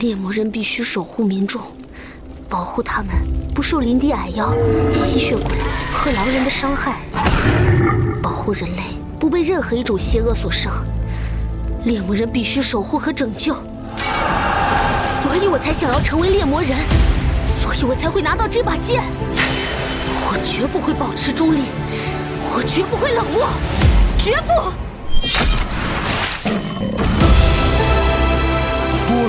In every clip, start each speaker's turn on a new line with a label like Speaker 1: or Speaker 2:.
Speaker 1: 猎魔人必须守护民众，保护他们不受林地矮妖、吸血鬼和狼人的伤害，保护人类不被任何一种邪恶所伤。猎魔人必须守护和拯救，所以我才想要成为猎魔人，所以我才会拿到这把剑。我绝不会保持中立，我绝不会冷漠，绝不。
Speaker 2: 波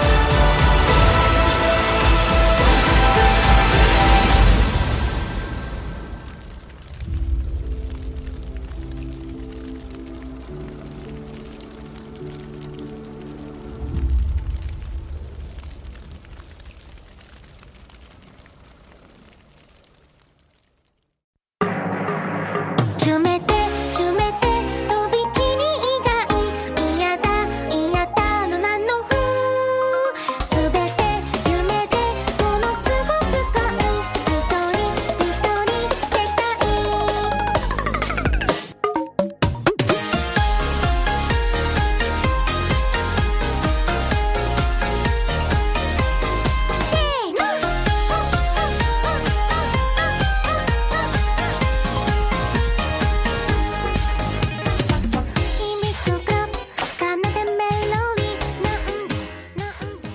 Speaker 3: 「冷て冷てとびきり以外」「いやだいやだのなのふ」「すべて夢でものすごくかい」「ひとりひとりでたい」「ひみつが奏でメロディー」「なんでなんで」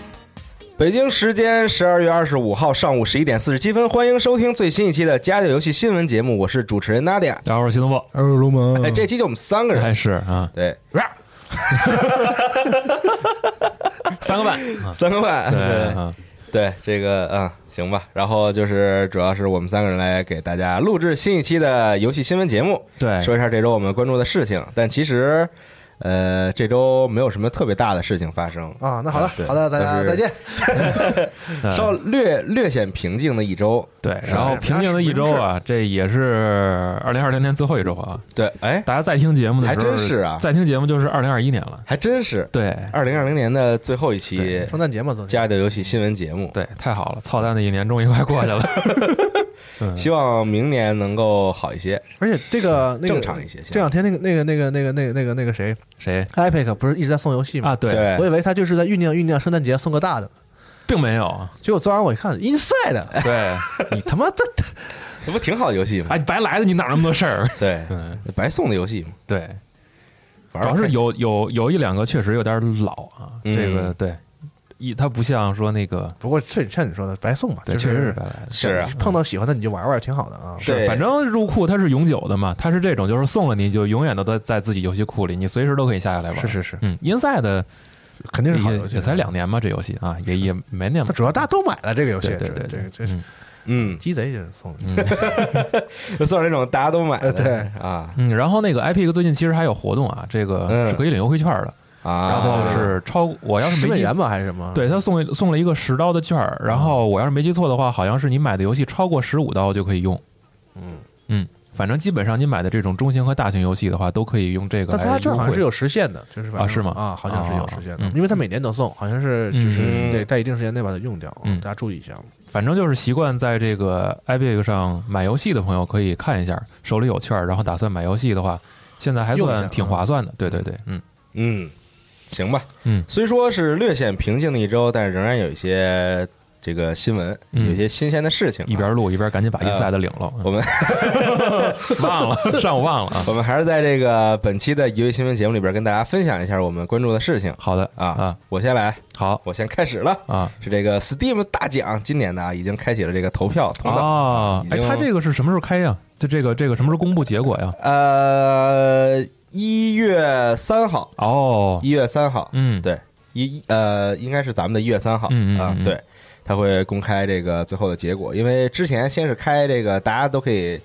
Speaker 4: 北京时间十二月二十五号上午十一点四十七分，欢迎收听最新一期的《家里游戏新闻》节目，我是主持人 Nadia。
Speaker 5: 然后新东方
Speaker 6: 二十龙门，
Speaker 4: 哎，这期就我们三个
Speaker 5: 还
Speaker 4: 人，
Speaker 5: 是啊，
Speaker 4: 对，
Speaker 5: 三个半，啊
Speaker 4: 三个半，
Speaker 5: 对
Speaker 4: 对
Speaker 5: 啊，
Speaker 4: 对，这个嗯，行吧。然后就是主要是我们三个人来给大家录制新一期的游戏新闻节目，
Speaker 5: 对
Speaker 4: 说一下这周我们关注的事情。但其实，呃，这周没有什么特别大的事情发生，
Speaker 6: 啊，那好的
Speaker 4: 对，
Speaker 6: 好的，大
Speaker 4: 但
Speaker 6: 家
Speaker 4: 是
Speaker 6: 再见。
Speaker 4: 稍略略显平静的一周。
Speaker 5: 对，然后平静的一周啊，这也是二零二零年最后一周啊。
Speaker 4: 对，哎，
Speaker 5: 大家再听节目的时候，
Speaker 4: 还真是啊
Speaker 5: 再听节目就是二零二一年了。
Speaker 4: 还真是
Speaker 5: 对
Speaker 4: 二零二零年的最后一期
Speaker 5: 对
Speaker 6: 圣诞节嘛，昨天
Speaker 4: 家里的游戏新闻节目。
Speaker 5: 对，太好了，操蛋的一年终于快过去了。嗯
Speaker 4: 希望明年能够好一些。
Speaker 6: 而且这个那个
Speaker 4: 正常一些
Speaker 6: 这两天那个那个那个那个那个那个那个谁
Speaker 5: 谁
Speaker 6: ，Epic 不是一直在送游戏吗？
Speaker 5: 啊？对，
Speaker 6: 我以
Speaker 4: 对，
Speaker 6: 为他就是在酝酿酝酿圣诞节送个大的，
Speaker 5: 并没有。
Speaker 6: 结果昨晚我一看，Inside，
Speaker 5: 对，
Speaker 6: 你他妈这这
Speaker 4: 这不挺好的游戏吗？
Speaker 5: 哎，白来的，你哪那么多事儿？
Speaker 4: 对，
Speaker 5: 嗯，
Speaker 4: 白送的游戏嘛，
Speaker 5: 对，
Speaker 4: 主
Speaker 5: 主要是有有有一两个确实有点老啊，
Speaker 4: 嗯
Speaker 5: 这个对，一它不像说那个，
Speaker 6: 不过这像你说的白送嘛，
Speaker 5: 对，
Speaker 6: 就
Speaker 5: 确实是
Speaker 6: 是
Speaker 5: 白来的。
Speaker 4: 是啊
Speaker 6: 碰到喜欢的你就玩玩，挺好的啊。
Speaker 4: 对
Speaker 5: 是，反正入库它是永久的嘛，它是这种，就是送了你就永远都在在自己游戏库里，你随时都可以下下来玩。
Speaker 6: 是是是，
Speaker 5: 嗯，Inside
Speaker 6: 肯定是好
Speaker 5: 也
Speaker 6: 游戏。
Speaker 5: 也才，两年嘛，这游戏啊，也也没那么
Speaker 6: 它。主要大家都买了这个游戏，
Speaker 5: 对对对
Speaker 6: 这
Speaker 5: 对
Speaker 6: 这这是
Speaker 5: 嗯
Speaker 4: 嗯，
Speaker 6: 鸡贼就是送的，
Speaker 4: 就算是那种大家都买的，
Speaker 6: 呃对
Speaker 4: 啊
Speaker 5: 嗯，然后那个 Epic 最近其实还有活动啊，这
Speaker 4: 嗯
Speaker 5: 个是可以领优惠券的，然
Speaker 4: 啊，
Speaker 5: 后是超我要是
Speaker 6: 十
Speaker 5: 没
Speaker 6: 美
Speaker 5: 记
Speaker 6: 元吧还是什么？
Speaker 5: 对他送一送了一个十刀的券儿，然后我要是没记错的话，好像是你买的游戏超过十五刀就可以用。嗯嗯，反正基本上你买的这种中型和大型游戏的话，都可以用这个
Speaker 6: 但它
Speaker 5: 来
Speaker 6: 这
Speaker 5: 优
Speaker 6: 好像是
Speaker 5: 惠。
Speaker 6: 有时限的，就是反
Speaker 5: 啊
Speaker 6: 正
Speaker 5: 是吗
Speaker 6: 啊，好像是有时限的
Speaker 5: 啊，嗯
Speaker 6: 因为它每年都送，好像是就是
Speaker 4: 嗯
Speaker 6: 你得在一定时间内把它用掉，啊
Speaker 5: 嗯
Speaker 6: 大家注意一下。
Speaker 5: 反正就是习惯在这个 Epic 上买游戏的朋友可以看一下，手里有券儿，然后打算买游戏的话，现在还
Speaker 6: 用一下啊
Speaker 5: 算挺划算的。对对对，嗯，
Speaker 4: 嗯，行吧，
Speaker 5: 嗯
Speaker 4: 虽说是略显平静的一周，但是仍然有一些这个新闻，
Speaker 5: 嗯
Speaker 4: 有一些新鲜的事情啊。
Speaker 5: 一边录一边赶紧把
Speaker 4: 呃
Speaker 5: Inside 领了，
Speaker 4: 我们
Speaker 5: 忘了上午忘了啊
Speaker 4: 我。们还是在这个本期的游戏新闻节目里边跟大家分享一下我们关注的事情
Speaker 5: 好的
Speaker 4: 啊
Speaker 5: 啊，
Speaker 4: 我先来，
Speaker 5: 好
Speaker 4: 我先开始了。
Speaker 5: 啊
Speaker 4: 是这个 Steam 大奖，今年呢啊已经开启了这个投票通道。
Speaker 5: 啊！
Speaker 4: 已
Speaker 5: 哎，
Speaker 4: 经
Speaker 5: 他这个是什么时候开呀？就这个这个什么时候公布结果呀？
Speaker 4: 呃，一月三号，
Speaker 5: 哦，
Speaker 4: 一月三号，
Speaker 5: 嗯，
Speaker 4: 对，一呃，应该是咱们的一月三号，
Speaker 5: 嗯嗯
Speaker 4: 啊
Speaker 5: 嗯，嗯
Speaker 4: 对，他会公开这个最后的结果，因为之前先是开这个，大家都可以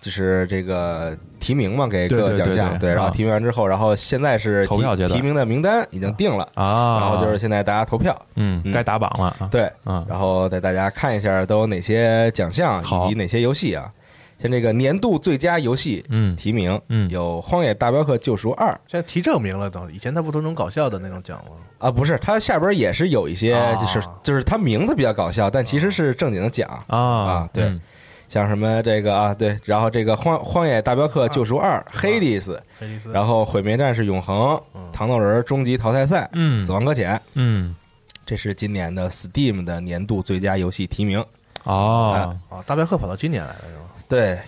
Speaker 4: 就是这个提名嘛，给各个
Speaker 5: 对对
Speaker 4: 奖
Speaker 5: 对
Speaker 4: 项，
Speaker 5: 对
Speaker 4: 对，然后
Speaker 5: 啊
Speaker 4: 提名完之后，然后现在是
Speaker 5: 投
Speaker 4: 提
Speaker 5: 票阶段
Speaker 4: 提名的名单已经定了，
Speaker 5: 啊，
Speaker 4: 然后就是现在大家投票，
Speaker 5: 嗯
Speaker 4: 嗯，
Speaker 5: 该打榜了啊。
Speaker 4: 对，
Speaker 5: 嗯
Speaker 4: 然后带大家看一下都有哪些奖项
Speaker 5: 好
Speaker 4: 以及哪些游戏啊。像这个年度最佳游戏
Speaker 5: 嗯
Speaker 4: 提名，
Speaker 5: 嗯
Speaker 4: 有《荒野大镖客：救赎二》
Speaker 6: 现在提证明了，都以前他不都那种搞笑的那种奖吗？
Speaker 4: 啊，不是，它下边也是有一些，
Speaker 6: 啊
Speaker 4: 就是、就是它名字比较搞笑，但其实是正经的奖，
Speaker 5: 啊
Speaker 4: 啊对
Speaker 5: 嗯
Speaker 4: 像什么这个啊，对，然后这个荒《荒野大镖
Speaker 6: 啊
Speaker 4: 客：救赎二》黑 a d
Speaker 6: 黑迪斯，
Speaker 4: 然后《毁灭战士：永恒》
Speaker 6: 嗯
Speaker 4: 糖豆人终极淘汰赛》
Speaker 5: 嗯
Speaker 4: 死亡搁浅》，
Speaker 5: 嗯
Speaker 4: 这是今年的 Steam 的年度最佳游戏提名。
Speaker 5: 哦
Speaker 6: 啊，大镖客跑到今年来了是吧？
Speaker 4: 对，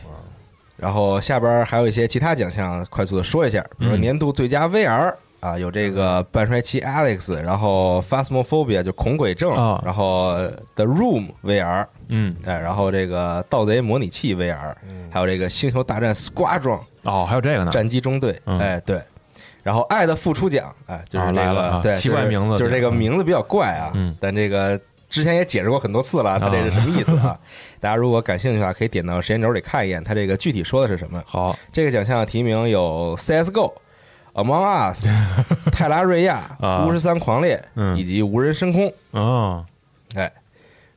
Speaker 4: 然后下边还有一些其他奖项，快速的说一下，比如说
Speaker 5: 嗯
Speaker 4: 年度最佳 VR、啊，有这个
Speaker 6: 嗯
Speaker 4: 半衰期 Alex，然后 Phasmophobia 就恐鬼症，
Speaker 5: 啊
Speaker 4: 然后 The Room VR，
Speaker 5: 嗯
Speaker 4: 哎，然后这个盗贼模拟器 VR，、还有这个星球大战 Squadron
Speaker 5: 哦，还有这个呢，
Speaker 4: 战机中队，
Speaker 5: 嗯
Speaker 4: 哎对。然后《爱的付出奖》哎，就是
Speaker 5: 啊
Speaker 4: 这
Speaker 5: 来
Speaker 4: 个、
Speaker 5: 了啊
Speaker 4: 对
Speaker 5: 奇怪
Speaker 4: 就是
Speaker 5: 名字
Speaker 4: 就是这个
Speaker 5: 嗯
Speaker 4: 名字比较怪啊。
Speaker 5: 嗯
Speaker 4: 但这个之前也解释过很多次了，它这是什么意思啊？ 大家如果感兴趣的话，可以点到时间轴里看一眼，它这个具体说的是什么。
Speaker 5: 好
Speaker 4: 这个奖项提名有 CS:GO、Among Us、泰拉瑞亚、
Speaker 5: 啊
Speaker 4: 巫师三狂猎、
Speaker 5: 嗯
Speaker 4: 以及无人深空。
Speaker 5: 哦
Speaker 4: 哎，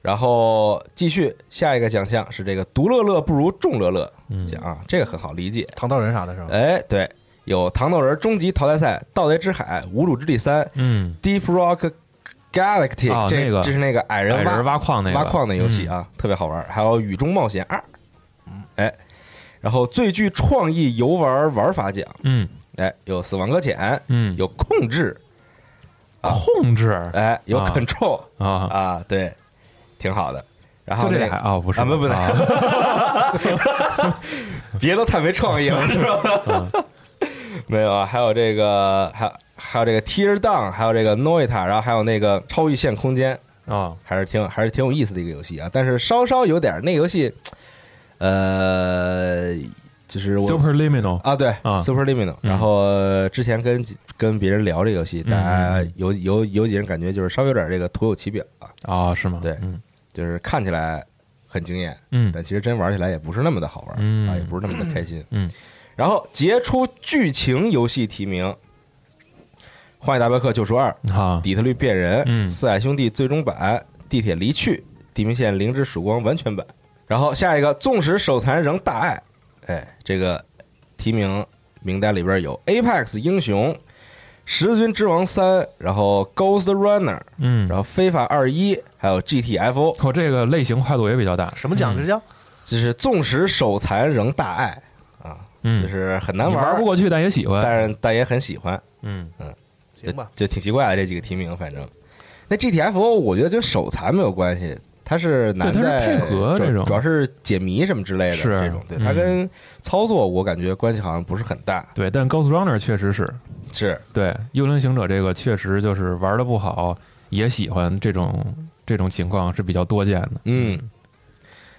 Speaker 4: 然后继续下一个奖项是这个“独乐乐不如众乐乐”
Speaker 5: 嗯
Speaker 4: 奖啊，这个很好理解。
Speaker 6: 唐道人啥的是吧？
Speaker 4: 哎，对，有《糖豆人》终极淘汰赛、《盗贼之海》、《无主之地三》、
Speaker 5: 嗯，
Speaker 4: Deep Rock Galactic，、
Speaker 5: 哦
Speaker 4: 这
Speaker 5: 那个
Speaker 4: 这是那个矮人
Speaker 5: 矮
Speaker 4: 挖
Speaker 5: 哎人挖矿那个嗯
Speaker 4: 挖矿的游戏啊，特别好玩。还有《雨中冒险二》，
Speaker 5: 嗯
Speaker 4: 哎，然后最具创意游玩玩法奖，
Speaker 5: 嗯
Speaker 4: 哎，有《死亡搁浅》，
Speaker 5: 嗯，
Speaker 4: 有控制，
Speaker 5: 控制
Speaker 4: 哎，有
Speaker 5: 啊
Speaker 4: Control
Speaker 5: 啊，
Speaker 4: 啊，对，挺好的。然后
Speaker 5: 就这
Speaker 4: 那
Speaker 5: 俩
Speaker 4: 个
Speaker 5: 啊，不是
Speaker 4: 啊不不
Speaker 5: 啊
Speaker 4: 别的太没创意了，是吧？ 没有啊，还有这个，还还有这个 Tear Down，还有这个 Noita，然后还有那个超域线空间，
Speaker 5: 啊
Speaker 4: 还是挺还是挺有意思的一个游戏啊。但是稍稍有点儿那个游戏，呃，就是我
Speaker 5: ，Super Liminal
Speaker 4: 啊，对
Speaker 5: 啊
Speaker 4: ，Super Liminal、
Speaker 5: 嗯
Speaker 4: 然后呃之前跟几跟别人聊这个游戏，大
Speaker 5: 嗯嗯
Speaker 4: 家
Speaker 5: 嗯
Speaker 4: 有有有几人感觉就是稍微有点儿这个徒有其表啊，
Speaker 5: 啊，是吗？
Speaker 4: 对
Speaker 5: 嗯
Speaker 4: 就是看起来很惊艳，
Speaker 5: 嗯
Speaker 4: 但其实真玩起来也不是那么的好玩、
Speaker 5: 嗯
Speaker 4: 啊，也不是那么的开心。
Speaker 5: 嗯，
Speaker 4: 然后杰出剧情游戏提名，《荒野大镖客：救赎二》
Speaker 5: 嗯好
Speaker 4: 《底特律变人》
Speaker 5: 嗯
Speaker 4: 四海兄弟》最终版，《地铁离去》《地平线：零之曙光》完全版。然后下一个，纵使手残仍大爱，哎，这个提名名单里边有《Apex 英雄》《十字军之王三》，然后《Ghost Runner》，
Speaker 5: 嗯，
Speaker 4: 然后《非法二一》，还有《GTFO》。
Speaker 5: 我这个类型跨度也比较大，
Speaker 6: 什么奖这
Speaker 4: 嗯
Speaker 6: 叫？
Speaker 4: 就是纵使手残仍大爱，啊
Speaker 5: 嗯，
Speaker 4: 就是很难
Speaker 5: 你
Speaker 4: 玩，
Speaker 5: 玩不过去，但也喜欢，
Speaker 4: 但但也很喜欢，
Speaker 5: 嗯
Speaker 6: 行吧，
Speaker 4: 就挺奇怪的这几个提名，反正那 GTFO 我觉得跟手残没有关系，它是难
Speaker 5: 对它是
Speaker 4: 在
Speaker 5: 配合
Speaker 4: 主
Speaker 5: 这种
Speaker 4: 主要是解谜什么之类的
Speaker 5: 是
Speaker 4: 这种，对
Speaker 5: 嗯
Speaker 4: 它跟操作我感觉关系好像不是很大，
Speaker 5: 对，但 Ghost Runner 确实是
Speaker 4: 是
Speaker 5: 对《幽灵行者》这个确实就是玩的不好也喜欢这种这种情况是比较多见的。
Speaker 4: 嗯。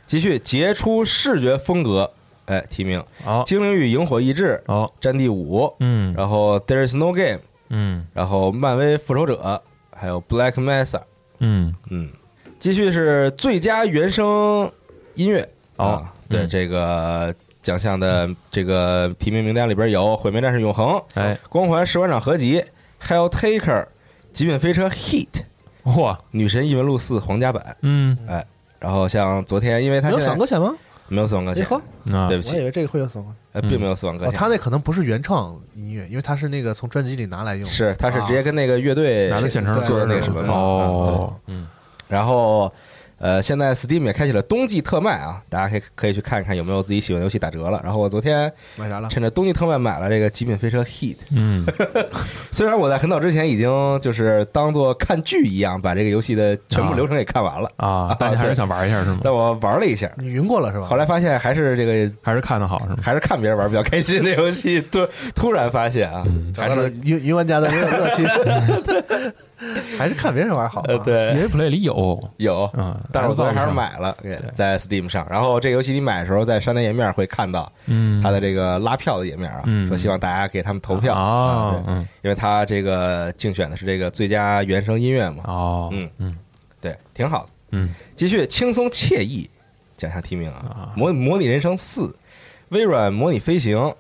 Speaker 4: 继续杰出视觉风格，哎，提名
Speaker 5: 嗯好
Speaker 4: 《精灵与萤火意志》《
Speaker 5: 好，
Speaker 4: 战地五》，
Speaker 5: 嗯
Speaker 4: 然后《There Is No Game》，
Speaker 5: 嗯
Speaker 4: 然后《漫威复仇者》，还有《Black Mesa》。
Speaker 5: 嗯
Speaker 4: 嗯，继续是最佳原声音乐
Speaker 5: 哦
Speaker 4: 啊，对、
Speaker 5: 嗯
Speaker 4: 这个奖项的这个提名名单里边有《毁灭战士：永恒》《
Speaker 5: 哎
Speaker 4: 光环十万掌合集》《Hell Taker》《极品飞车》《Heat》《
Speaker 5: 哇
Speaker 4: 女神异闻录四》皇家版。
Speaker 5: 嗯
Speaker 4: 然后像昨天，因为他
Speaker 6: 没有
Speaker 4: 现
Speaker 6: 散
Speaker 4: 在
Speaker 6: 过钱吗？
Speaker 4: 没有死亡搁
Speaker 6: 哎
Speaker 4: 浅，
Speaker 6: 呵，
Speaker 5: 啊
Speaker 4: 对不
Speaker 6: 我以
Speaker 4: 起，
Speaker 6: 为这个会有散过。
Speaker 4: 呃，
Speaker 5: 嗯
Speaker 4: 并没有死亡搁
Speaker 6: 哦，
Speaker 4: 浅。
Speaker 6: 他那可能不是原创音乐，因为他是那个从专辑里拿来用的。
Speaker 4: 是，他是直
Speaker 6: 啊
Speaker 4: 接跟那个乐队
Speaker 5: 拿的现成的
Speaker 4: 做的那个什么嘛嗯对
Speaker 5: 哦嗯
Speaker 4: 然后，呃，现在 Steam 也开启了冬季特卖啊，大家可以可以去看一看有没有自己喜欢的游戏打折了。然后我昨天
Speaker 6: 买啥了？
Speaker 4: 趁着冬季特卖买了这个《极品飞车 Heat》，
Speaker 5: 嗯
Speaker 4: 虽然我在很早之前已经就是当做看剧一样把这个游戏的全部流程给看完了，
Speaker 5: 啊，但你还是想玩一下是吗？
Speaker 4: 但我玩了一下，
Speaker 6: 你晕过了是吧？
Speaker 4: 后来发现还是这个
Speaker 5: 还是看的好是吗？
Speaker 4: 还是看别人玩比较开心。这游戏突突然发现啊，
Speaker 6: 找
Speaker 4: 还
Speaker 6: 到了
Speaker 4: 是
Speaker 6: 云云玩家的乐 乐趣，还是看别人玩好啊。
Speaker 4: 呃对
Speaker 5: Replay 里有，
Speaker 4: 有
Speaker 5: 嗯，
Speaker 4: 但是我昨天还是
Speaker 5: 还是造不上
Speaker 4: 买了，对在 Steam 上。然后这个游戏你买的时候，在商店页面会看到
Speaker 5: 嗯，
Speaker 4: 它的这个拉票的页面啊，
Speaker 5: 嗯
Speaker 4: 说希望大家给他们投票啊
Speaker 5: 哦
Speaker 4: 对，
Speaker 5: 嗯
Speaker 4: 因为它这个竞选的是这个最佳原声音乐嘛，
Speaker 5: 哦，
Speaker 4: 嗯
Speaker 5: 嗯
Speaker 4: 对，挺好的。
Speaker 5: 嗯
Speaker 4: 继续轻松惬意奖项提名啊
Speaker 5: 啊，
Speaker 4: 模模拟人生四，微软模拟飞行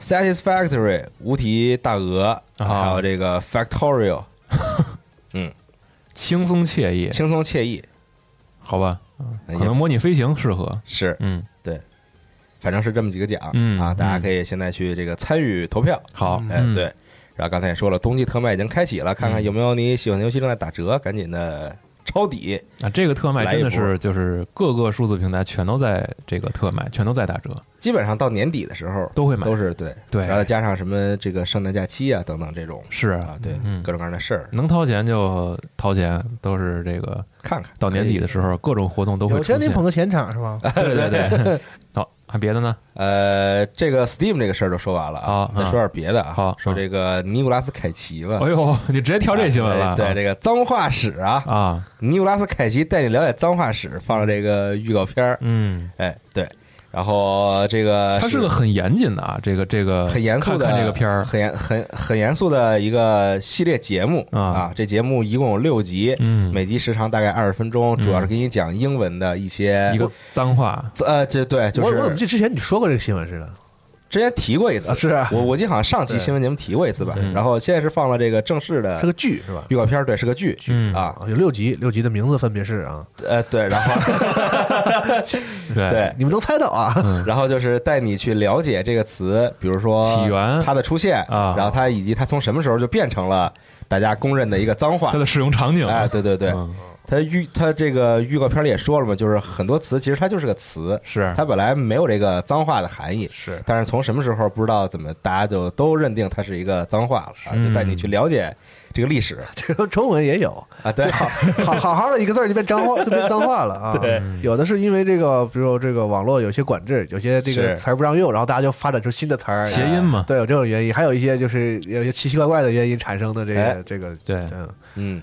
Speaker 4: ，Satisfactory 无题大鹅，
Speaker 5: 啊
Speaker 4: 还有这个 Factorial
Speaker 5: 轻松惬意，
Speaker 4: 轻松惬意
Speaker 5: 好吧，
Speaker 4: 哎呀
Speaker 5: 可能模拟飞行适合，
Speaker 4: 是
Speaker 5: 嗯
Speaker 4: 反正是这么几个奖、
Speaker 5: 嗯
Speaker 4: 啊，大家
Speaker 5: 嗯
Speaker 4: 可以现在去这个参与投票。
Speaker 5: 好，
Speaker 4: 哎，
Speaker 5: 嗯
Speaker 4: 对。然后刚才也说了，冬季特卖已经开启了，看看有没有你喜欢的游戏正在打折，赶紧的抄底。
Speaker 5: 啊，这个特卖真
Speaker 4: 来
Speaker 5: 的
Speaker 4: 一波
Speaker 5: 是就是各个数字平台全都在这个特卖，全都在打折，
Speaker 4: 基本上到年底的时候
Speaker 5: 都会买
Speaker 4: 都是对
Speaker 5: 对哎
Speaker 4: 然后再加上什么这个圣诞假期啊等等这种
Speaker 5: 是
Speaker 4: 啊，对
Speaker 5: 嗯
Speaker 4: 各种各样的事儿，
Speaker 5: 能掏钱就掏钱，都是这个
Speaker 4: 看看
Speaker 5: 到年底的
Speaker 4: 可以
Speaker 5: 时候各种活动都会
Speaker 6: 有
Speaker 5: 出现
Speaker 6: 钱。您捧个钱场是 吧？
Speaker 5: 对对 对，好，还别的呢？
Speaker 4: 呃，这个 Steam 这个事儿都说完了啊
Speaker 5: 好，
Speaker 4: 再
Speaker 5: 嗯
Speaker 4: 说点别的啊，
Speaker 5: 好
Speaker 4: 说这个尼古拉斯凯奇吧
Speaker 5: 哎。呦，你直接挑这新闻了
Speaker 4: 嗯哎，对这个脏话史啊，
Speaker 5: 啊，
Speaker 4: 尼古拉斯凯奇带你了解脏话史，放了这个预告片儿。
Speaker 5: 嗯，
Speaker 4: 哎，对，然后这个
Speaker 5: 它是个很严谨的啊，这个这个
Speaker 4: 啊很严肃的
Speaker 5: 看看这个片儿，
Speaker 4: 很严很很严肃的一个系列节目
Speaker 5: 啊
Speaker 4: 这节目一共有六集，
Speaker 5: 嗯
Speaker 4: 每集时长大概二十分钟，主要是给你讲英文的一些
Speaker 5: 一个脏话，
Speaker 4: 呃，这对就
Speaker 6: 我我怎么
Speaker 4: 是
Speaker 6: 记得之前你说过这个新闻似的？
Speaker 4: 之前提过一次，
Speaker 6: 啊是啊
Speaker 4: 我我记得好像上期
Speaker 6: 对
Speaker 4: 新闻节目提过一次吧
Speaker 5: 嗯，
Speaker 4: 然后现在是放了这个正式的
Speaker 6: 是个剧是吧？
Speaker 4: 预告片儿，对，是个剧
Speaker 5: 嗯
Speaker 4: 啊，
Speaker 6: 啊，有六集，六集的名字分别是啊，
Speaker 4: 呃，对，然后
Speaker 5: 对
Speaker 4: 对。
Speaker 6: 你们能猜到啊？
Speaker 4: 然后就是带你去了解这个词，比如说
Speaker 5: 起源
Speaker 4: 它的出现
Speaker 5: 啊
Speaker 4: 然后它以及它从什么时候就变成了大家公认的一个脏话
Speaker 5: 它。的使用场景，
Speaker 4: 哎，对对对，
Speaker 5: 嗯
Speaker 4: 它预它这个预告片里也说了嘛，就是很多词其实它就是个词，
Speaker 5: 是
Speaker 4: 它本来没有这个脏话的含义，
Speaker 6: 是
Speaker 4: 但是从什么时候不知道怎么大家就都认定它是一个脏话了，啊，就带你去了解这个历史
Speaker 6: 这个中文也有，
Speaker 4: 啊，对
Speaker 6: 就，好好好好的一个字儿就变脏话，就变脏话了啊。
Speaker 4: 对，
Speaker 6: 有的是因为这个，比如这个网络有些管制，有些这
Speaker 4: 是
Speaker 6: 个词儿不让用，然后大家就发展出新的词儿，啊
Speaker 5: 谐音嘛，
Speaker 6: 对，有这种原因，还有一些就是有一些奇奇怪怪的原因产生的这
Speaker 4: 哎
Speaker 6: 个这个
Speaker 5: 对
Speaker 6: 嗯
Speaker 4: 嗯。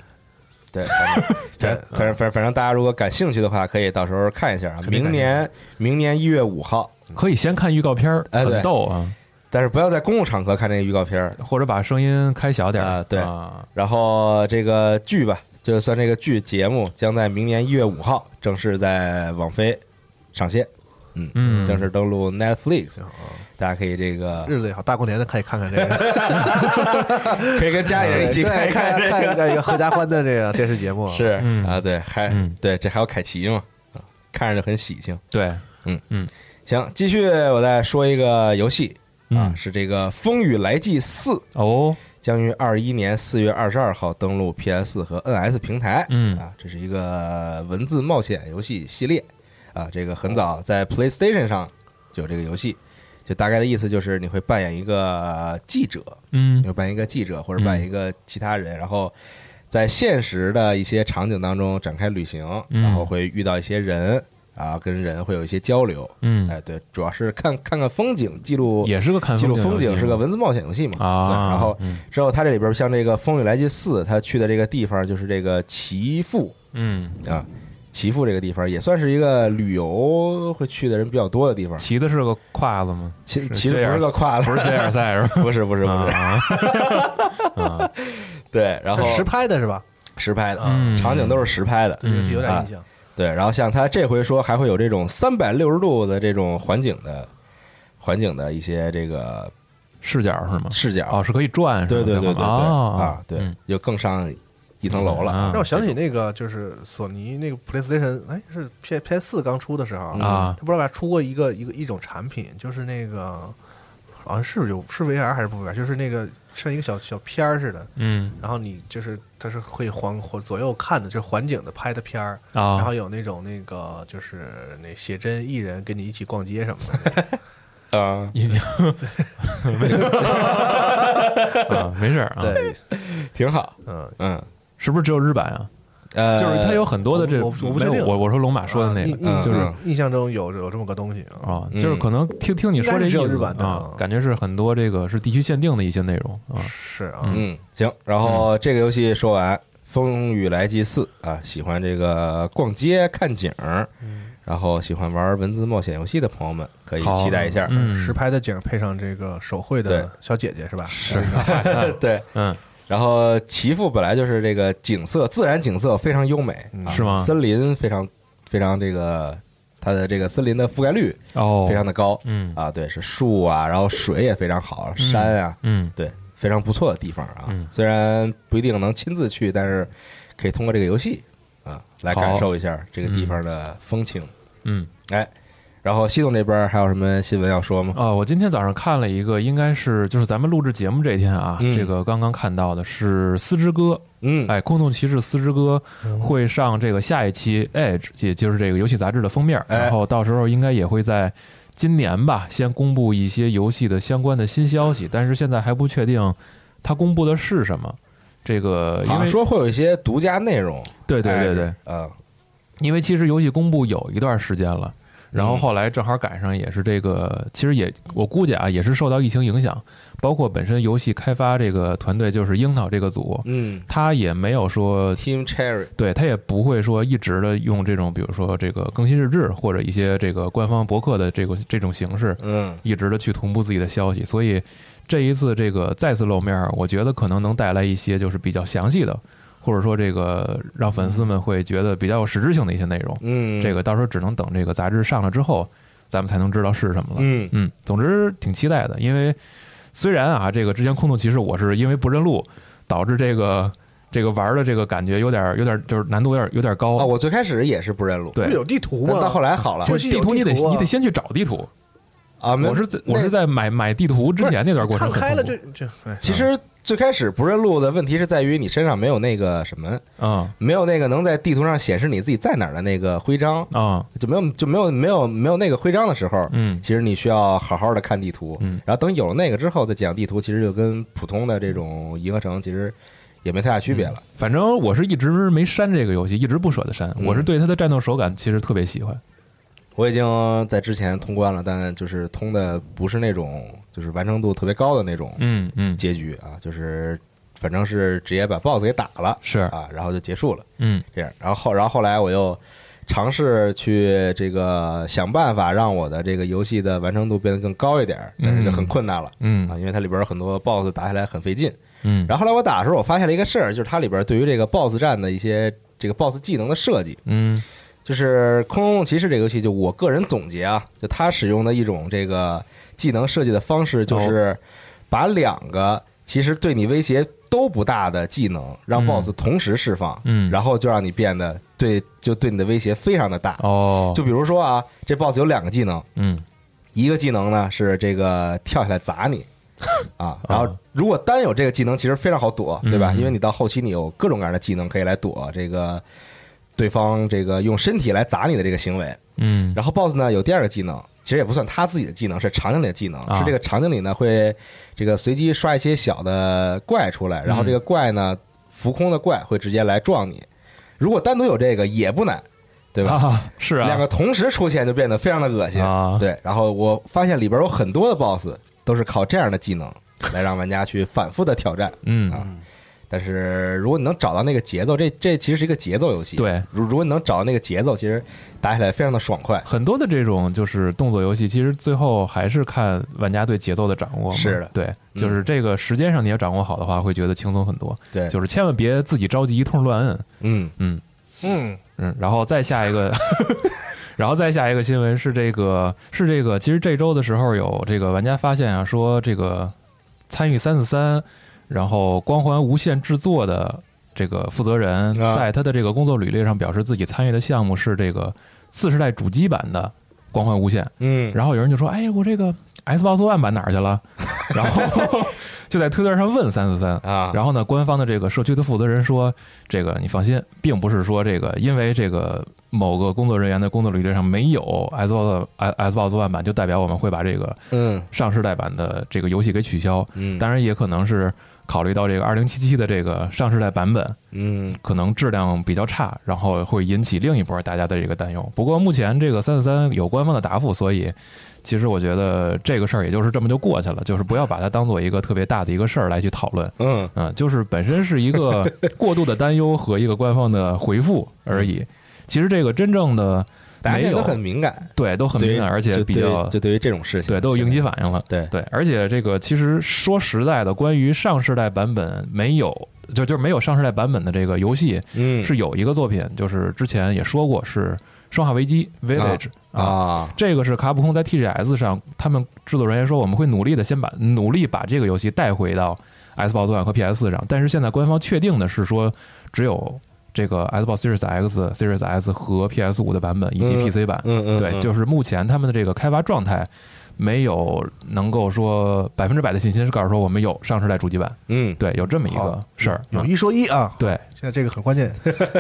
Speaker 4: 对，反 正对，反正反正反正大家如果感兴趣的话，可以到时候看一下啊。
Speaker 6: 肯
Speaker 4: 明
Speaker 6: 定感兴趣
Speaker 4: 年明年一月五号，
Speaker 5: 可以先看预告片儿，
Speaker 4: 哎对
Speaker 5: 很逗啊，
Speaker 4: 但是不要在公共场合看这个预告片儿。
Speaker 5: 或者把声音开小点儿
Speaker 4: 啊对
Speaker 5: 啊
Speaker 4: 然后这个剧吧，就算这个剧节目将在明年一月五号正式在网飞上线，嗯
Speaker 5: 嗯
Speaker 4: 正式登陆 Netflix，
Speaker 6: 行啊
Speaker 4: 大家可以这个
Speaker 6: 日子也好，大过年的可以看 看这个，
Speaker 4: 可以跟家里人一起
Speaker 6: 对
Speaker 4: 看一
Speaker 6: 看
Speaker 4: 这
Speaker 6: 看一
Speaker 4: 个，
Speaker 6: 个一个合家欢的这个电视节目，
Speaker 4: 是
Speaker 5: 嗯
Speaker 4: 啊，对，还
Speaker 5: 嗯
Speaker 4: 对这还有凯奇嘛，啊看着就很喜庆。
Speaker 5: 对，
Speaker 4: 行，继续我再说一个游戏啊
Speaker 5: 嗯，
Speaker 4: 是这个《风雨来记四》。
Speaker 5: 哦，
Speaker 4: 将于二一年四月二十二号登陆 PS 和 NS 平台。
Speaker 5: 嗯
Speaker 4: 啊，这是一个文字冒险游戏系列啊，这个很早在 PlayStation 上就有这个游戏。就大概的意思就是，你会扮演一个记者，
Speaker 5: 嗯
Speaker 4: 你会扮演一个记者或者扮演一个其他人，然后在现实的一些场景当中展开旅行，
Speaker 5: 嗯
Speaker 4: 然后会遇到一些人啊，跟人会有一些交流。
Speaker 5: 嗯，
Speaker 4: 哎，对，主要是看看看风景，记录
Speaker 5: 也是个看
Speaker 4: 记录
Speaker 5: 风
Speaker 4: 风景
Speaker 5: 景
Speaker 4: 是个文字冒险游戏嘛
Speaker 5: 啊
Speaker 4: 对然后
Speaker 5: 嗯
Speaker 4: 之后它这里边像这个《风雨来记四》，它去的这个地方就是这个岐阜
Speaker 5: 嗯，
Speaker 4: 啊，岐阜这个地方也算是一个旅游会去的人比较多的地方。
Speaker 5: 骑的是个胯 子吗？
Speaker 4: 其
Speaker 5: 是
Speaker 4: 其实不是
Speaker 5: JR
Speaker 4: 个跨
Speaker 5: 不
Speaker 4: 的，
Speaker 5: 是 JR 赛是吧？
Speaker 4: 不 是不是不是，
Speaker 5: 啊，啊
Speaker 4: 对，然后
Speaker 6: 这实拍的是吧？
Speaker 4: 实拍的
Speaker 5: 嗯
Speaker 4: 场景都是实拍的，
Speaker 5: 嗯
Speaker 6: 就是有点印象。
Speaker 4: 对，然后像他这回说还会有这种三百六十度的这种环境的环境的一些这个
Speaker 5: 视角是吗？
Speaker 4: 视角，
Speaker 5: 哦，是可以转，是
Speaker 4: 对
Speaker 5: 吗
Speaker 4: 对对对
Speaker 5: 在
Speaker 4: 对
Speaker 5: 后面
Speaker 4: 啊
Speaker 5: 啊，，
Speaker 4: 对
Speaker 5: 嗯，
Speaker 4: 就更上一层楼了
Speaker 5: 啊
Speaker 6: 让我想起那个，就是索尼那个 PlayStation，哎，是 P P S 四刚出的时候
Speaker 5: 啊
Speaker 6: 他不知道吧出过一个一个一种产品，就是那个好像是有是 VR 还是不 VR，就是那个像一个小小片儿似的，
Speaker 5: 嗯
Speaker 6: 然后你就是它是会环环左右看的，就是环景的拍的片儿，
Speaker 5: 啊，
Speaker 6: 然后有那种那个就是那写真艺人跟你一起逛街什么的，
Speaker 5: 嗯
Speaker 4: 啊，
Speaker 5: 一定 啊，没事儿啊，
Speaker 6: 对，
Speaker 4: 挺好，
Speaker 6: 嗯。
Speaker 4: 嗯，
Speaker 5: 是不是只有日版啊？
Speaker 4: 呃，
Speaker 5: 就是它有很多的这，
Speaker 6: 我不我不
Speaker 5: 没
Speaker 6: 确
Speaker 5: 有
Speaker 6: 定
Speaker 5: 我我说龙马说的那
Speaker 6: 啊
Speaker 5: 个嗯
Speaker 6: 印，印
Speaker 4: 就是
Speaker 6: 印印象中有有这么个东西啊，
Speaker 5: 啊，
Speaker 4: 嗯
Speaker 5: 就是可能听听你说这意
Speaker 6: 应该是只有
Speaker 5: 思
Speaker 6: 日版的
Speaker 5: 啊
Speaker 6: 啊，
Speaker 5: 感觉是很多这个是地区限定的一些内容啊。
Speaker 6: 是啊，
Speaker 4: 嗯，行，然后这个游戏说完，《风雨来祭祀》啊，喜欢这个逛街看景儿，然后喜欢玩文字冒险游戏的朋友们可以
Speaker 5: 嗯好
Speaker 4: 期待一下。
Speaker 5: 嗯，
Speaker 6: 实拍的景配上这个手绘
Speaker 4: 对
Speaker 6: 的小姐姐是吧？
Speaker 5: 是，
Speaker 4: 对，
Speaker 5: 嗯，
Speaker 4: 然后岐阜本来就是这个景色，自然景色非常优美，
Speaker 6: 嗯
Speaker 4: 啊
Speaker 5: 是吗
Speaker 4: 森林非常非常这个它的这个森林的覆盖率
Speaker 5: 哦，
Speaker 4: 非常的高，
Speaker 5: 嗯
Speaker 4: 啊，对，是树啊，然后水也非常好，
Speaker 5: 嗯
Speaker 4: 山啊，
Speaker 5: 嗯
Speaker 4: 对，非常不错的地方啊。
Speaker 5: 嗯
Speaker 4: 虽然不一定能亲自去，但是可以通过这个游戏啊来感
Speaker 5: 好
Speaker 4: 受一下这个地方的风情。
Speaker 5: 嗯
Speaker 4: 哎，然后系统这边还有什么新闻要说吗？
Speaker 5: 啊，我今天早上看了一个，应该是就是咱们录制节目这一天啊，
Speaker 4: 嗯
Speaker 5: 这个刚刚看到的是《丝之歌》，
Speaker 4: 嗯，
Speaker 5: 哎，《空洞骑士丝之歌》会上这个下一期 Edge，也就是这个游戏杂志的封面，
Speaker 4: 哎
Speaker 5: 然后到时候应该也会在今年吧，先公布一些游戏的相关的新消息，但是现在还不确定它公布的是什么。这个
Speaker 4: 好
Speaker 5: 因
Speaker 4: 像
Speaker 5: 为
Speaker 4: 说会有一些独家内容。
Speaker 5: 对对
Speaker 4: 哎
Speaker 5: 对对，，
Speaker 4: 嗯
Speaker 5: 因为其实游戏公布有一段时间了，然后
Speaker 4: 嗯
Speaker 5: 后来正好赶上也是这个，其实也我估计啊，也是受到疫情影响，包括本身游戏开发这个团队就是樱桃这个组，
Speaker 4: 嗯
Speaker 5: 他也没有说
Speaker 4: ，Team Cherry，
Speaker 5: 对他也不会说一直的用这种，比如说这个更新日志或者一些这个官方博客的这个这种形式，
Speaker 4: 嗯
Speaker 5: 一直的去同步自己的消息。所以这一次这个再次露面儿，我觉得可能能带来一些就是比较详细的，或者说这个让粉丝们会觉得比较有实质性的一些内容。
Speaker 4: 嗯，
Speaker 5: 这个到时候只能等这个杂志上了之后，咱们才能知道是什么了。
Speaker 4: 嗯
Speaker 5: 嗯，总之挺期待的，因为虽然啊，这个之前空洞骑士我是因为不认路，导致这个这个玩的这个感觉有点有点就是难度有点有点高。
Speaker 4: 啊，我最开始也是不认路，
Speaker 5: 对
Speaker 6: 哎不是有地图
Speaker 4: 但
Speaker 6: 吗？
Speaker 4: 到后来好了
Speaker 6: 这游戏
Speaker 5: 地
Speaker 6: 有
Speaker 5: 图你得
Speaker 6: 地图啊
Speaker 5: 你得先去找地图，
Speaker 4: 啊，没有
Speaker 5: 我是在
Speaker 4: 那
Speaker 5: 我是在买买地图之前那段过程
Speaker 6: 看
Speaker 5: 很
Speaker 6: 开了
Speaker 5: 痛
Speaker 6: 这
Speaker 5: 苦
Speaker 6: 这，哎，
Speaker 4: 其实最开始不认路的问题是在于你身上没有那个什么，
Speaker 5: 啊
Speaker 4: 没有那个能在地图上显示你自己在哪儿的那个徽章，
Speaker 5: 啊
Speaker 4: 就没有就没有没有没有那个徽章的时候，
Speaker 5: 嗯
Speaker 4: 其实你需要好好的看地图，
Speaker 5: 嗯
Speaker 4: 然后等有了那个之后再讲地图，其实就跟普通的这种银河城其实也没太大区别了。
Speaker 5: 嗯反正我是一直没删这个游戏，一直不舍得删。
Speaker 4: 嗯
Speaker 5: 我是对它的战斗手感其实特别喜欢。
Speaker 4: 我已经在之前通关了，但就是通的不是那种就是完成度特别高的那种
Speaker 5: 嗯嗯，
Speaker 4: 结局啊，就是反正是直接把 BOSS 给打了
Speaker 5: 是
Speaker 4: 啊，然后就结束了。
Speaker 5: 嗯
Speaker 4: 这样，然后后然后后来我又尝试去这个想办法让我的这个游戏的完成度变得更高一点儿，但是就很困难了、啊，
Speaker 5: 嗯
Speaker 4: 因为它里边有很多 BOSS 打起来很费劲。
Speaker 5: 嗯，
Speaker 4: 然后后来我打的时候，我发现了一个事儿，就是它里边对于这个 BOSS 战的一些这个 BOSS 技能的设计，
Speaker 5: 嗯
Speaker 4: 就是《空洞骑士》这个游戏，就我个人总结啊，就它使用的一种这个技能设计的方式，
Speaker 5: 哦
Speaker 4: 就是把两个其实对你威胁都不大的技能，让
Speaker 5: 嗯
Speaker 4: BOSS 同时释放，
Speaker 5: 嗯
Speaker 4: 然后就让你变得对，就对你的威胁非常的大。
Speaker 5: 哦，
Speaker 4: 就比如说啊，这 BOSS 有两个技能，
Speaker 5: 嗯
Speaker 4: 一个技能呢是这个跳下来砸 你。啊，然后
Speaker 5: 啊
Speaker 4: 如果单有这个技能，其实非常好躲，对吧？
Speaker 5: 嗯
Speaker 4: 因为你到后期你有各种各样的技能可以来躲这个对方这个用身体来砸你的这个行为。
Speaker 5: 嗯
Speaker 4: 然后 BOSS 呢有第二个技能，其实也不算他自己的技能，是场景里的技能，
Speaker 5: 啊
Speaker 4: 是这个场景里呢会这个随机刷一些小的怪出来，然后这
Speaker 5: 嗯
Speaker 4: 个怪呢浮空的怪会直接来撞你。如果单独有这个也不难，对吧？
Speaker 5: 啊是啊
Speaker 4: 两个同时出现就变得非常的恶心。
Speaker 5: 啊
Speaker 4: 对，然后我发现里边有很多的 BOSS 都是靠这样的技能来让玩家去反复的挑战。
Speaker 5: 嗯
Speaker 4: 啊但是如果你能找到那个节奏，这这其实是一个节奏游戏。
Speaker 5: 对
Speaker 4: 如如果你能找到那个节奏，其实打起来非常的爽快。
Speaker 5: 很多的这种就是动作游戏，其实最后还是看玩家对节奏的掌握嘛。
Speaker 4: 是的
Speaker 5: 对，
Speaker 4: 嗯
Speaker 5: 就是这个时间上你要掌握好的话，会觉得轻松很多。
Speaker 4: 对，
Speaker 5: 就是千万别自己着急一通乱摁，
Speaker 4: 嗯
Speaker 5: 嗯
Speaker 6: 嗯，
Speaker 5: 嗯，然后再下一 个，然后再下一个新闻是这个是这个，其实这周的时候有这个玩家发现啊，说这个参与三四三，然后光环无限制作的这个负责人，
Speaker 4: 啊
Speaker 5: 在他的这个工作履历上表示自己参与的项目是这个次世代主机版的光环无限。
Speaker 4: 嗯，
Speaker 5: 然后有人就说：“哎，我这个 Xbox One 版哪儿去了？” 然后就在推特上问三四三
Speaker 4: 啊
Speaker 5: 然后呢，官方的这个社区的负责人说：“这个你放心，并不是说这个因为这个某个工作人员的工作履历上没有 Xbox Xbox One 版，就代表我们会把这个
Speaker 4: 嗯
Speaker 5: 上世代版的这个游戏给取消。
Speaker 4: 嗯，
Speaker 5: 当然，也可能是考虑到这个二零七七的这个上世代版本，
Speaker 4: 嗯
Speaker 5: 可能质量比较差，然后会引起另一波大家的这个担忧。不过目前这个三四三有官方的答复，所以其实我觉得这个事儿也就是这么就过去了，就是不要把它当做一个特别大的一个事儿来去讨论。
Speaker 4: 嗯
Speaker 5: 嗯，就是本身是一 个过度的担忧和一个官方的回复而已。其实这个真正的
Speaker 4: 大家
Speaker 5: 没
Speaker 4: 现在都
Speaker 5: 有
Speaker 4: 很敏感，
Speaker 5: 对都很
Speaker 4: 对于
Speaker 5: 敏感，而且
Speaker 4: 就
Speaker 5: 比
Speaker 4: 对
Speaker 5: 较
Speaker 4: 就对于这种事情，
Speaker 5: 对都有应激反应了。
Speaker 4: 对
Speaker 5: 对，而且这个其实说实在的，关于上世代版本没有，就就是没有上世代版本的这个游戏，
Speaker 4: 嗯
Speaker 5: 是有一个作品，就是之前也说过是《生化危机 Village》
Speaker 4: 啊，
Speaker 5: 这个是卡普空在 TGS 上，他们制作人员说我们会努力的先把努力把这个游戏带回到 Xbox One 和 PS 上，但是现在官方确定的是说只有这个 Xbox Series X、Series S 和 PS 五的版本以及
Speaker 4: 嗯
Speaker 5: PC 版。
Speaker 4: 嗯嗯，
Speaker 5: 对，就是目前他们的这个开发状态没有能够说百分之百的信心是告诉说我们有上世代主机版。
Speaker 4: 嗯
Speaker 5: 对，有这么一个
Speaker 6: 好
Speaker 5: 事儿。
Speaker 6: 有
Speaker 5: 嗯
Speaker 6: 一说一啊，
Speaker 5: 对
Speaker 6: 现在这个很关键，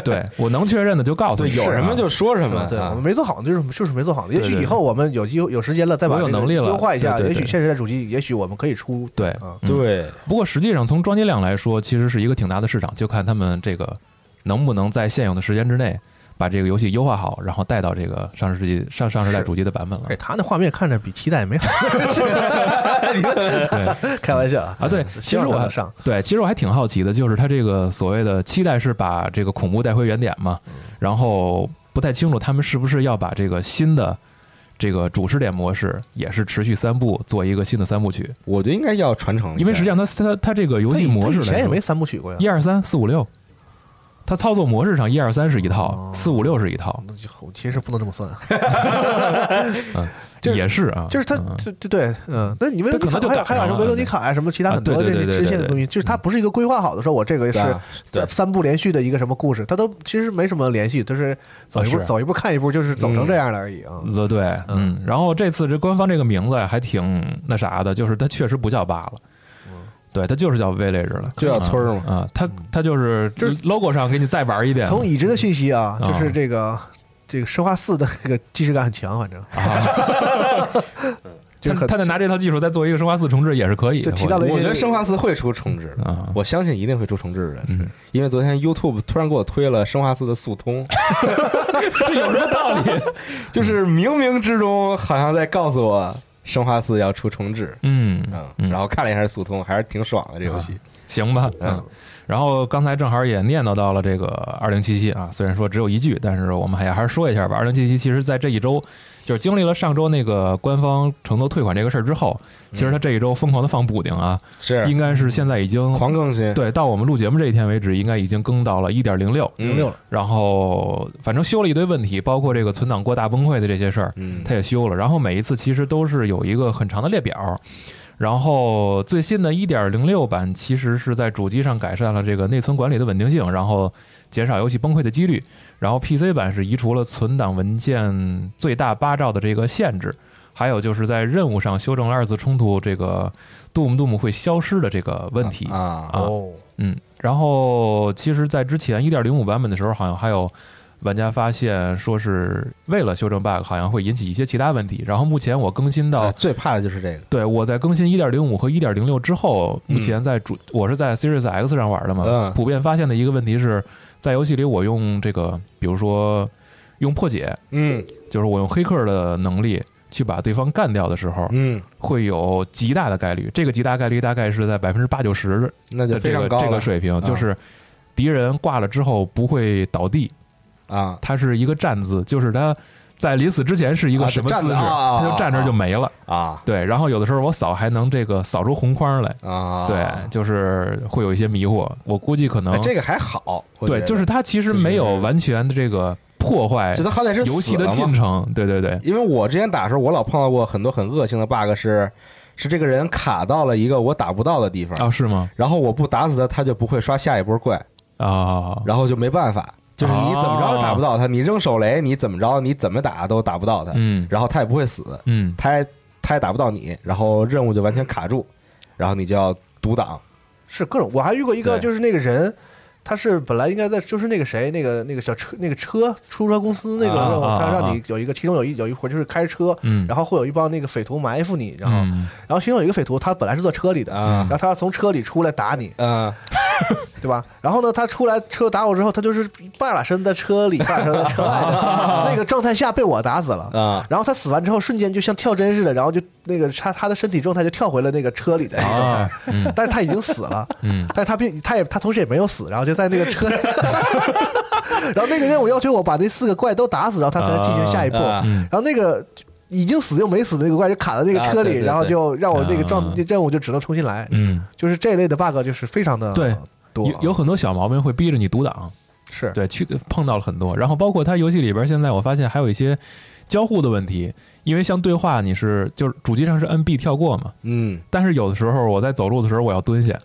Speaker 5: 对，我能确认的就告诉
Speaker 4: 对，
Speaker 5: 你，
Speaker 4: 有什么就说什么，
Speaker 6: 对我们
Speaker 4: 啊
Speaker 6: 没做好，就是就是没做好。也
Speaker 5: 对
Speaker 6: 许
Speaker 5: 对
Speaker 6: 以后我们有机会有时间了，再把
Speaker 5: 我有
Speaker 6: 这个
Speaker 5: 能力了
Speaker 6: 优化一下。
Speaker 5: 对对
Speaker 6: 也
Speaker 5: 对
Speaker 6: 许现在主机，也许我们可以出
Speaker 5: 对
Speaker 6: 啊，
Speaker 5: 嗯
Speaker 4: 对，
Speaker 5: 不过实际上从装机量来说，其实是一个挺大的市场，就看他们这个能不能在现有的时间之内把这个游戏优化好，然后带到这个上世纪上上世代主机的版本了
Speaker 6: 哎，他那画面看着比七代也没好， 开玩笑啊
Speaker 5: 啊。对，
Speaker 6: 希
Speaker 5: 其实
Speaker 6: 望
Speaker 5: 我
Speaker 6: 它
Speaker 5: 还
Speaker 6: 能上，
Speaker 5: 对，其实我还挺好奇的，就是它这个所谓的期待是把这个恐怖带回原点嘛，
Speaker 6: 嗯
Speaker 5: 然后不太清楚他们是不是要把这个新的这个主视点模式也是持续三部做一个新的三部曲，
Speaker 4: 我觉得应该要传承一下，
Speaker 5: 因为实际上它它它这个游戏
Speaker 6: 它以
Speaker 5: 模式
Speaker 6: 它以
Speaker 5: 来
Speaker 6: 前也
Speaker 5: 说
Speaker 6: 没三部曲过呀
Speaker 5: 一。二三四五六，它操作模式上一二三是一套
Speaker 6: 哦，
Speaker 5: 四五六是一套，
Speaker 6: 那就我其实不能这么算，就是
Speaker 5: 也是啊，
Speaker 6: 就是它
Speaker 5: 嗯
Speaker 6: 对对对，嗯，那你为
Speaker 5: 它
Speaker 6: 了
Speaker 5: 可能就
Speaker 6: 还有
Speaker 5: 赶
Speaker 6: 还有
Speaker 5: 上
Speaker 6: 什么
Speaker 5: 了
Speaker 6: 维罗妮卡呀，什么其他
Speaker 5: 啊
Speaker 6: 很多的
Speaker 5: 对
Speaker 6: 这
Speaker 5: 对对
Speaker 6: 些支线
Speaker 5: 对对嗯
Speaker 6: 的东西，就是它不是一个规划好的，说我这个
Speaker 4: 对
Speaker 6: 是
Speaker 4: 啊对
Speaker 6: 三三部连续的一个什么故事，它都其实没什么联系，就是走一步
Speaker 5: 哦是
Speaker 6: 走一步看一步，就是走
Speaker 4: 嗯
Speaker 6: 成这样了而已啊。
Speaker 5: 呃对，嗯，然后这次这官方这个名字还挺那啥的，就是它确实不叫疤了。
Speaker 6: 嗯
Speaker 5: 对，它就是叫 Village 了，
Speaker 4: 就叫村儿嘛
Speaker 5: 啊，它它就是
Speaker 6: 就是
Speaker 5: logo 上给你再玩一遍，
Speaker 6: 从已知的信息啊，
Speaker 5: 嗯
Speaker 6: 就是这个这个生化四的这个既视感很强，反正
Speaker 5: 啊，
Speaker 6: 就是
Speaker 5: 他
Speaker 6: 很
Speaker 5: 他再拿这套技术再做一个生化四重置也是可以，
Speaker 6: 就提到
Speaker 5: 我
Speaker 6: 了一些
Speaker 4: 我觉得生化四会出重置的，
Speaker 5: 啊，
Speaker 4: 我相信一定会出重置的，
Speaker 5: 嗯，
Speaker 4: 因为昨天 YouTube 突然给我推了生化四的速通，
Speaker 5: 嗯这有什么道理？
Speaker 4: 就是冥冥之中好像在告诉我生化四要出重置，
Speaker 5: 嗯
Speaker 4: 嗯，
Speaker 5: 嗯啊
Speaker 4: 然后看了一下速通，还是挺爽的这游戏，
Speaker 5: 行吧，
Speaker 4: 嗯
Speaker 5: 嗯。然后刚才正好也念叨到了这个二零七七啊，虽然说只有一句，但是我们还还是说一下吧。二零七七其实在这一周，就是经历了上周那个官方承诺退款这个事儿之后，其实他这一周疯狂的放补丁啊，
Speaker 4: 是
Speaker 5: 应该是现在已经
Speaker 4: 狂更新，
Speaker 5: 对到我们录节目这一天为止，应该已经更到了一点零六，
Speaker 4: 嗯
Speaker 6: 零六了，
Speaker 5: 然后反正修了一堆问题，包括这个存档过大崩溃的这些事儿，
Speaker 4: 嗯，
Speaker 5: 它也修了。然后每一次其实都是有一个很长的列表，然后最新的1.06版其实是在主机上改善了这个内存管理的稳定性，然后减少游戏崩溃的几率。然后 PC 版是移除了存档文件最大八兆的这个限制，还有就是在任务上修正了二次冲突这个 Doom Doom 会消失的这个问题。
Speaker 4: 啊，
Speaker 5: 啊
Speaker 6: 哦，
Speaker 5: 嗯，然后其实，在之前一点零五版本的时候，好像还有玩家发现说是为了修正 bug，好像会引起一些其他问题。然后目前我更新到，
Speaker 4: 哎最怕的就是这个，
Speaker 5: 对我在更新一点零五和一点零六之后，
Speaker 4: 嗯
Speaker 5: 目前在主、我是在 Series X 上玩的嘛，
Speaker 4: 嗯
Speaker 5: 普遍发现的一个问题是在游戏里我用这个，比如说用破解，
Speaker 4: 嗯
Speaker 5: 就是我用黑客的能力去把对方干掉的时候，
Speaker 4: 嗯，
Speaker 5: 会有极大的概率，这个极大概率大概是在百分之八九十
Speaker 4: 那就
Speaker 5: 的
Speaker 4: 非
Speaker 5: 这
Speaker 4: 常
Speaker 5: 个
Speaker 4: 高
Speaker 5: 这个
Speaker 4: 了啊
Speaker 5: 水平，就是敌人挂了之后不会倒地，
Speaker 4: 啊，
Speaker 5: 它是一个站姿，就是他在临死之前是一个
Speaker 4: 啊
Speaker 5: 什么
Speaker 4: 就站
Speaker 5: 姿
Speaker 4: 着
Speaker 5: 势，
Speaker 4: 啊啊啊
Speaker 5: 他就站着就没了。
Speaker 4: 啊
Speaker 5: 对，然后有的时候我扫还能这个扫出红框来，
Speaker 4: 啊，
Speaker 5: 对，就是会有一些迷惑。我估计可能
Speaker 4: 哎这个还好，我觉
Speaker 5: 对，
Speaker 4: 得
Speaker 5: 就是它其实没有完全的这个破坏
Speaker 4: 就他好歹是
Speaker 5: 游戏的
Speaker 4: 死了嘛
Speaker 5: 进程，对对对，
Speaker 4: 因为我之前打的时候，我老碰到过很多很恶性的 bug，是是这个人卡到了一个我打不到的地方，
Speaker 5: 啊是吗？
Speaker 4: 然后我不打死他，他就不会刷下一波怪，
Speaker 5: 啊，
Speaker 4: 然后就没办法，就是你怎么着也打不到他，你扔手雷，你怎么着你怎么打都打不到他，
Speaker 5: 嗯
Speaker 4: 然后他也不会死，
Speaker 5: 嗯
Speaker 4: 他也他也打不到你，然后任务就完全卡住，然后你就要独挡，
Speaker 6: 是各种，我还遇过一个，
Speaker 4: 对
Speaker 6: 就是那个人，他是本来应该在，就是那个谁，那个那个小车，那个车出租车公司那个
Speaker 5: 啊
Speaker 6: 任务，
Speaker 5: 啊
Speaker 6: 他
Speaker 5: 啊
Speaker 6: 让你有一个，其中有一有一回就是开车，
Speaker 5: 嗯，
Speaker 6: 然后会有一帮那个匪徒埋伏你，然后
Speaker 5: 嗯
Speaker 4: 哎
Speaker 6: 然后其中有一个匪徒，他本来是坐车里的，
Speaker 4: 啊
Speaker 6: 然后他要从车里出来打你，
Speaker 4: 嗯
Speaker 6: 对吧？然后呢，他出来车打我之后，他就是半拉身在车里，半拉身在车 外的那个状态下被我打死了。
Speaker 4: 啊
Speaker 6: 然后他死完之后，瞬间就像跳针似的，然后就那个他他的身体状态就跳回了那个车里的那个状态
Speaker 5: 啊，嗯
Speaker 6: 但是他已经死了，
Speaker 5: 嗯
Speaker 6: 但是他并他也他同时也没有死，然后就在那个车， 然后那个任务要求我把那四个怪都打死，然后他才能进行下一步。
Speaker 4: 啊
Speaker 5: 嗯
Speaker 6: 然后那个已经死又没死的那个怪就卡在那个车
Speaker 4: 啊对
Speaker 6: 里，
Speaker 4: 对对
Speaker 6: 然后就让我那个
Speaker 5: 啊
Speaker 6: 状那任务就只能重新来。
Speaker 5: 嗯。
Speaker 6: 就是这类的 bug 就是非常的
Speaker 5: 对
Speaker 6: 多，
Speaker 5: 有有很多小毛病会逼着你独挡，
Speaker 6: 是
Speaker 5: 对，去碰到了很多。然后包括它游戏里边，现在我发现还有一些交互的问题，因为像对话你是就是主机上是摁 B 跳过嘛，
Speaker 4: 嗯
Speaker 5: 但是有的时候我在走路的时候我要蹲下，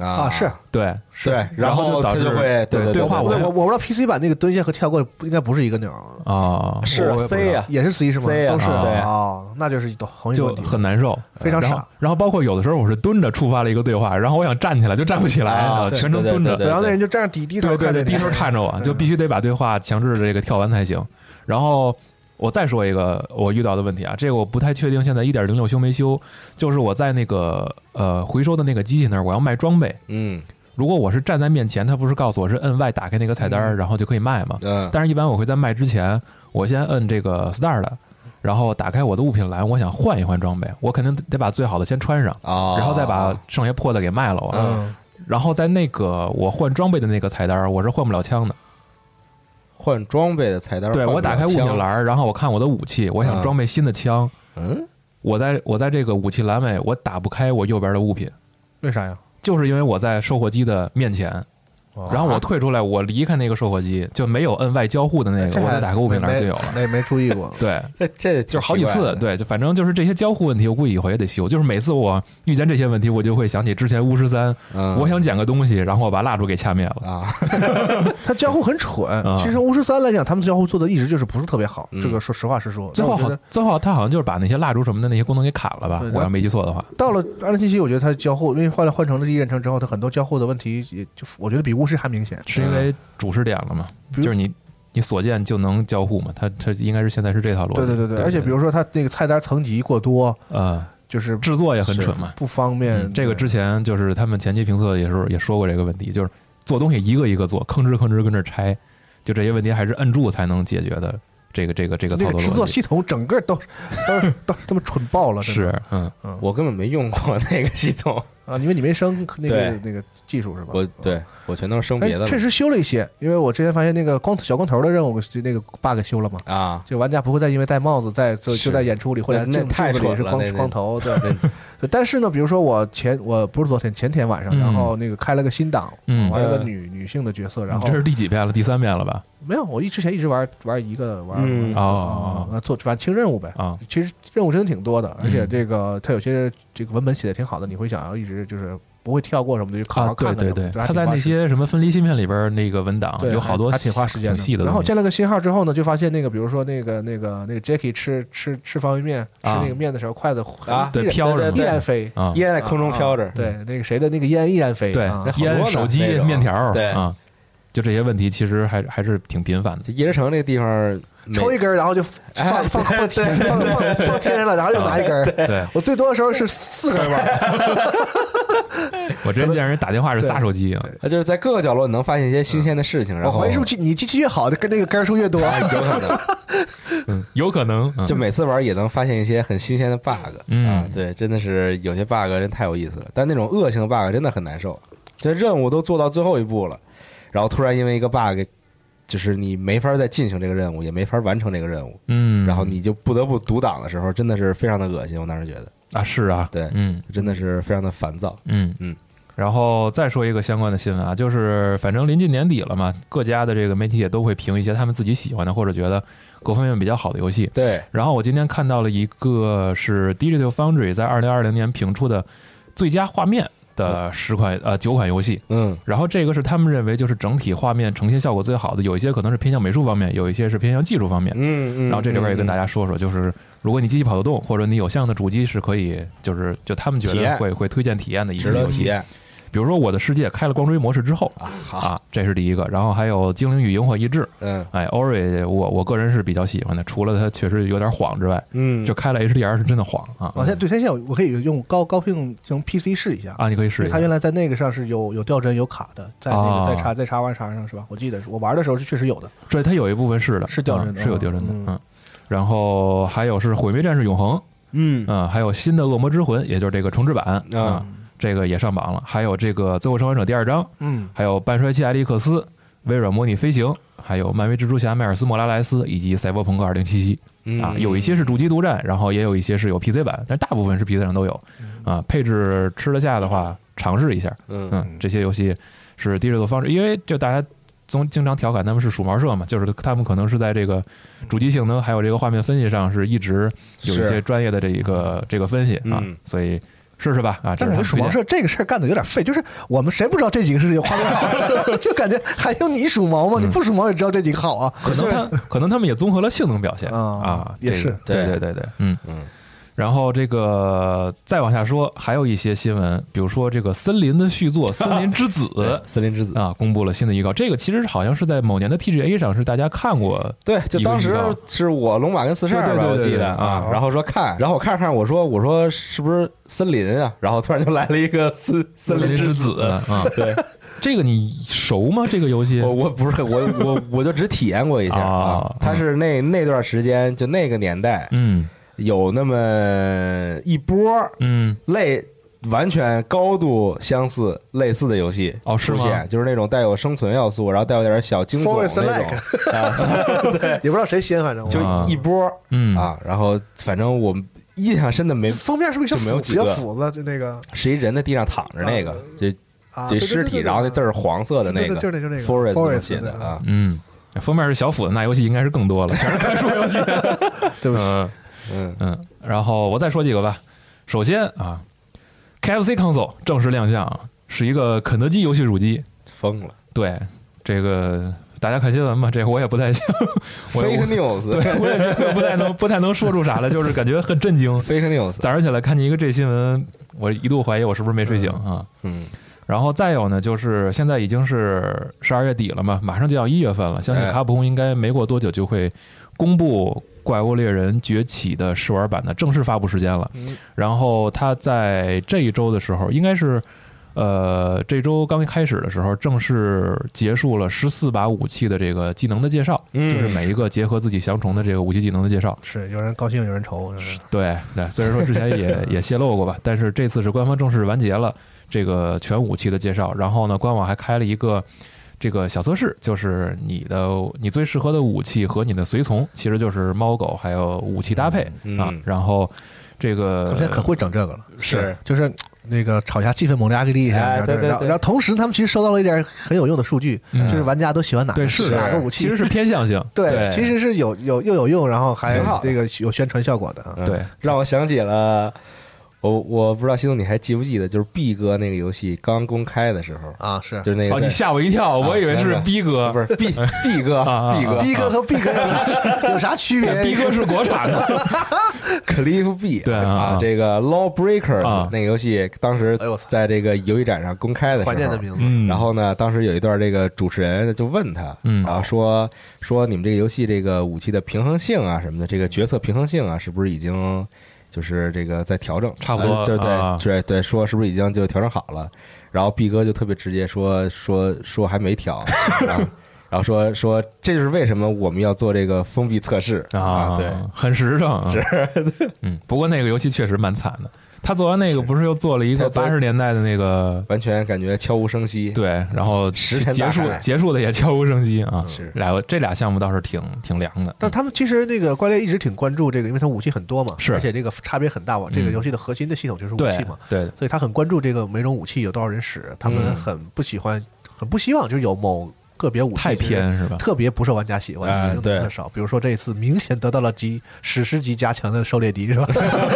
Speaker 4: 啊
Speaker 6: 啊是
Speaker 5: 对
Speaker 6: 是
Speaker 4: 对，
Speaker 5: 然后
Speaker 4: 后
Speaker 5: 就导
Speaker 4: 他
Speaker 5: 致
Speaker 4: 就会
Speaker 5: 对
Speaker 4: 对
Speaker 5: 对话
Speaker 6: 我
Speaker 5: 我
Speaker 6: 我我不知道 PC 版那个蹲下和跳过应该不是一个钮儿，
Speaker 5: 啊，
Speaker 4: 是
Speaker 6: 我
Speaker 4: C 呀，
Speaker 6: 也是 C 是吗？
Speaker 4: C 啊
Speaker 6: 都是
Speaker 4: 对
Speaker 6: 哦，那就是同一个
Speaker 5: 就
Speaker 6: 问题，
Speaker 5: 很难受，
Speaker 6: 非常
Speaker 5: 然
Speaker 6: 傻
Speaker 5: 后，然后包括有的时候我是蹲着触发了一个对话，然后我想站起来就站不起来，
Speaker 4: 啊
Speaker 5: 啊
Speaker 4: 对
Speaker 5: 全程
Speaker 4: 对对
Speaker 5: 蹲着
Speaker 4: 对，
Speaker 6: 然后那人就这样低低头
Speaker 5: 对
Speaker 6: 看
Speaker 5: 对对，嗯
Speaker 6: 着你
Speaker 5: 低头看着我，
Speaker 6: 对
Speaker 5: 就必须得把对话强制这个跳完才行。然后我再说一个我遇到的问题啊，这个我不太确定现在一点零六修没修，就是我在那个呃回收的那个机器那儿，我要卖装备，
Speaker 4: 嗯
Speaker 5: 如果我是站在面前，他不是告诉我是摁 Y 打开那个菜单儿，然后就可以卖吗？
Speaker 4: 嗯
Speaker 5: 但是一般我会在卖之前，我先摁这个 start，然后打开我的物品栏，我想换一换装备，我肯定得把最好的先穿上，
Speaker 4: 啊，
Speaker 5: 然后再把剩下破的给卖了我。
Speaker 6: 嗯，
Speaker 5: 然后在那个我换装备的那个菜单儿，我是换不了枪的。
Speaker 4: 换装备的菜单，
Speaker 5: 对我打开物品，栏，然后我看我的武器，我想
Speaker 4: 嗯
Speaker 5: 装备新的枪，
Speaker 4: 嗯，
Speaker 5: 我在我在这个武器栏位我打不开我右边的物品，
Speaker 6: 为啥呀？
Speaker 5: 就是因为我在售货机的面前，
Speaker 6: 哦
Speaker 5: 然后我退出来，我离开那个售货机就没有摁外交互的那
Speaker 6: 哎这
Speaker 5: 个，我
Speaker 6: 还
Speaker 5: 再打开物品栏
Speaker 6: 没
Speaker 5: 就有了。，
Speaker 6: 没没注意过
Speaker 5: 对，
Speaker 4: 这这
Speaker 5: 就是好几次，对，就反正就是这些交互问题，我估计以后也得修。就是每次我遇见这些问题，我就会想起之前巫师三，我
Speaker 4: 我
Speaker 5: 想捡个东西，然后我把蜡烛给掐灭了。
Speaker 4: 嗯啊，
Speaker 6: 他交互很蠢
Speaker 5: 嗯。
Speaker 6: 其实巫师三来讲，他们交互做的一直就是不是特别好
Speaker 4: 嗯，
Speaker 6: 这个说实话实说。
Speaker 5: 最后
Speaker 6: 但我觉
Speaker 5: 好
Speaker 6: 得，
Speaker 5: 最后他好像就是把那些蜡烛什么的那些功能给砍了吧
Speaker 6: 对？
Speaker 5: 我要
Speaker 6: 然后
Speaker 5: 没记错的话，
Speaker 6: 到了二零七七，我觉得它交互，因为后来换成了第一人称之后，它很多交互的问题也就我觉得比巫师还明显。
Speaker 5: 是因为主视点了嘛？
Speaker 6: 比
Speaker 5: 就
Speaker 6: 如
Speaker 5: 是你你所见就能交互嘛？它它应该是现在是这套逻辑。
Speaker 6: 对对对对，而且比如说它那个菜单层级过多，
Speaker 5: 呃，
Speaker 6: 就是
Speaker 5: 制作也很蠢嘛。
Speaker 6: 不方便
Speaker 5: 嗯。这个之前就是他们前期评测也是也说过这个问题，就是做东西一个一个做，吭哧吭哧跟这拆，就这些问题还是摁住才能解决的。这个这个这个
Speaker 6: 那
Speaker 5: 操
Speaker 6: 个
Speaker 5: 作
Speaker 6: 制
Speaker 5: 逻
Speaker 6: 作
Speaker 5: 辑
Speaker 6: 系统整个都都是都是他妈蠢爆了，真的
Speaker 5: 是嗯，
Speaker 4: 我根本没用过那个系 统，
Speaker 6: 啊，因为你没升那
Speaker 4: 对
Speaker 6: 个那个技术是吧？
Speaker 4: 我对我全都是升
Speaker 6: 哎
Speaker 4: 别的
Speaker 6: 确
Speaker 4: 了
Speaker 6: 实修了一些，因为我之前发现那个光小光头的任务那个 bug 修了嘛，
Speaker 4: 啊，
Speaker 6: 就玩家不会再因为戴帽子在就是就在演出里或者
Speaker 4: 那
Speaker 6: 镜
Speaker 4: 太
Speaker 6: 镜子
Speaker 4: 蠢
Speaker 6: 里是
Speaker 4: 了那
Speaker 6: 光
Speaker 4: 那
Speaker 6: 光 头对。
Speaker 4: 那
Speaker 6: 对但是呢，比如说我前我不是昨天前天晚
Speaker 5: 嗯
Speaker 6: 上，然后那个开了个新档，
Speaker 5: 嗯
Speaker 6: 玩了个
Speaker 4: 嗯
Speaker 6: 女女性的角色，然后
Speaker 5: 这是第几遍了？第三遍了吧？
Speaker 6: 没有，我一之前一直玩玩一个玩
Speaker 4: 嗯
Speaker 5: 哦哦哦
Speaker 6: 啊做反正清任务呗。
Speaker 5: 啊，
Speaker 6: 其实任务真的挺多的，而且
Speaker 5: 嗯
Speaker 6: 这个它有些这个文本写的挺好的，你会想要一直就是不会跳过什么的，就好
Speaker 5: 啊
Speaker 6: 好
Speaker 5: 对
Speaker 6: 看看
Speaker 5: 对
Speaker 6: 什么
Speaker 5: 对，
Speaker 6: 的。就还
Speaker 5: 他
Speaker 6: 挺
Speaker 5: 在
Speaker 6: 花
Speaker 5: 那
Speaker 6: 时间
Speaker 5: 些什么分离芯片里边那个文档
Speaker 6: 对
Speaker 5: 有好多
Speaker 6: 还挺花时间
Speaker 5: 挺细的东西。
Speaker 6: 然后建了个新号之后呢，就发现那个比如说那个那个那个 Jacky 吃吃吃方便面，吃
Speaker 5: 啊
Speaker 6: 那个面的时候，筷子很
Speaker 4: 啊
Speaker 5: 对
Speaker 6: 依然
Speaker 5: 飘
Speaker 4: 对
Speaker 5: 着嘛
Speaker 6: 依
Speaker 4: 对
Speaker 6: 然飞，
Speaker 5: 啊
Speaker 4: 依，然在空中飘着
Speaker 6: 啊，对，那个谁的那个烟依然飞，
Speaker 5: 对
Speaker 6: 啊
Speaker 4: 那好多
Speaker 5: 烟、
Speaker 4: 呢
Speaker 5: 手机
Speaker 4: 那、种
Speaker 5: 面条儿
Speaker 4: 对
Speaker 5: 啊，就这些问题其实还还是挺频 繁的。
Speaker 4: 这叶之城这个地方没，
Speaker 6: 抽一根儿，然后就放 放放天放放放天上了，然后又拿一根儿。
Speaker 5: 对
Speaker 6: 我最多的时候是四根儿 吧，
Speaker 5: 我之前见人打电话是撒手机啊，
Speaker 4: 啊就是在各个角落你能发现一些新鲜的
Speaker 5: 哦
Speaker 4: 事情，然
Speaker 6: 我
Speaker 4: 后
Speaker 6: 怀疑是不是你机器越好，跟那个根儿 数越多。
Speaker 4: 有可能。
Speaker 5: 有可能嗯
Speaker 4: 就每次玩也能发现一些很新鲜的 bug，
Speaker 5: 嗯
Speaker 4: 啊，对，真的是有些 bug 真太有意思了，但那种恶性 bug 真的很难受，这任务都做到最后一步了，然后突然因为一个 bug，就是你没法再进行这个任务，也没法完成这个任务，
Speaker 5: 嗯，
Speaker 4: 然后你就不得不独挡的时候，真的是非常的恶心，我当时觉得
Speaker 5: 啊是啊，
Speaker 4: 对
Speaker 5: 嗯。
Speaker 4: 真的是非常的烦躁，
Speaker 5: 嗯
Speaker 4: 嗯，
Speaker 5: 然后再说一个相关的新闻啊，就是反正临近年底了嘛，各家的这个媒体也都会评一些他们自己喜欢的或者觉得各方面比较好的游戏。
Speaker 4: 对，
Speaker 5: 然后我今天看到了一个是 Digital Foundry 在二零二零年评出的最佳画面的十款呃九款游戏，
Speaker 4: 嗯
Speaker 5: 然后这个是他们认为就是整体画面呈现效果最好的，有一些可能是偏向美术方面，有一些是偏向技术方面。
Speaker 4: 嗯嗯，
Speaker 5: 然后这里边也跟大
Speaker 4: 家
Speaker 5: 家说说，就是如果你机器跑得动，或者你有相应的主机是可以，就是就他们觉
Speaker 4: 体验
Speaker 5: 得会会推荐体验的一些
Speaker 4: 值得
Speaker 5: 游
Speaker 4: 体
Speaker 5: 戏。
Speaker 4: 验
Speaker 5: 比如说我的世界开了光追模式之后
Speaker 4: 啊，好，
Speaker 5: 啊，这是第一个，然后还有精灵与萤火一致，
Speaker 4: 嗯
Speaker 5: 哎，Ori 我我个人是比较喜欢的，除了它确实有点晃之外，
Speaker 4: 嗯，
Speaker 5: 就开了 HDR 是真的晃啊
Speaker 6: 往下对，它现在我可以用高高性能 PC 试一下。
Speaker 5: 啊，你可以试一
Speaker 6: 它
Speaker 5: 下
Speaker 6: 原来在那个上是有有掉帧有卡的，在那
Speaker 5: 哦
Speaker 4: 啊
Speaker 6: 个在叉在叉 Y 叉上是吧？我记得是我玩的时候是确实有的。
Speaker 4: 嗯
Speaker 5: 对，它有一部分是的，
Speaker 6: 是掉帧的
Speaker 5: 啊是有掉帧的，
Speaker 6: 嗯
Speaker 5: 嗯，然后还有是毁灭战士永恒，
Speaker 4: 嗯
Speaker 5: 嗯，还有新的恶魔之魂，也就是这个重置版
Speaker 4: 啊，
Speaker 5: 这个也上榜了，还有这个最后生还者第二章，
Speaker 6: 嗯，
Speaker 5: 还有半衰期艾利克斯，微软模拟飞行，还有漫威蜘蛛侠迈尔斯莫拉莱斯以及赛博朋克二零七七。
Speaker 4: 嗯
Speaker 5: 啊，有一些是主机独占，然后也有一些是有 PC 版，但是大部分是 PC 上都有。
Speaker 6: 嗯
Speaker 5: 啊，配置吃得下的话，尝试一下。
Speaker 4: 嗯
Speaker 5: 嗯，这些游戏是 Digital Foundry，因为就大家总经常调侃他们是鼠毛社嘛，就是他们可能是在这个主机性能还有这个画面分析上是一直有一
Speaker 4: 是
Speaker 5: 些专业的这一个这个分析啊
Speaker 4: 嗯，
Speaker 5: 所以试试吧啊！这
Speaker 6: 但是我们
Speaker 5: 他推荐
Speaker 6: 鼠盲社这个事儿干的有点废，就是我们谁不知道这几个是有花多少， 就感觉还用你数毛吗？
Speaker 4: 嗯
Speaker 6: 你不数毛也知道这几个 好啊。
Speaker 5: 可能他 可能他们也综合了性能表现
Speaker 6: 啊
Speaker 5: 啊，
Speaker 6: 也
Speaker 5: 这个
Speaker 6: 是
Speaker 5: 对
Speaker 4: 对》
Speaker 5: 对对对，嗯嗯。然后这个再往下说，还有一些新闻，比如说这个《森林》的续作《森林之子
Speaker 4: 嗯森林之子，
Speaker 5: 啊，公布了新的预告。这个其实好像是在某年的 TGA 上是大家看过，
Speaker 4: 对，就当时是我龙马跟四十二
Speaker 5: 对
Speaker 4: 吧，
Speaker 5: 对对
Speaker 4: 我记
Speaker 5: 对对
Speaker 4: 得啊
Speaker 5: 啊，
Speaker 4: 然后说看，然后我看着看着我说我说是不是森林啊？然后突然就来了一个森森林之子，
Speaker 5: 啊。
Speaker 4: 对
Speaker 5: 这个你熟吗？这个游戏
Speaker 4: 我我不是很我我我就只体验过一 下啊
Speaker 5: 哦，
Speaker 4: 它是那那段时间就那个年代
Speaker 5: 嗯
Speaker 4: 有那么一波
Speaker 5: 嗯
Speaker 4: 类完全高度相似类似的游戏
Speaker 5: 哦是
Speaker 4: 出
Speaker 5: 吗
Speaker 4: 现，就是那种带有生存要素，然后带有点小惊悚
Speaker 6: Forest
Speaker 4: 那种
Speaker 6: like
Speaker 4: 啊，
Speaker 6: 也不知道谁先，反正 我
Speaker 4: 就
Speaker 5: 啊
Speaker 4: 一波
Speaker 5: 嗯
Speaker 4: 啊，然后反正我印象深的 没
Speaker 6: 封面是不是像
Speaker 4: 就没有
Speaker 6: 斧
Speaker 4: 几
Speaker 6: 子？
Speaker 4: 个
Speaker 6: 像斧子，就那个
Speaker 4: 是一人在地上躺着那个
Speaker 6: 啊，
Speaker 4: 就
Speaker 6: 啊，
Speaker 4: 这
Speaker 6: 对
Speaker 4: 尸体，然后那字儿是黄色的那个，
Speaker 6: 对对对就那就那个
Speaker 4: forest 怎么
Speaker 6: forest
Speaker 4: 写的啊，
Speaker 5: 嗯，封面是小斧子，那游戏应该是 更多了，全是看书游戏。
Speaker 6: 对不起，
Speaker 5: 嗯
Speaker 4: 嗯，
Speaker 5: 嗯，然后我再说几个吧。首先啊，KFC console 正式亮相，是一个肯德基游戏主机。
Speaker 4: 疯了
Speaker 5: 对，这个大家看新闻吧，这个我也不太行，我也
Speaker 4: ，fake news，
Speaker 5: 对我也觉得不太能不太能说出啥来，就是感觉很震惊。
Speaker 4: ，fake news，
Speaker 5: 早上起来看见一个这新闻，我一度怀疑我是不是没睡醒啊。
Speaker 4: 嗯，
Speaker 5: 然后再有呢，就是现在已经是十二月底了嘛，马上就要一月份了，相信
Speaker 4: 哎
Speaker 5: 卡普空应该没过多久就会公布《怪物猎人崛起》的试玩版的正式发布时间了。
Speaker 4: 嗯
Speaker 5: 然后它在这一周的时候，应该是呃这周刚一开始的时候，正式结束了十四把武器的这个技能的介绍，
Speaker 4: 嗯
Speaker 5: 就是每一个结合自己相重的这个武器技能的介绍。
Speaker 6: 是有人高兴，有人愁，是
Speaker 5: 对，那虽然说之前 也也泄露过吧，但是这次是官方正式完结了这个全武器的介绍。然后呢，官网还开了一个这个小测试，就是你的你最适合的武器和你的随从，其实就是猫狗还有武器搭配、
Speaker 4: 嗯
Speaker 5: 啊。然后这
Speaker 6: 他
Speaker 5: 个
Speaker 6: 们现在可会整这个了，
Speaker 5: 是
Speaker 6: 就是嗯那个炒一下气氛，猛烈压个力一下，
Speaker 4: 哎
Speaker 6: 然后
Speaker 4: 对对
Speaker 6: 然后
Speaker 4: 对
Speaker 6: 然后同时他们其实收到了一点很有用的数据，
Speaker 5: 嗯
Speaker 6: 就是玩家都喜欢哪
Speaker 5: 对
Speaker 6: 个
Speaker 5: 是
Speaker 6: 哪个
Speaker 5: 的
Speaker 6: 武器，
Speaker 5: 其实是偏向性，
Speaker 6: 对，其实是有有又有用，然后还
Speaker 4: 挺好的
Speaker 6: 这个有宣传效果的啊。
Speaker 4: 嗯
Speaker 5: 对
Speaker 4: 让我想起了。我我不知道西总你还记不记得，就是 B 哥那个游戏刚公开的时候，
Speaker 6: 啊，是
Speaker 4: 就是那个
Speaker 5: 哦，
Speaker 4: 在
Speaker 5: 你吓我一跳，我以为是
Speaker 4: 啊
Speaker 5: 逼哥，
Speaker 4: 不是 B B 哥
Speaker 5: 啊啊
Speaker 4: B 哥
Speaker 6: 逼哥和逼哥有 啥有啥区别？
Speaker 5: 逼哥是国产的，
Speaker 4: Cliff B
Speaker 5: 对啊
Speaker 4: 啊
Speaker 5: 啊，
Speaker 4: 这个 Law Breakers
Speaker 5: 啊
Speaker 4: 那个游戏当时
Speaker 6: 哎呦我操
Speaker 4: 在这个游戏展上公开的时
Speaker 6: 怀念的
Speaker 4: 候，
Speaker 6: 名字，
Speaker 5: 嗯，
Speaker 4: 然后呢，当时有一段这个主持人就问他，
Speaker 5: 嗯
Speaker 4: 然后说说你们这个游戏这个武器的平衡性啊什么的，这个角色平衡性啊，是不是已经就是这个在调整？
Speaker 5: 差不多
Speaker 4: 呃对
Speaker 5: 啊
Speaker 4: 对对对，说是不是已经就调整好了？然后毕哥就特别直接说说说还没调， 然后然后说说这就是为什么我们要做这个封闭测试
Speaker 5: 啊，
Speaker 4: 对，
Speaker 5: 很实诚，啊。嗯，不过那个游戏确实蛮惨的。他做完那个，不是又做了一个
Speaker 4: 他做
Speaker 5: 八十年代的那个，
Speaker 4: 完全感觉悄无声息。
Speaker 5: 对，然后
Speaker 4: 石沉大
Speaker 5: 结束
Speaker 4: 海
Speaker 5: 结束的也悄无声息啊。
Speaker 4: 是
Speaker 5: 俩这俩项目倒是挺挺凉的，嗯
Speaker 6: 但他们其实那个怪猎一直挺关注这个，因为它武器很多嘛，
Speaker 5: 是嗯
Speaker 6: 而且这个差别很大嘛。这个游戏的核心的系统就是武
Speaker 5: 对
Speaker 6: 器嘛，
Speaker 5: 对
Speaker 6: 所以他很关注这个每种武器有多少人使，他
Speaker 5: 嗯
Speaker 6: 们很不喜欢，很不希望就是有某个别武器
Speaker 5: 太
Speaker 6: 就是
Speaker 5: 偏是吧？
Speaker 6: 特别不受玩家喜
Speaker 4: 哎
Speaker 6: 欢，用的
Speaker 4: 对
Speaker 6: 特少。比如说这一次明显得到了级史诗级加强的狩猎敌是吧？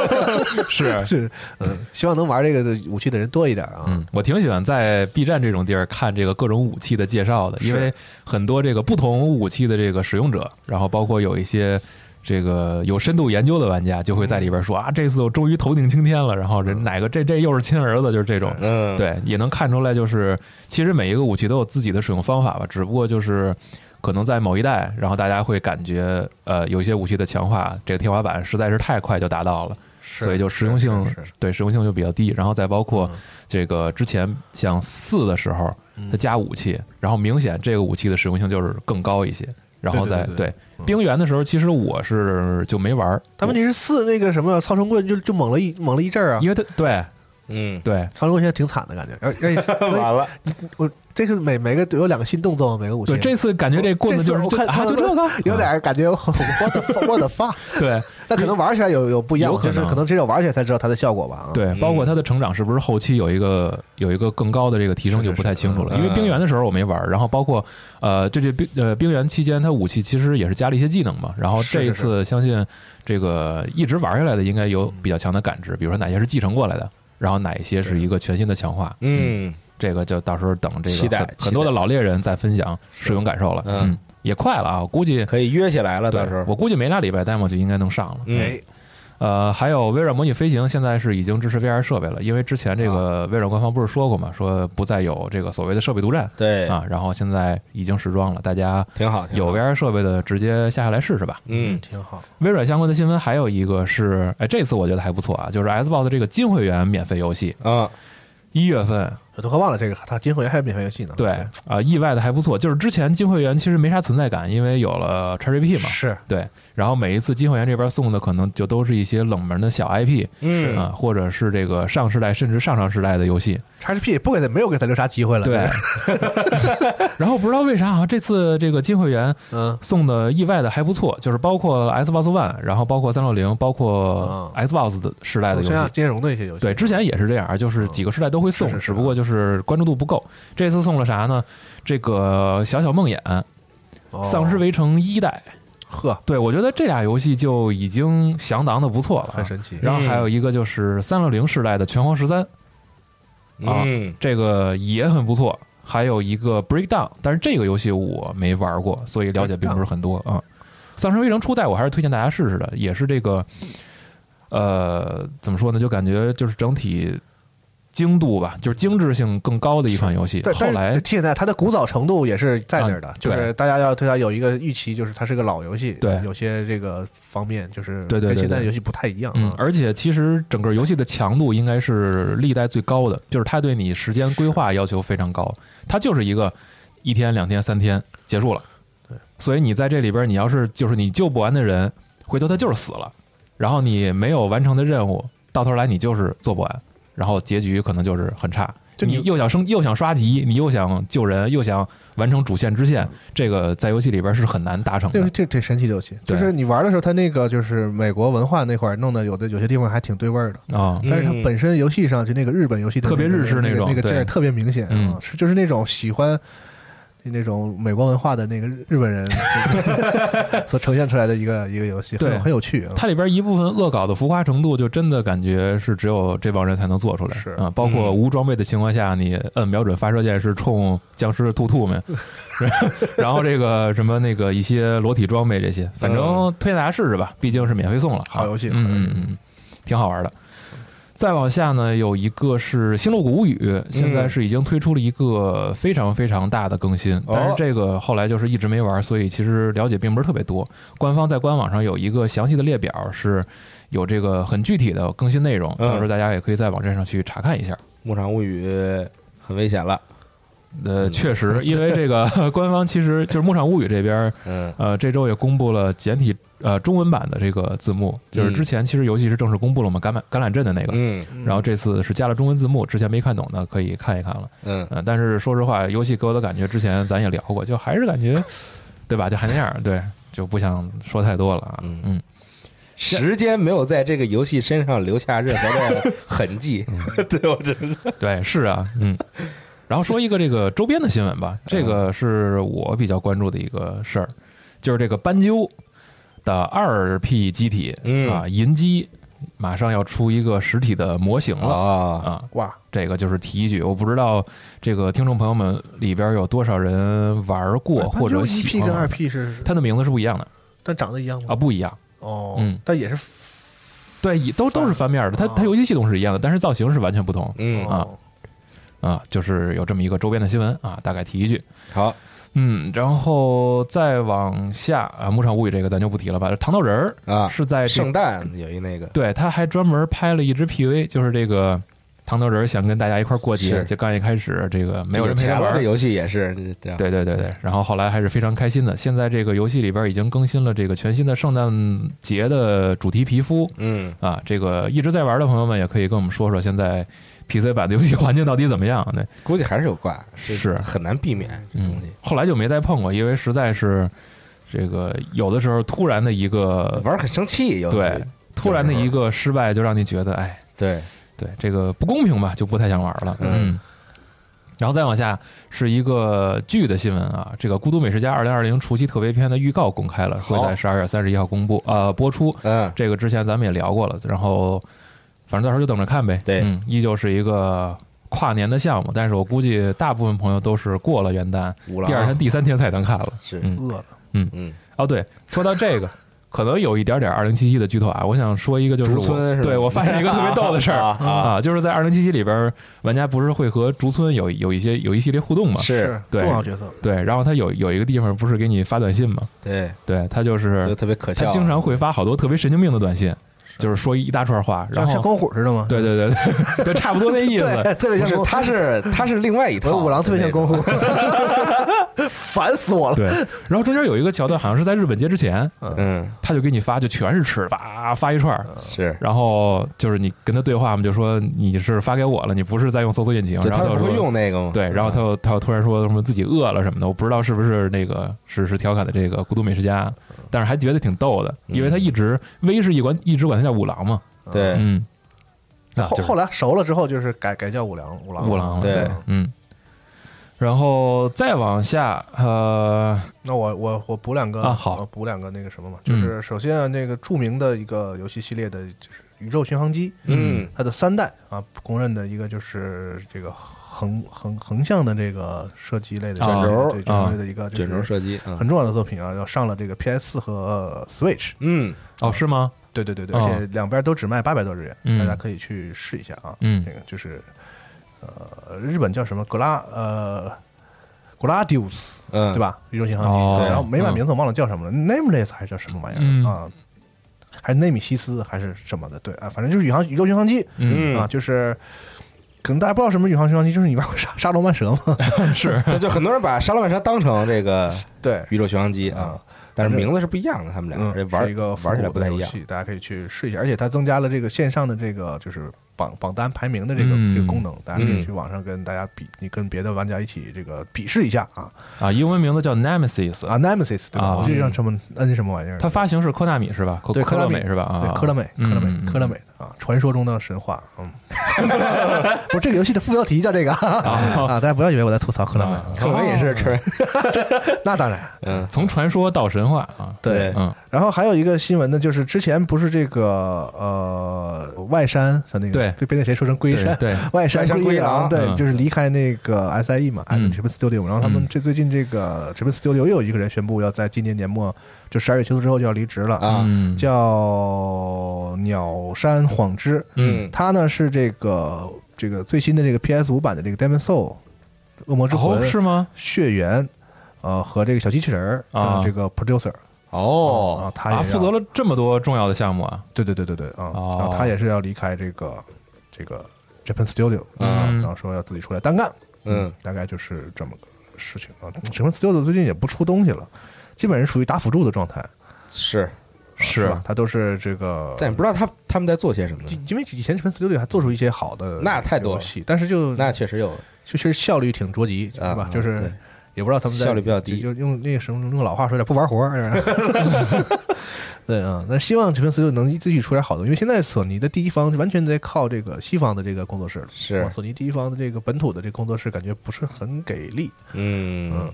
Speaker 5: 是
Speaker 6: 是，嗯，希望能玩这个的武器的人多一点啊。
Speaker 5: 嗯，我挺喜欢在 B 站这种地儿看这个各种武器的介绍的，因为很多这个不同武器的这个使用者，然后包括有一些这个有深度研究的玩家，就会在里边说啊，这次我终于头顶青天了，然后人哪个这这又是亲儿子，就是这种，
Speaker 4: 嗯，
Speaker 5: 对，也能看出来，就是其实每一个武器都有自己的使用方法吧，只不过就是可能在某一代，然后大家会感觉呃，有一些武器的强化这个天花板实在是太快就达到了，所以就实用性
Speaker 6: 是是是嗯
Speaker 5: 对实用性就比较低。然后再包括这个之前像四的时候，它加武器，然后明显这个武器的实用性就是更高一些。然后
Speaker 6: 对对
Speaker 5: 再
Speaker 6: 对对嗯
Speaker 5: 冰原的时候，其实我是就没玩儿，
Speaker 6: 但问题是四那个什么操虫棍就就猛了一猛了一阵儿啊，
Speaker 5: 因为它对
Speaker 4: 嗯，
Speaker 5: 对
Speaker 6: 操虫棍现在挺惨的感觉，而 而且哎
Speaker 4: 完了，
Speaker 6: 我这个每每个有两个新动作，每个武器
Speaker 5: 对，这次感觉这棍子就是
Speaker 6: 我
Speaker 5: 就
Speaker 6: 看
Speaker 5: 啊就这个
Speaker 6: 有点感觉 我的我的发，
Speaker 5: 对。
Speaker 6: 那可能玩起来有有不一样，
Speaker 5: 有可
Speaker 6: 就
Speaker 5: 能
Speaker 6: 是可能只有玩起来才知道它的效果吧。啊，
Speaker 5: 对，包括
Speaker 4: 嗯
Speaker 5: 它的成长是不是后期有一个有一个更高的这个提升
Speaker 6: 是是
Speaker 5: 就不太清楚了，
Speaker 4: 是嗯
Speaker 5: 因为冰原的时候我没玩儿，然后包括呃，这这冰呃冰原期间它武器其实也是加了一些技能嘛，然后
Speaker 6: 是
Speaker 5: 这一
Speaker 6: 是
Speaker 5: 次相信这个一直玩下来的应该有比较强的感知，比如说哪些是继承过来的，然后哪一些是一个全新的强化？
Speaker 4: 嗯，
Speaker 5: 这个就到时候等这个
Speaker 4: 期待
Speaker 5: 很
Speaker 4: 期待
Speaker 5: 很多的老猎人再分享使用感受了。
Speaker 4: 嗯
Speaker 5: 嗯，也快了啊，我估计
Speaker 4: 可以约起来了，
Speaker 5: 对
Speaker 4: 到时候，
Speaker 5: 我估计没俩礼拜 demo 就应该能上了。
Speaker 4: 嗯
Speaker 6: 哎，
Speaker 5: 呃，还有微软模拟飞行现在是已经支持 VR 设备了，因为之前这个微软官方不是说过嘛，说不再有这个所谓的设备独占
Speaker 4: 对，
Speaker 5: 啊，然后现在已经实装了，大家
Speaker 4: 挺好，挺好
Speaker 5: 有 VR 设备的直接下下来试试吧。
Speaker 4: 嗯，
Speaker 6: 挺好。
Speaker 5: 微软相关的新闻还有一个是，哎，这次我觉得还不错啊，就是 Xbox 这个金会员免费游戏，
Speaker 4: 啊，
Speaker 5: 一月份
Speaker 6: 我都快忘了这个，他金会员还有免费游戏呢。
Speaker 5: 对啊、意外的还不错。就是之前金会员其实没啥存在感，因为有了 XGP 嘛，
Speaker 6: 是
Speaker 5: 对。然后每一次金会员这边送的可能就都是一些冷门的小 IP，
Speaker 4: 嗯
Speaker 5: 啊、或者是这个上世代甚至上上世代的游戏，
Speaker 6: XGP 不给他没有给他留啥机会了。
Speaker 5: 对。 然后不知道为啥啊，这次这个金会员
Speaker 6: 嗯，
Speaker 5: 送的意外的还不错，就是包括 Xbox One，然后包括三六零，包括
Speaker 6: 哦
Speaker 5: Xbox 的时代的游戏
Speaker 6: 像，兼容的一些游戏。
Speaker 5: 对，之前也是这样，啊就是几个时代都会送，
Speaker 6: 啊是是是
Speaker 5: 只不过就是关注度不够。这次送了啥呢？这个《小小梦魇》
Speaker 6: 哦
Speaker 5: 丧尸围啊城》一代，
Speaker 6: 呵，
Speaker 5: 对我觉得这俩游戏就已经相当的不错了啊，
Speaker 6: 很神奇。
Speaker 5: 然后还有一个就是三六零时代的《拳皇十三》，啊
Speaker 4: 嗯，
Speaker 5: 这个也很不错。还有一个 Breakdown，但是这个游戏我没玩过，所以了解并不是很多啊。丧尸围城初代我还是推荐大家试试的，也是这个，呃，怎么说呢？就感觉就是整体精度吧，就是精致性更高的一款游戏。
Speaker 6: 但
Speaker 5: 后
Speaker 6: 但
Speaker 5: 来
Speaker 6: 是现在它的古早程度也是在那儿的
Speaker 5: 啊，
Speaker 6: 就
Speaker 5: 对
Speaker 6: 是大家要对它有一个预期，就是它是个老游戏，
Speaker 5: 对
Speaker 6: 有些这个方面就是
Speaker 5: 对对对
Speaker 6: 跟
Speaker 5: 对
Speaker 6: 现在的游戏不太一样
Speaker 5: 嗯，
Speaker 6: 啊。
Speaker 5: 而且其实整个游戏的强度应该是历代最高的，就是它对你时间规划要求非常高，它就是一个一天、两天、三天结束了。所以你在这里边，你要是就是你救不完的人，回头他就是死了，然后你没有完成的任务，到头来你就是做不完，然后结局可能就是很差。
Speaker 6: 就你
Speaker 5: 你又想升，又想刷级，你又想救人，又想完成主线支线，这个在游戏里边是很难达成
Speaker 6: 这
Speaker 5: 的。
Speaker 6: 这挺神奇的游戏，就
Speaker 5: 对
Speaker 6: 是你玩的时候，它那个就是美国文化那块儿弄的，有的有些地方还挺对味儿的。
Speaker 5: 啊、
Speaker 4: 嗯
Speaker 6: 但是它本身游戏上就那个日本游戏的
Speaker 5: 特别
Speaker 6: 那个
Speaker 5: 日式
Speaker 6: 那
Speaker 5: 那
Speaker 6: 个
Speaker 5: 种
Speaker 6: 那个劲儿
Speaker 5: 对
Speaker 6: 特别明显啊
Speaker 5: 嗯，
Speaker 6: 是就是那种喜欢那种美国文化的那个日本人 所呈现出来的一个一个游戏，很有
Speaker 5: 对
Speaker 6: 很有趣啊。
Speaker 5: 它里边一部分恶搞的浮夸程度，就真的感觉是只有这帮人才能做出来。
Speaker 6: 是
Speaker 5: 啊，包括
Speaker 4: 嗯
Speaker 5: 无装备的情况下，你摁瞄准发射键是冲僵尸兔兔 们，然后这个什么那个一些裸体装备这些，反正推荐大家试试吧，毕竟是免费送了。
Speaker 6: 好游戏
Speaker 5: 嗯
Speaker 6: 好游戏
Speaker 5: 嗯嗯嗯，挺好玩的。再往下呢，有一个是《星露谷物语》，现在是已经推出了一个非常非常大的更新，但是这个后来就是一直没玩，所以其实了解并不是特别多。官方在官网上有一个详细的列表，是有这个很具体的更新内容，
Speaker 4: 嗯
Speaker 5: 到时候大家也可以在网站上去查看一下。
Speaker 4: 牧场物语很危险了，
Speaker 5: 呃，确实，因为这个 官方其实就是《牧场物语》这边，
Speaker 4: 嗯
Speaker 5: 呃，这周也公布了简体呃中文版的这个字幕，就是之前其实游戏是正式公布了嘛，橄榄橄榄镇的那个，
Speaker 4: 嗯
Speaker 5: 然后这次是加了中文字幕，之前没看懂的可以看一看了。
Speaker 4: 嗯，
Speaker 5: 嗯，但是说实话，游戏给我的感觉，之前咱也聊过，就还是感觉，对吧？就还那样，对，就不想说太多了啊。
Speaker 4: 嗯
Speaker 5: 嗯，
Speaker 4: 时间没有在这个游戏身上留下任何的痕迹，
Speaker 5: 嗯
Speaker 4: 对我真是，
Speaker 5: 对，是啊， 嗯。然后说一个这个周边的新闻
Speaker 4: 嗯
Speaker 5: 吧，这个是我比较关注的一个事儿，就是这个斑鸠的二 P 机体
Speaker 4: 嗯
Speaker 5: 啊，银机马上要出一个实体的模型了
Speaker 4: 啊，
Speaker 5: 啊，
Speaker 6: 哇，
Speaker 5: 这个就是提一句，我不知道这个听众朋友们里边有多少人玩
Speaker 6: 哎
Speaker 5: 过或者
Speaker 6: 一
Speaker 5: 喜
Speaker 6: P 跟二
Speaker 5: 欢，
Speaker 6: P 是，
Speaker 5: 它的名字是不一样的
Speaker 6: 但长得一样吗？
Speaker 5: 啊，不一样，
Speaker 6: 哦，
Speaker 5: 嗯
Speaker 6: 但也是
Speaker 5: 对，也都都是翻面的，它它游戏系统是一样的，但是造型是完全不同
Speaker 4: 嗯，
Speaker 6: 哦，
Speaker 5: 啊，就是有这么一个周边的新闻啊，大概提一句，
Speaker 4: 好，
Speaker 5: 嗯，然后再往下啊，《牧场物语》这个咱就不提了吧，糖豆人儿
Speaker 4: 啊
Speaker 5: 是在这
Speaker 4: 圣诞有一那个，
Speaker 5: 对，他还专门拍了一支 PV，就是这个糖豆人儿想跟大家一块儿过节，
Speaker 4: 是
Speaker 5: 就刚一开始这个没有人陪
Speaker 4: 钱
Speaker 5: 他
Speaker 4: 了
Speaker 5: 玩
Speaker 4: 的
Speaker 5: 儿，
Speaker 4: 游戏也是，这样，
Speaker 5: 对对对对，然后后来还是非常开心的。现在这个游戏里边已经更新了这个全新的圣诞节的主题皮肤
Speaker 4: 嗯
Speaker 5: 啊，这个一直在玩的朋友们也可以跟我们说说现在 PC 版的游戏环境到底怎么样？对，
Speaker 4: 估计还是有挂，这
Speaker 5: 是
Speaker 4: 很难避免这
Speaker 5: 嗯
Speaker 4: 东西。，
Speaker 5: 后来就没再碰过，因为实在是这个有的时候突然的一个
Speaker 4: 玩儿很生气，有
Speaker 5: 对突然的一个失败，就让你觉得哎，
Speaker 4: 对，
Speaker 5: 对这个不公平吧，就不太想玩了。
Speaker 4: 嗯
Speaker 5: 嗯，然后再往下是一个剧的新闻啊，这个《孤独美食家》二零二零除夕特别篇的预告公开了，会
Speaker 4: 好
Speaker 5: 在十二月三十一号公布呃播出。
Speaker 4: 嗯
Speaker 5: 这个之前咱们也聊过了，然后反正到时候就等着看呗。
Speaker 4: 对
Speaker 5: 嗯，依旧是一个跨年的项目，但是我估计大部分朋友都是过了元旦，
Speaker 4: 五郎
Speaker 5: 第二天、第三天才能看了。
Speaker 4: 是
Speaker 5: 嗯
Speaker 6: 饿了，
Speaker 4: 嗯，
Speaker 5: 哦，对，说到这个，可能有一点点二零七七的剧透啊。我想说一个，就是
Speaker 4: 竹村
Speaker 5: 我
Speaker 4: 是吧
Speaker 5: 对我发现一个特别逗的事儿
Speaker 4: 啊啊啊
Speaker 5: 就是在二零七七里边儿，玩家不是会和竹村有有一些有一系列互动嘛？
Speaker 4: 是
Speaker 5: 对
Speaker 6: 重要角色，
Speaker 5: 对，然后他有有一个地方不是给你发短信嘛？
Speaker 4: 对，
Speaker 5: 对他就
Speaker 4: 就是特别可笑。啊
Speaker 5: 他经常会发好多特别神经病的短信，就是说一大串话，然
Speaker 6: 像
Speaker 5: 后
Speaker 6: 像光虎似的嘛，
Speaker 5: 对对对对 对，差不多那意
Speaker 6: 对，
Speaker 5: 思。
Speaker 6: 特
Speaker 4: 不
Speaker 6: 别像
Speaker 4: 是，
Speaker 6: 光虎。
Speaker 4: 他 是他是另外一
Speaker 6: 我
Speaker 4: 套。
Speaker 6: 五郎特别像光虎， 烦死我了。
Speaker 5: 对，然后中间有一个桥段，好像是在日本节之前，
Speaker 4: 嗯，
Speaker 5: 他就给你发，就全是吃的，叭发一串儿，
Speaker 4: 是，
Speaker 5: 然后就是你跟他对话嘛，就说你是发给我了，你不是在用搜索引擎，
Speaker 4: 就
Speaker 5: 然
Speaker 4: 他
Speaker 5: 后
Speaker 4: 是
Speaker 5: 他
Speaker 4: 不
Speaker 5: 就
Speaker 4: 会
Speaker 5: 说
Speaker 4: 用那个吗？
Speaker 5: 对，然后他又他又突然说什么自己饿了什么的，我不知道是不是那个是是调侃的这个孤独美食家，但是还觉得挺逗的，因为他一直 V 是一管一直管他叫五郎嘛，
Speaker 4: 对，
Speaker 5: 嗯，啊
Speaker 6: 后
Speaker 5: 就是
Speaker 6: 后来熟了之后，就是改改叫五郎五郎
Speaker 5: 五郎了
Speaker 4: 对
Speaker 5: 嗯，然后再往下，呃，
Speaker 6: 那我我我补两个
Speaker 5: 啊好嗯
Speaker 6: 我补两个那个什么嘛，就是首先啊，那个著名的一个游戏系列的，就是《宇宙巡航机》，
Speaker 4: 嗯，
Speaker 6: 它的三代啊，公认的一个就是这个横横横向的这个射击类的
Speaker 5: 卷
Speaker 4: 轴
Speaker 6: 对
Speaker 5: 啊
Speaker 6: 卷轴类的一个就
Speaker 4: 卷轴
Speaker 6: 是
Speaker 4: 射击，嗯
Speaker 6: 很重要的作品啊，要上了这个 PS 四和 Switch，
Speaker 4: 嗯，
Speaker 5: 哦，是吗？
Speaker 6: 对对对对，
Speaker 5: 哦
Speaker 6: 而且两边都只卖八百多日元，
Speaker 5: 嗯
Speaker 6: 大家可以去试一下啊。
Speaker 5: 嗯
Speaker 6: 那个就是呃，日本叫什么格拉呃格拉迪乌斯，
Speaker 4: 嗯
Speaker 6: 对吧？一种型号机，
Speaker 5: 哦
Speaker 6: 对然后美版名字我忘了叫什么了、n a m e l e s s 还是叫什么玩意儿、
Speaker 5: 嗯
Speaker 6: 啊？还是内米西斯还是什么的？对啊，反正就是宇航宇宙巡航机、
Speaker 5: 嗯，
Speaker 6: 啊，就是可能大家不知道什么宇航巡航机，就是你玩过沙沙罗曼蛇嘛，
Speaker 5: 是，
Speaker 4: 那就很多人把沙拉曼车当成这个
Speaker 6: 对
Speaker 4: 宇宙巡航机
Speaker 6: 啊
Speaker 4: 啊，，但是
Speaker 6: 反正
Speaker 4: 名字是不一样的，他们俩
Speaker 6: 嗯，
Speaker 4: 这
Speaker 6: 是
Speaker 4: 玩
Speaker 6: 一个复
Speaker 4: 玩起来
Speaker 6: 古
Speaker 4: 不
Speaker 6: 的
Speaker 4: 太一
Speaker 6: 游
Speaker 4: 样。
Speaker 6: 戏，大家可以去试一下。而且它增加了这个线上的这个就是榜榜单排名的这个、
Speaker 5: 嗯
Speaker 6: 这个功能，大家可以
Speaker 4: 嗯
Speaker 6: 去网上跟大家比，你跟别的玩家一起这个比试一下啊。
Speaker 5: 啊，英文名字叫 Nemesis，
Speaker 6: 啊 n e m e s i s 对吧？
Speaker 5: 啊
Speaker 6: 我记得叫什么 N 什么玩意儿，
Speaker 5: 它发行是科纳米是吧？科
Speaker 6: 对
Speaker 5: 科
Speaker 6: 科纳
Speaker 5: 乐
Speaker 6: 米
Speaker 5: 美是吧？啊，
Speaker 6: 对科乐美科乐
Speaker 5: 嗯
Speaker 6: 美科乐美啊，传说中的神话，嗯， 不是这个游戏的副标题叫这 个
Speaker 5: 啊
Speaker 6: 啊，大家不要以为我在吐槽科乐美
Speaker 5: 啊
Speaker 6: 啊，
Speaker 4: 可能也是吃，
Speaker 6: 那当然。
Speaker 4: 嗯，
Speaker 5: 从传说到神话啊，
Speaker 6: 对
Speaker 5: 嗯，
Speaker 6: 然后还有一个新闻呢，就是之前不是这个呃外山像那个
Speaker 5: 对
Speaker 6: 被被那谁说成龟山
Speaker 5: 对对
Speaker 6: 外山
Speaker 4: 外山
Speaker 6: 龟
Speaker 4: 龟郎
Speaker 6: 对，
Speaker 5: 嗯
Speaker 6: 就是离开那个 SIE 嘛
Speaker 5: 嗯
Speaker 6: ，S E Japan Studio，然后他们这最近这个 Japan Studio 又有一个人宣布要在今年年末就十二月结束之后就要离职了
Speaker 4: 啊
Speaker 5: 嗯
Speaker 6: 叫鸟山晃之，
Speaker 4: 嗯
Speaker 6: 他呢是这个这个最新的这个 PS 五版的这个 Demon Soul 恶魔之魂、
Speaker 5: 哦是吗？
Speaker 6: 血缘呃和这个小机器人儿
Speaker 5: 啊
Speaker 6: 的这个 producer
Speaker 4: 哦
Speaker 6: 啊，，他也
Speaker 5: 啊，
Speaker 6: 要
Speaker 5: 负责了这么多重要的项目啊，
Speaker 6: 对对对对对啊，
Speaker 5: 哦
Speaker 6: 然后他也是要离开这个这个 Japan Studio，啊
Speaker 5: 嗯
Speaker 6: 然后说要自己出来单干，
Speaker 4: 嗯，
Speaker 6: 大概就是这么个事情啊。Japan Studio 最近也不出东西了，基本是属于打辅助的状态，啊
Speaker 4: 是，
Speaker 5: 是啊
Speaker 6: 吧？他都是这个，
Speaker 4: 但也不知道他他们在做些什么，
Speaker 6: 因为以前 Japan Studio 还做出一些好的
Speaker 4: 那太多了
Speaker 6: 游戏，但是就
Speaker 4: 那确实有
Speaker 6: 就其实效率挺着急，是
Speaker 4: 啊啊？
Speaker 6: 吧就是
Speaker 4: 对
Speaker 6: 也不知道他们在
Speaker 4: 效率比较低
Speaker 6: 就就用那个什么用老话说点不玩活儿。是吧 对啊，那希望 Japan Studio 能继续出点好的，因为现在索尼的第一方完全在靠这个西方的这个工作室了，
Speaker 4: 是
Speaker 6: 吧索尼第一方的这个本土的这个工作室感觉不是很给力。
Speaker 4: 嗯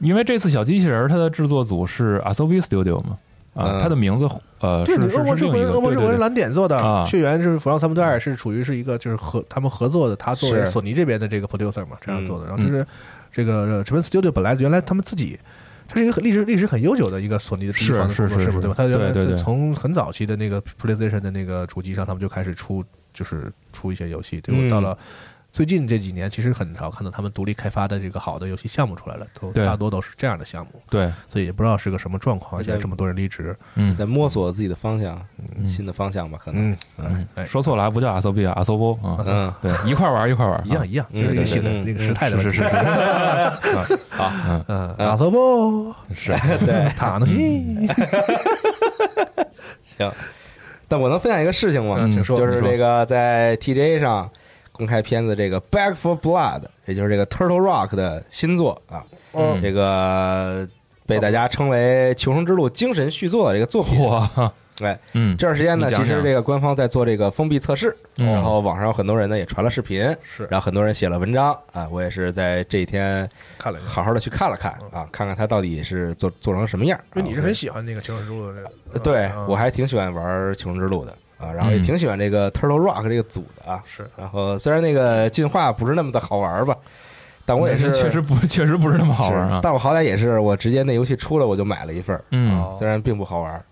Speaker 5: 因为这次小机器人儿它的制作组是 Asobi Studio 嘛，啊，
Speaker 4: 嗯
Speaker 5: 它的名字呃是
Speaker 6: 你
Speaker 5: 是
Speaker 6: 恶魔
Speaker 5: 是
Speaker 6: 之
Speaker 5: 另一
Speaker 6: 魂，
Speaker 5: 个
Speaker 6: 恶魔
Speaker 5: 对
Speaker 6: 之魂
Speaker 5: 对
Speaker 6: 是
Speaker 5: 对，
Speaker 6: 蓝点做
Speaker 5: 啊
Speaker 6: 的，血缘是弗朗萨姆戴尔是处于是一个就是合他们合作的，他作为
Speaker 4: 是
Speaker 6: 索尼这边的这个 producer 嘛，这样做的。
Speaker 4: 嗯
Speaker 6: 然后就是这个呃 Japan Studio 本来原来他们自己。它是一个很历史历史很悠久的一个索尼的地
Speaker 5: 是
Speaker 6: 方的
Speaker 5: 是
Speaker 6: 工作
Speaker 5: 是
Speaker 6: 室
Speaker 5: 是
Speaker 6: 嘛，对吧？它原来
Speaker 5: 对对
Speaker 6: 就
Speaker 5: 对
Speaker 6: 从很早期的那个 PlayStation 的那个主机上，他们就开始出就是出一些游戏。结果
Speaker 4: 嗯
Speaker 6: 到了最近这几年，其实很少看到他们独立开发的这个好的游戏项目出来了，都
Speaker 5: 对
Speaker 6: 大多都是这样的项目，
Speaker 5: 对，
Speaker 6: 所以也不知道是个什么状况，而且
Speaker 4: 对
Speaker 6: 这么多人离职，
Speaker 5: 嗯
Speaker 4: 在摸索自己的方向，新的方向吧，可能
Speaker 6: 嗯，哎哎，
Speaker 5: 说错了啊，不叫 Asobi 啊，Asobo 啊，
Speaker 4: 嗯，
Speaker 5: 对，一块儿玩儿一块儿玩儿，
Speaker 6: 一样
Speaker 5: 啊
Speaker 6: 一样，
Speaker 4: 嗯
Speaker 6: 就是一
Speaker 4: 对对
Speaker 6: 个性的
Speaker 4: 嗯
Speaker 6: 那个
Speaker 4: 嗯
Speaker 6: 时态的问
Speaker 5: 是
Speaker 6: 题。
Speaker 5: 是是
Speaker 6: 嗯，打头不？
Speaker 5: 是
Speaker 4: 对，嗯
Speaker 6: 塔诺西，
Speaker 4: 行。但我能分享一个事情吗？
Speaker 6: 嗯请说
Speaker 4: 就是
Speaker 6: 你说
Speaker 4: 这个在 TJ 上公开片子这个《Back for Blood》，也就是这个 Turtle Rock 的新作啊，
Speaker 6: 嗯
Speaker 4: 这个被大家称为《求生之路》精神续作的这个作品。
Speaker 5: 啊哇，
Speaker 4: 哎，
Speaker 5: 嗯，
Speaker 4: 这段时间呢，
Speaker 5: 你讲
Speaker 4: 其
Speaker 5: 讲
Speaker 4: 实这个官方在做这个封闭测试，
Speaker 5: 嗯
Speaker 4: 然后网上有很多人呢也传了视频，
Speaker 6: 是
Speaker 4: 然后很多人写了文章啊，我也是在这一天
Speaker 6: 看了一下，
Speaker 4: 好好的去看了看啊，看看它到底是做做成什么样。
Speaker 5: 哎
Speaker 6: 因为你是
Speaker 4: 啊
Speaker 6: 很喜欢那个《求生之路》的这个，
Speaker 4: 对
Speaker 6: 嗯，
Speaker 4: 我还挺喜欢玩《求生之路》的。啊，然后也
Speaker 5: 嗯
Speaker 4: 挺喜欢这个 Turtle Rock 这个组的啊。
Speaker 6: 是，
Speaker 4: 然后虽然那个进化不是那么的好玩儿吧，但我也是
Speaker 5: 确实不确实不是那么好玩
Speaker 4: 是
Speaker 5: 啊。
Speaker 4: 但我好歹也是我直接那游戏出了我就买了一份儿，
Speaker 5: 嗯
Speaker 6: 哦
Speaker 4: 虽然并不好玩儿。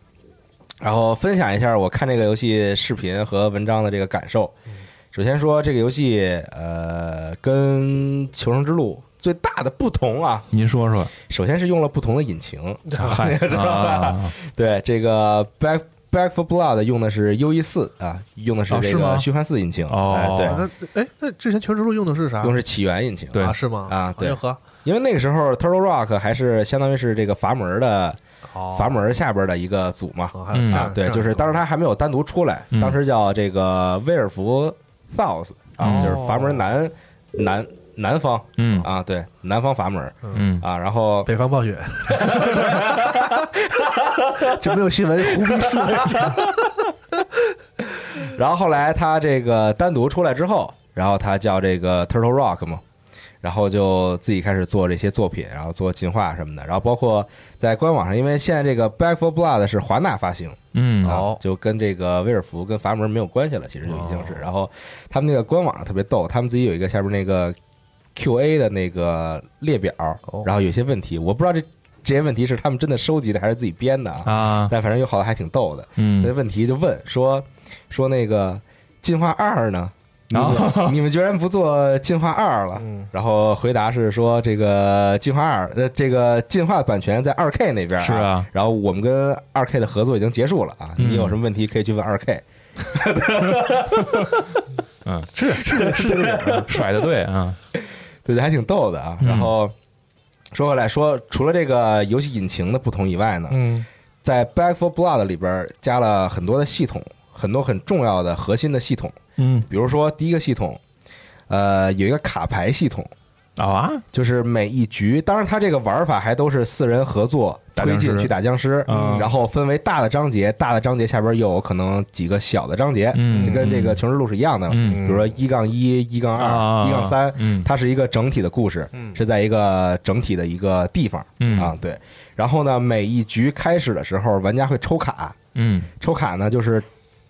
Speaker 4: 然后分享一下我看这个游戏视频和文章的这个感受。
Speaker 5: 嗯
Speaker 4: 首先说这个游戏，呃，跟《求生之路》最大的不同啊，
Speaker 5: 您说 说，
Speaker 4: 首先是用了不同的引擎，
Speaker 5: 嗨
Speaker 4: 知道吧
Speaker 5: 啊，
Speaker 4: 对，这个 Back Back for Blood 用的是 U E 四啊，用的是
Speaker 5: 哦
Speaker 4: 这
Speaker 5: 是
Speaker 4: 个
Speaker 5: 吗
Speaker 4: 虚幻四引擎，
Speaker 5: 哦
Speaker 4: 哎对，
Speaker 6: 那哎，那之前《全职录》用的是啥？
Speaker 4: 用的是起源引擎。
Speaker 5: 对嗯
Speaker 6: 啊，是吗？
Speaker 4: 啊对
Speaker 6: 任和
Speaker 4: 因为那个时候 Turtle Rock 还是相当于是这个阀门的
Speaker 6: 哦，
Speaker 4: 阀门下边的一个组嘛，啊
Speaker 6: 哦还有这样
Speaker 5: 嗯
Speaker 4: 对，就是当时它还没有单独出来，
Speaker 5: 嗯
Speaker 4: 当时叫这个威尔福 South 啊，
Speaker 5: 哦
Speaker 4: 就是阀门南南南方
Speaker 5: 嗯
Speaker 4: 啊，对，南方阀门
Speaker 5: 嗯，
Speaker 4: 啊，然后
Speaker 6: 北方 暴雪，这没有新闻胡逼说一下，
Speaker 4: 然后后来他这个单独出来之后，然后他叫这个 Turtle Rock 嘛，然后就自己开始做这些作品，然后做进化什么的，然后包括在官网上，因为现在这个 Back for Blood 是华纳发行，
Speaker 5: 嗯，
Speaker 6: 哦哦
Speaker 4: 啊就跟这个威尔福跟阀门没有关系了，其实就已经是。然后他们那个官网上特别逗，他们自己有一个下边那个 Q&A 的那个列表
Speaker 6: 哦，
Speaker 4: 然后有些问题，我不知道这这些问题是他们真的收集的还是自己编的啊，
Speaker 5: 啊，
Speaker 4: 但反正有好的还挺逗的。那
Speaker 5: 嗯，
Speaker 4: 问题就问说说那个进化二呢？你们、
Speaker 5: 啊
Speaker 4: 你们居然不做进化二了？然后回答是说这个进化二呃这个进化版权在二 K 那边、
Speaker 5: 是啊，
Speaker 4: 然后我们跟二 K 的合作已经结束了啊，
Speaker 5: 嗯
Speaker 4: 你有什么问题可以去问二 K。
Speaker 6: 是是是 这个理儿啊
Speaker 5: 甩的对啊，
Speaker 4: 对对，还挺逗的啊。
Speaker 5: 嗯
Speaker 4: 然后说回来说，除了这个游戏引擎的不同以外呢，
Speaker 6: 嗯，
Speaker 4: 在 Back for Blood 里边加了很多的系统，很多很重要的核心的系统。
Speaker 5: 嗯
Speaker 4: 比如说第一个系统，呃，有一个卡牌系统，
Speaker 5: 啊，
Speaker 4: 就是每一局，当然它这个玩法还都是四人合作
Speaker 5: 打
Speaker 4: 推
Speaker 5: 僵
Speaker 4: 进
Speaker 5: 尸
Speaker 4: 去打僵尸，
Speaker 5: 嗯
Speaker 4: 然后分为大的章节，大的章节下边又有可能几个小的章节，
Speaker 5: 嗯
Speaker 4: 就跟这个《求生之路》是一样的，
Speaker 5: 嗯啊
Speaker 4: 比如说一杠一、一杠二、一杠三，
Speaker 5: 嗯
Speaker 4: 它是一个整体的故事，是在一个整体的一个地方
Speaker 5: 嗯
Speaker 4: 啊，对。然后呢，每一局开始的时候，玩家会抽卡，
Speaker 5: 嗯
Speaker 4: 抽卡呢就是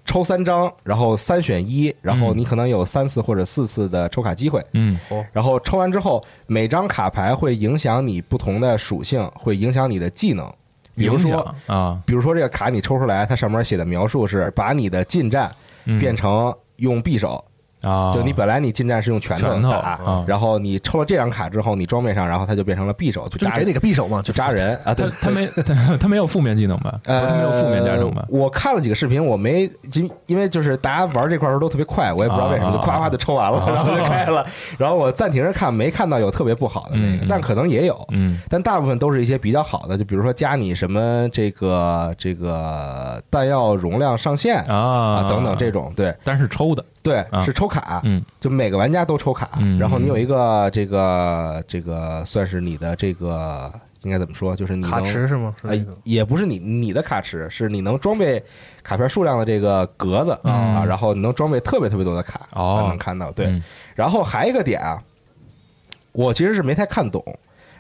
Speaker 4: 抽三张，然后三选一，然后你可能有三次或者四次的抽卡机会。
Speaker 5: 嗯
Speaker 4: 然后抽完之后，每张卡牌会影响你不同的属性，会影响你的技能。比如
Speaker 5: 影
Speaker 4: 说，
Speaker 5: 响啊，
Speaker 4: 比如说这个卡你抽出来，它上面写的描述是把你的近战
Speaker 5: 嗯
Speaker 4: 变成用匕首，
Speaker 5: 啊，
Speaker 4: 就你本来你近战是用拳
Speaker 5: 拳头
Speaker 4: 头打，
Speaker 5: 啊
Speaker 4: 然后你抽了这张卡之后，你装备上，然后它就变成了匕首，就
Speaker 6: 就是
Speaker 4: 扎
Speaker 6: 给你
Speaker 4: 人，
Speaker 6: 个匕首嘛，
Speaker 4: 就
Speaker 6: 就
Speaker 4: 扎。 人啊！对
Speaker 5: 他， 他没他他没有负面技能吧？不是
Speaker 4: 呃，
Speaker 5: 他没有负面加成吧？
Speaker 4: 我看了几个视频，我没因因为就是大家玩这块儿的时候都特别快，我也不知道为什么，
Speaker 5: 啊
Speaker 4: 就夸夸就抽完了，然后就开了。然后我暂停着看，没看到有特别不好的那
Speaker 5: 嗯
Speaker 4: 个
Speaker 5: 嗯，
Speaker 4: 但可能也有，
Speaker 5: 嗯
Speaker 4: 但大部分都是一些比较好的，就比如说加你什么这个这个弹药容量上限
Speaker 5: 啊
Speaker 4: 啊等等这，种，对
Speaker 5: 但是抽的，
Speaker 4: 对
Speaker 5: 啊，
Speaker 4: 是抽卡，
Speaker 5: 嗯
Speaker 4: 就每个玩家都抽卡
Speaker 5: 嗯，
Speaker 4: 然后你有一个这个这个算是你的这个应该怎么说，就是你能
Speaker 6: 卡池是吗？是
Speaker 4: 呃
Speaker 6: 那种，
Speaker 4: 也不是你你的卡池，是你能装备卡片数量的这个格子、
Speaker 5: 嗯
Speaker 4: 啊，然后你能装备特别特别多的卡，
Speaker 5: 哦
Speaker 4: 能看到对。
Speaker 5: 嗯
Speaker 4: 然后还有一个点啊，我其实是没太看懂，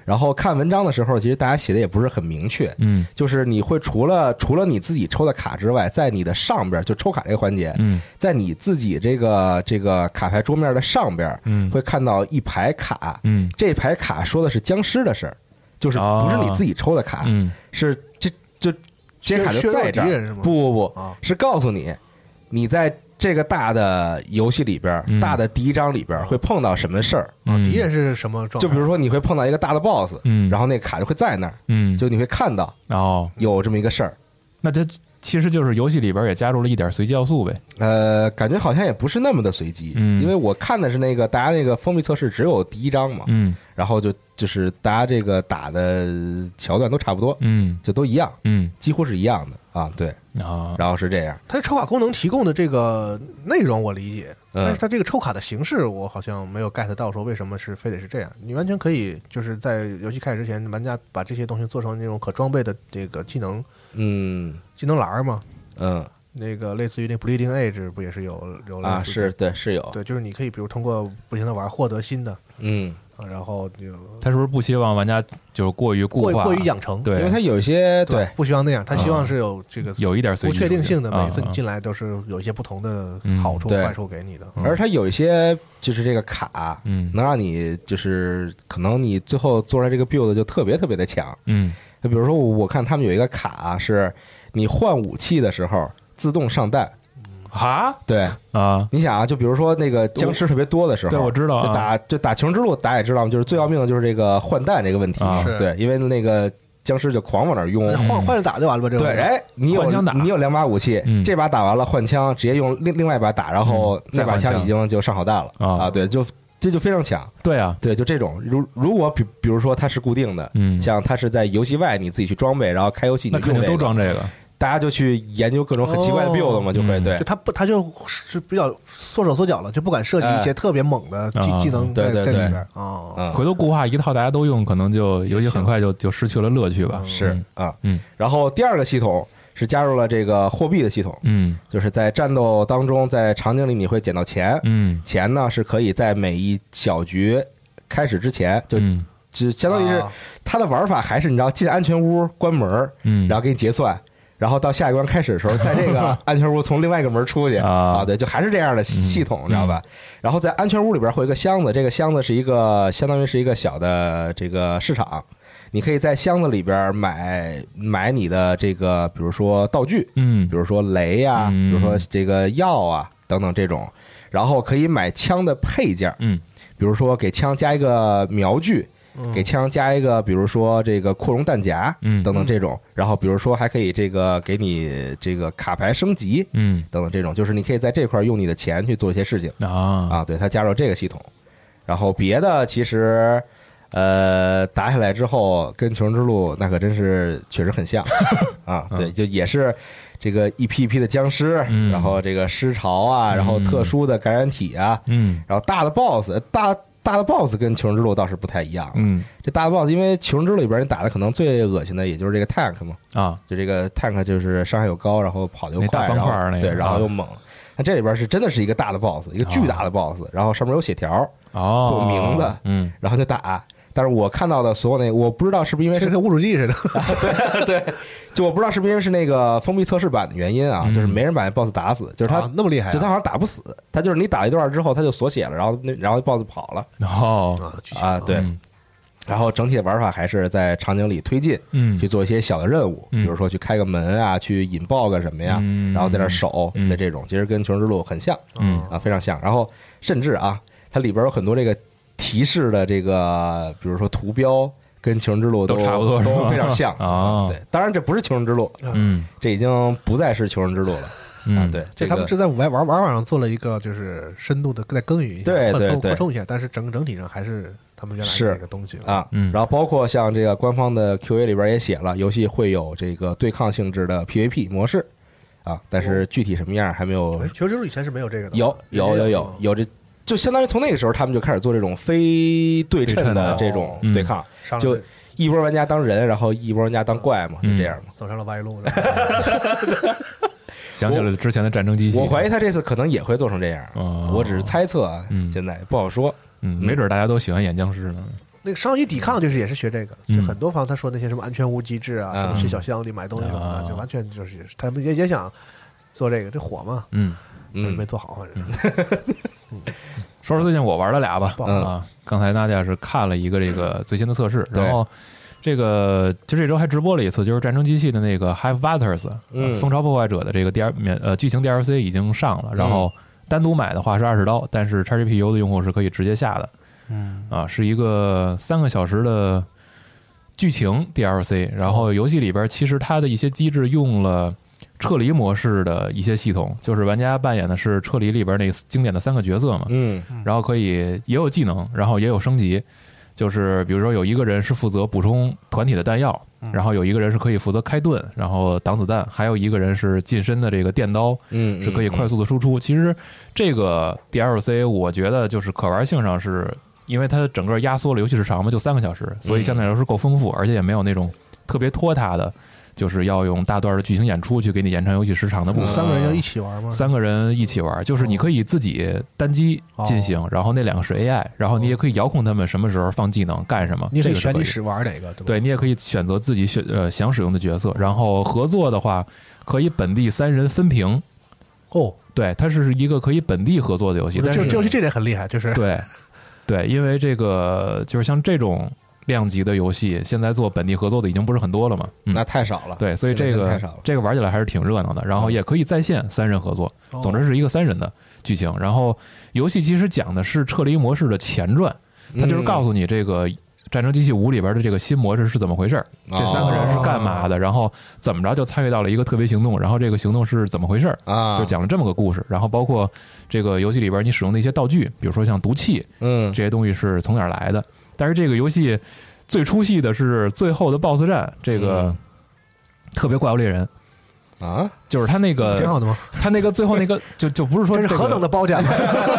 Speaker 4: 然后看文章的时候，其实大家写的也不是很明确，
Speaker 5: 嗯
Speaker 4: 就是你会除了除了你自己抽的卡之外，在你的上边就抽卡这个环节，
Speaker 5: 嗯
Speaker 4: 在你自己这个这个卡牌桌面的上边，
Speaker 5: 嗯
Speaker 4: 会看到一排卡，
Speaker 5: 嗯
Speaker 4: 这排卡说的是僵尸的事儿，就是不是你自己抽的卡，
Speaker 5: 哦嗯
Speaker 4: 是这就这些卡就在这
Speaker 6: 削弱敌人
Speaker 4: 儿
Speaker 6: 是，吗
Speaker 4: 不不不，
Speaker 6: 啊
Speaker 4: 是告诉你你在这个大的游戏里边儿，
Speaker 5: 嗯
Speaker 4: 大的第一章里边儿会碰到什么事儿。
Speaker 5: 嗯，
Speaker 6: 哦敌人是什么状态？
Speaker 4: 就比如说你会碰到一个大的 boss，
Speaker 5: 嗯
Speaker 4: 然后那卡就会在那儿，
Speaker 5: 嗯
Speaker 4: 就你会看到
Speaker 5: 哦，
Speaker 4: 有这么一个事儿。
Speaker 5: 那这其实就是游戏里边也加入了一点随机要素呗。
Speaker 4: 呃，感觉好像也不是那么的随机，
Speaker 5: 嗯
Speaker 4: 因为我看的是那个大家那个封闭测试只有第一章嘛，
Speaker 5: 嗯
Speaker 4: 然后就就是大家这个打的桥段都差不多，
Speaker 5: 嗯
Speaker 4: 就都一样，
Speaker 5: 嗯
Speaker 4: 几乎是一样的啊，对，
Speaker 5: 啊
Speaker 4: 然后是这样，
Speaker 6: 它这抽卡功能提供的这个内容我理解，
Speaker 4: 嗯
Speaker 6: 但是它这个抽卡的形式我好像没有 get 到，说为什么是非得是这样？你完全可以就是在游戏开始之前，玩家把这些东西做成那种可装备的这个技能
Speaker 4: 嗯
Speaker 6: 技能栏儿嘛，
Speaker 4: 嗯
Speaker 6: 那个类似于那 Bleeding Edge 不也是有有类
Speaker 4: 啊，
Speaker 6: 似
Speaker 4: 是对是有，
Speaker 6: 对，就是你可以比如通过不停的玩获得新的
Speaker 4: 嗯
Speaker 6: 啊然后就
Speaker 5: 他是不是不希望玩家就是过于固
Speaker 6: 过
Speaker 5: 化，
Speaker 6: 过于养成，
Speaker 5: 对嗯
Speaker 4: 因为它有些对
Speaker 6: 吧，不希望那样，他希望是有这个
Speaker 5: 有一点随
Speaker 6: 不
Speaker 5: 机
Speaker 6: 确定性的，
Speaker 5: 啊
Speaker 6: 每次你
Speaker 5: 啊
Speaker 6: 进来都是有一些不同的
Speaker 5: 嗯
Speaker 6: 好处
Speaker 4: 对
Speaker 6: 坏处给你的，
Speaker 5: 嗯
Speaker 4: 而它有一些就是这个卡，
Speaker 5: 嗯
Speaker 4: 能让你就是可能你最后做出来这个 build 就特别特别的强。
Speaker 5: 嗯
Speaker 4: 就比如说我看他们有一个卡啊是，你换武器的时候自动上弹。
Speaker 5: 啊
Speaker 4: 对，
Speaker 5: 啊，
Speaker 4: 你想啊，就比如说那个僵尸特别多的时候，
Speaker 5: 对我知道啊
Speaker 4: 就打就打求生之路，大家也知道嘛，就是最要命的就是这个换弹这个问题，
Speaker 5: 啊
Speaker 6: 是
Speaker 4: 对，因为那个僵尸就狂往 哪儿拥。
Speaker 6: 换换着打就完了吧？这个
Speaker 4: 嗯对，哎，你有
Speaker 5: 换枪打
Speaker 4: 你有两把武器，
Speaker 5: 嗯
Speaker 4: 这把打完了换枪，直接用另另外一把打，然后
Speaker 5: 再
Speaker 4: 那把
Speaker 5: 换枪
Speaker 4: 枪已经就上好弹了
Speaker 5: 啊
Speaker 4: 啊，对，就这就非常强，
Speaker 5: 对啊，
Speaker 4: 对，就这种，如如果比比如说它是固定的，
Speaker 5: 嗯
Speaker 4: 像它是在游戏外你自己去装备，然后开游戏你
Speaker 5: 那
Speaker 4: 就
Speaker 5: 肯定
Speaker 4: 用
Speaker 5: 都
Speaker 4: 这个
Speaker 5: 装这个，啊
Speaker 4: 大家就去研究各种很奇怪的
Speaker 6: 哦
Speaker 4: build 嘛，就会
Speaker 5: 嗯
Speaker 4: 对
Speaker 6: 就他不，他就是比较缩手缩脚了，就不敢设计一些
Speaker 4: 哎
Speaker 6: 特别猛的技、
Speaker 5: 啊
Speaker 6: 技能
Speaker 4: 对
Speaker 6: 在
Speaker 4: 对
Speaker 6: 在
Speaker 4: 对
Speaker 6: 里边哦，
Speaker 4: 嗯
Speaker 5: 回头固化一套大家都用，可能就游戏很快就就失去了乐趣吧。
Speaker 4: 是啊，
Speaker 5: 嗯
Speaker 4: 然后第二个系统是加入了这个货币的系统，
Speaker 5: 嗯
Speaker 4: 就是在战斗当中，在场景里你会捡到钱，
Speaker 5: 嗯
Speaker 4: 钱呢是可以在每一小局开始之前就
Speaker 5: 嗯
Speaker 4: 就相当于是
Speaker 6: 啊
Speaker 4: 它的玩法还是你知道进安全屋关门儿，
Speaker 5: 嗯，
Speaker 4: 然
Speaker 5: 后
Speaker 4: 后给你结算。然后到下一关开始的时候，在这 个安全屋从另外一个门出去
Speaker 5: 啊嗯
Speaker 4: 啊，对，就还是这样的系系统，你知道吧？然后在安全屋里边会有一个箱子，这个箱子是一个相当于是一个小的这个市场，你可以在箱子里边买买你的这个，比如说道具，
Speaker 5: 嗯
Speaker 4: 比如说雷呀、
Speaker 5: 嗯
Speaker 4: 比如说这个药啊等等这种，然后可以买枪的配件，
Speaker 5: 嗯，
Speaker 4: 比如说给枪加一个瞄具，给枪加一个，比如说这个扩容弹夹，
Speaker 5: 嗯
Speaker 4: 等等这种，然后比如说还可以这个给你这个卡牌升级，
Speaker 5: 嗯
Speaker 4: 等等这种，就是你可以在这块儿用你的钱去做一些事情
Speaker 5: 啊
Speaker 4: 啊。对，它加入这个系统，然后别的其实。呃，打下来之后跟《求生之路》那可真是确实很 像啊，对，就也是这个一批一批的僵尸，
Speaker 5: 嗯
Speaker 4: 然后这个尸潮啊，然后特殊的感染体啊，
Speaker 5: 嗯
Speaker 4: 然后大的 BOSS 呃大大的 BOSS 跟《求生之路》倒是不太一样，
Speaker 5: 嗯
Speaker 4: 这大的 BOSS，因为《求生之路》里边你打的可能最恶心的，也就是这个 tank 嘛，
Speaker 5: 啊
Speaker 4: 就这个 tank 就是伤害又高，然后跑得又
Speaker 5: 那
Speaker 4: 快，
Speaker 5: 大方块儿
Speaker 4: 然后
Speaker 5: 那个
Speaker 4: 对，然
Speaker 5: 啊
Speaker 4: 后又猛。那这里边是真的是一个大的 boss，一个巨大的 boss，、然后上面有血条，
Speaker 5: 哦，
Speaker 4: 有名字
Speaker 5: 嗯
Speaker 4: 然后就打。但是我看到的所有那个，我不知道是不是因为
Speaker 6: 这
Speaker 4: 是
Speaker 6: 跟侮辱技似的，
Speaker 4: 对，就我不知道是不是因为是那个封闭测试版的原因啊，
Speaker 5: 嗯
Speaker 4: 就是没人把那 boss 打死，就是他、
Speaker 6: 啊那么厉害啊、
Speaker 4: 就他好像打不死，他就是你打一段之后他就锁血了，然后那然后 boss 跑了
Speaker 5: 哦
Speaker 6: 啊剧情
Speaker 4: 啊，对。
Speaker 5: 嗯
Speaker 4: 然后整体的玩法还是在场景里推进，
Speaker 5: 嗯
Speaker 4: 去做一些小的任务，
Speaker 5: 嗯
Speaker 4: 比如说去开个门啊，去引爆个什么呀，
Speaker 5: 嗯
Speaker 4: 然后在那儿守
Speaker 5: 嗯
Speaker 4: 的这种，其实跟《求生之路》很像
Speaker 5: 嗯
Speaker 4: 啊，非常像。然后甚至啊，它里边有很多这个提示的这个，比如说图标。跟《求生之路》
Speaker 5: 都差不多是吧
Speaker 4: 都非常像
Speaker 5: 啊
Speaker 4: 对，当然这不是《求生之路》，
Speaker 5: 嗯
Speaker 4: 这已经不再是《求生之路》了。啊
Speaker 5: 嗯，
Speaker 4: 对，这
Speaker 6: 这
Speaker 4: 个
Speaker 6: 他们是在玩玩玩法上做了一个就是深度的再耕耘一下，
Speaker 4: 对
Speaker 6: 扩
Speaker 4: 对
Speaker 6: 充
Speaker 4: 对
Speaker 6: 扩充一下，但是整整体上还是他们原来
Speaker 4: 是
Speaker 6: 的那个东西
Speaker 4: 啊，
Speaker 5: 嗯
Speaker 4: 然后包括像这个官方的 Q A 里边也写了，游戏会有这个对抗性质的 P V P 模式啊，但
Speaker 5: 哦
Speaker 4: 是具体什么样还没有
Speaker 6: 哎求职录以前是没有这个的，
Speaker 4: 有
Speaker 5: 哎
Speaker 4: 有有有
Speaker 6: 嗯
Speaker 4: 有这。就相当于从那个时候，他们就开始做这种非对称的
Speaker 6: 对
Speaker 4: 这
Speaker 6: 称的
Speaker 4: 种
Speaker 5: 哦
Speaker 4: 对抗，
Speaker 6: 上来
Speaker 4: 就一波玩家当人，然后一波玩家当怪
Speaker 5: 嗯
Speaker 4: 嘛，就这样嘛。
Speaker 6: 走上了歪路，
Speaker 5: 想起了之前的战争机器，
Speaker 4: 我怀疑他这次可能也会做成这样，
Speaker 5: 哦
Speaker 4: 我只是猜测啊
Speaker 5: 嗯，
Speaker 4: 现在不好说。
Speaker 5: 嗯，没准大家都喜欢演僵尸呢，
Speaker 6: 那个商业抵抗就是也是学这个，
Speaker 5: 嗯
Speaker 6: 就很多方他说那些什么安全屋机制啊，
Speaker 4: 嗯
Speaker 6: 什么去小箱里买东西什么
Speaker 5: 啊
Speaker 6: 的，就完全就是他们也也想做这个，这火嘛，
Speaker 5: 嗯。
Speaker 4: 嗯
Speaker 6: 没，做好，反正
Speaker 5: 说说最近我玩的俩吧，
Speaker 6: 不好
Speaker 4: 说
Speaker 5: 啊，刚才娜姐是看了一个这个最新的测试，
Speaker 4: 对
Speaker 5: 然后这个就这周还直播了一次，就是战争机器的那个 Hive Batters，、
Speaker 4: 嗯
Speaker 5: 蜂巢破坏者的这个 D R 免呃剧情 DLC 已经上了，然后单独买的话是二十刀，但是 XGPU 的用户是可以直接下的，嗯，啊，是一个三个小时的剧情 DLC，然后游戏里边其实它的一些机制用了。撤离模式的一些系统，就是玩家扮演的是撤离里边那经典的三个角色嘛，
Speaker 4: 嗯
Speaker 5: 然后可以也有技能，然后也有升级，就是比如说有一个人是负责补充团体的弹药，
Speaker 4: 嗯
Speaker 5: 然后有一个人是可以负责开盾，然后挡子弹，还有一个人是近身的这个电刀
Speaker 4: 嗯，
Speaker 5: 是可以
Speaker 4: 嗯
Speaker 5: 快速的输出。其实这个 DLC 我觉得就是可玩性上
Speaker 4: 嗯
Speaker 5: 是因为它整个压缩了游戏时长嘛，就三个小时，所以相对来说是够丰富，而且也没有那种特别拖沓的，就是要用大段的剧情演出去给你延长游戏时长的部分。
Speaker 6: 三个人要一起玩吗？
Speaker 5: 嗯三个人一起玩，就是你可以自己单机进行，然后那两个是 AI，然后你也可以遥控他们什么时候放技能干什么，
Speaker 6: 你可
Speaker 5: 这
Speaker 6: 以
Speaker 5: 个是
Speaker 6: 选
Speaker 5: 可
Speaker 6: 你
Speaker 5: 以。
Speaker 6: 使玩哪个，对吧？
Speaker 5: 对你也可以选择自己选呃想使用的角色，然后合作的话可以本地三人分屏，
Speaker 6: 哦，
Speaker 5: 对，它是一个可以本地合作的游戏，
Speaker 6: 我觉
Speaker 5: 但
Speaker 6: 得这
Speaker 5: 是
Speaker 6: 这游戏这点很厉害，就是
Speaker 5: 对对，因为这个就是像这种量级的游戏，现在做本地合作的已经不是很多了嘛，嗯
Speaker 4: 那，太少了。
Speaker 5: 对，所以
Speaker 4: 现在
Speaker 5: 这
Speaker 4: 真
Speaker 5: 个
Speaker 4: 太少了
Speaker 5: 这个玩起来还是挺热闹的，然后也可以在线三人合作，
Speaker 6: 哦
Speaker 5: 总之是一个三人的剧情。然后游戏其实讲的是撤离模式的前传，它
Speaker 4: 嗯
Speaker 5: 就是告诉你这个《战争机器五》里边的这个新模式是怎么回事儿，
Speaker 4: 哦
Speaker 5: 这三个人是干嘛
Speaker 6: 哦
Speaker 5: 的，然后怎么着就参与到了一个特别行动，然后这个行动是怎么回事儿，
Speaker 4: 啊，
Speaker 5: 就讲了这么个故事。然后包括这个游戏里边你使用的一些道具，比如说像毒气
Speaker 4: 嗯
Speaker 5: 这些东西是从哪儿来的。但是这个游戏最出戏的是最后的 BOSS 战，这个
Speaker 4: 嗯
Speaker 5: 特别怪物猎人。
Speaker 4: 啊，
Speaker 5: 就是他那
Speaker 6: 挺
Speaker 5: 个，
Speaker 6: 好的嘛，
Speaker 5: 他那个最后那个，就就不是说
Speaker 6: 这是
Speaker 5: 这个
Speaker 6: 何等的褒奖啊！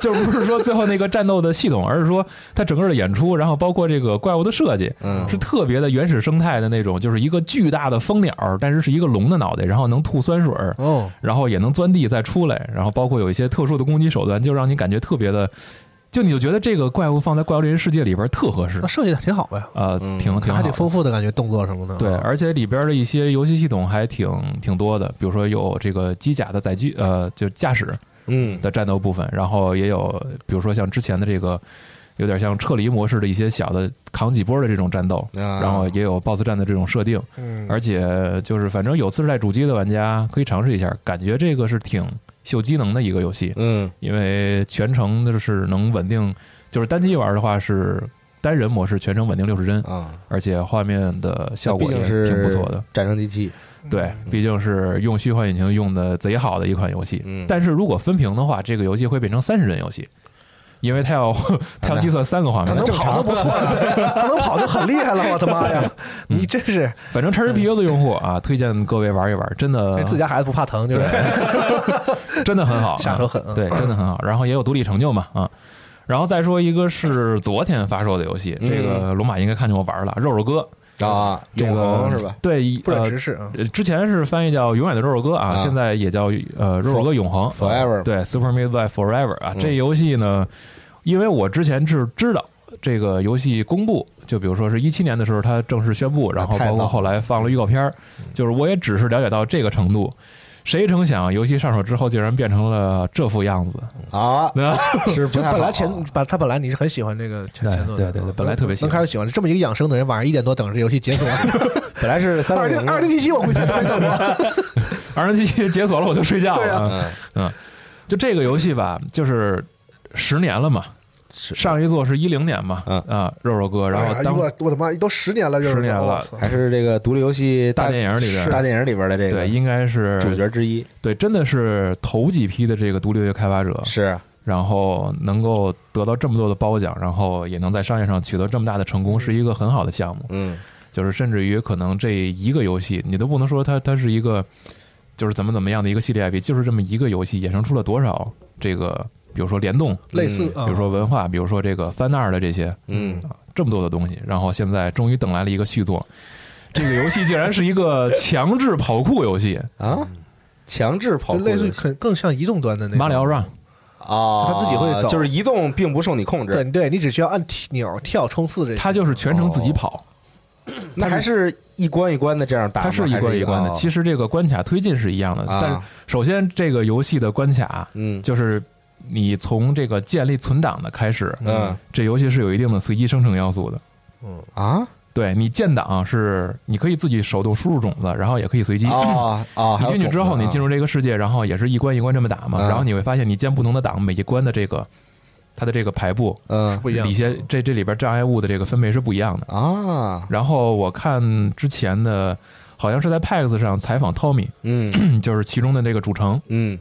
Speaker 5: 就不是说最后那个战斗的系统，而是说它整个的演出，然后包括这个怪物的设计，
Speaker 4: 嗯
Speaker 5: 是特别的原始生态的那种，就是一个巨大的蜂鸟，但是是一个龙的脑袋，然后能吐酸水儿，
Speaker 6: 哦，
Speaker 5: 然后也能钻地再出来，然后包括有一些特殊的攻击手段，就让你感觉特别的，就你就觉得这个怪物放在怪物猎人世界里边特合适
Speaker 6: 那，设计的挺好呗，
Speaker 5: 呃，
Speaker 4: 嗯
Speaker 5: 挺挺
Speaker 6: 还啊
Speaker 5: 好
Speaker 6: 挺
Speaker 5: 的。
Speaker 6: 丰富的感觉，动作什么的。
Speaker 5: 对，而且里边的一些游戏系统还挺挺多的，比如说有这个机甲的载具，呃，就驾驶，
Speaker 4: 嗯，
Speaker 5: 的战斗部分，然后也有比如说像之前的这个有点像撤离模式的一些小的扛几波的这种战斗，
Speaker 4: 啊
Speaker 5: 然后也有 BOSS 战的这种设定，
Speaker 6: 嗯，
Speaker 5: 而且就是反正有次世代主机的玩家可以尝试一下，感觉这个是挺秀机能的一个游戏，
Speaker 4: 嗯
Speaker 5: 因为全程就是能稳定，就是单机玩的话是单人模式全程稳定六十帧，
Speaker 4: 啊，
Speaker 5: 而且画面的效
Speaker 4: 毕
Speaker 5: 果也
Speaker 4: 竟是
Speaker 5: 挺不错的。
Speaker 4: 战争机器，
Speaker 5: 对，毕竟是用虚幻引擎用的贼好的一款游戏。
Speaker 4: 嗯
Speaker 5: 但是如果分屏的话，这个游戏会变成三十人游戏，因为它要 它要计算三个画
Speaker 6: 他
Speaker 5: 面。
Speaker 6: 能
Speaker 5: 正
Speaker 6: 跑
Speaker 5: 常嗯
Speaker 6: 都，不错了，他能跑就很厉害了，我的妈呀！你真是
Speaker 5: 反正 XGPU 的用户啊，推荐各位玩一玩，真的
Speaker 6: 这自己家孩子不怕疼，就是
Speaker 5: 真的很好，
Speaker 6: 下手狠嗯
Speaker 5: 啊 对，真的很好。然后也有独立成就嘛，啊。然后再说一个是昨天发售的游戏，
Speaker 4: 嗯
Speaker 5: 这个龙马应该看见我玩了，《肉肉哥
Speaker 4: 啊，》
Speaker 5: 这
Speaker 4: 永
Speaker 5: 个
Speaker 4: 恒是吧？？
Speaker 5: 对，
Speaker 6: 不忍
Speaker 5: 呃
Speaker 6: 直视啊。
Speaker 5: 呃，之前是翻译叫《永远的肉肉哥》啊，
Speaker 4: 啊
Speaker 5: 现在也叫呃《肉肉哥永恒》
Speaker 4: Forever
Speaker 5: 呃对，Super Midlife Forever 啊，
Speaker 4: 嗯
Speaker 5: 这游戏呢，因为我之前是知道这个游戏公布，就比如说是一七年的时候，它正式宣布，然后
Speaker 4: 啊太早
Speaker 5: 包括
Speaker 4: 了
Speaker 5: 后来放了预告片儿，就是我也只是了解到这个程度。谁成想，游戏上手之后竟然变成了这副 样子，
Speaker 4: 啊，
Speaker 5: 那
Speaker 4: 是不
Speaker 6: 就
Speaker 4: 太好
Speaker 6: 本来前把他本来你是很喜欢这个前
Speaker 5: 对
Speaker 6: 前作
Speaker 5: 对
Speaker 6: 的，
Speaker 5: 对对
Speaker 6: 嗯
Speaker 5: 本来特别喜欢
Speaker 6: 能开始喜欢这么一个养生的人，晚上一点多等着这游戏 解锁。
Speaker 4: 本来是三
Speaker 6: 二零二零七七我估计都没等过。
Speaker 5: 二零七解锁了我就睡觉
Speaker 6: 对
Speaker 5: 了。
Speaker 6: 啊
Speaker 5: 嗯
Speaker 4: 嗯，
Speaker 5: 就这个游戏吧，就是十年了嘛，
Speaker 4: 是
Speaker 5: 上一座是一零年嘛，
Speaker 4: 嗯
Speaker 5: 啊，肉肉哥，然
Speaker 6: 哎
Speaker 5: 后
Speaker 6: 呀
Speaker 5: 当
Speaker 6: 我我的妈，都十年了，这是
Speaker 5: 十年了哎
Speaker 6: 我操
Speaker 4: 还是这个独立游戏
Speaker 5: 大电影里边
Speaker 4: 大电影里边的这
Speaker 5: 对，
Speaker 4: 个
Speaker 5: 应该是
Speaker 4: 主角之一，
Speaker 5: 对，真的是头几批的这个独立游戏开发者，
Speaker 4: 是
Speaker 5: 然后能够得到这么多的褒奖，然后也能在商业上取得这么大的成功，是一个很好的项目。
Speaker 4: 嗯
Speaker 5: 就是甚至于可能这一个游戏，你都不能说它它是一个就是怎么怎么样的一个系列 IP，就是这么一个游戏衍生出了多少这个，比如说联动，
Speaker 6: 类似
Speaker 5: 嗯比
Speaker 6: 啊，
Speaker 5: 如说文化，比如说这个翻二的这些，
Speaker 4: 嗯
Speaker 5: 啊，这么多的东西，然后现在终于等来了一个续作。这个游戏竟然是一个强制跑酷游戏，
Speaker 4: 啊，
Speaker 5: 嗯
Speaker 4: 强制跑
Speaker 6: 就
Speaker 4: 酷
Speaker 6: 类似于
Speaker 4: 游戏
Speaker 6: 很更像移动端的那种。
Speaker 5: 马里奥 Run，
Speaker 4: 啊，
Speaker 6: 他自己会走
Speaker 4: 就是移动并不受你控
Speaker 6: 对
Speaker 4: 制，
Speaker 6: 对，你只需要按钮跳冲刺这些。
Speaker 5: 它就是全程自己跑，
Speaker 4: 那还是一关一关的这样打吗，
Speaker 5: 它是一关一关的。其
Speaker 4: 实
Speaker 5: 实这个关卡推进是一样的，
Speaker 4: 哦啊
Speaker 5: 但是首先这个游戏的关卡
Speaker 4: 嗯
Speaker 5: 就是你从这个建立存档的开始，
Speaker 4: 嗯
Speaker 5: 这游戏是有一定的随机生成要素的。
Speaker 4: 啊
Speaker 5: 对你建档是你可以自己手动输入种子，然后也可以随机。
Speaker 4: 啊啊，
Speaker 5: 你进去之后，你进
Speaker 4: 入
Speaker 5: 入这个世界，然后也是一关一关这么打嘛，
Speaker 4: 啊
Speaker 5: 然后你会发现你建不同的档，每一关的这个它的这个排布，
Speaker 4: 嗯
Speaker 6: 不一样
Speaker 5: 底下这这里边障碍物的这个分配是不一样的。
Speaker 4: 啊
Speaker 5: 然后我看之前的，好像是在 PAX 上采访 Tommy，
Speaker 4: 嗯
Speaker 5: 就是其中的这个主城，
Speaker 4: 嗯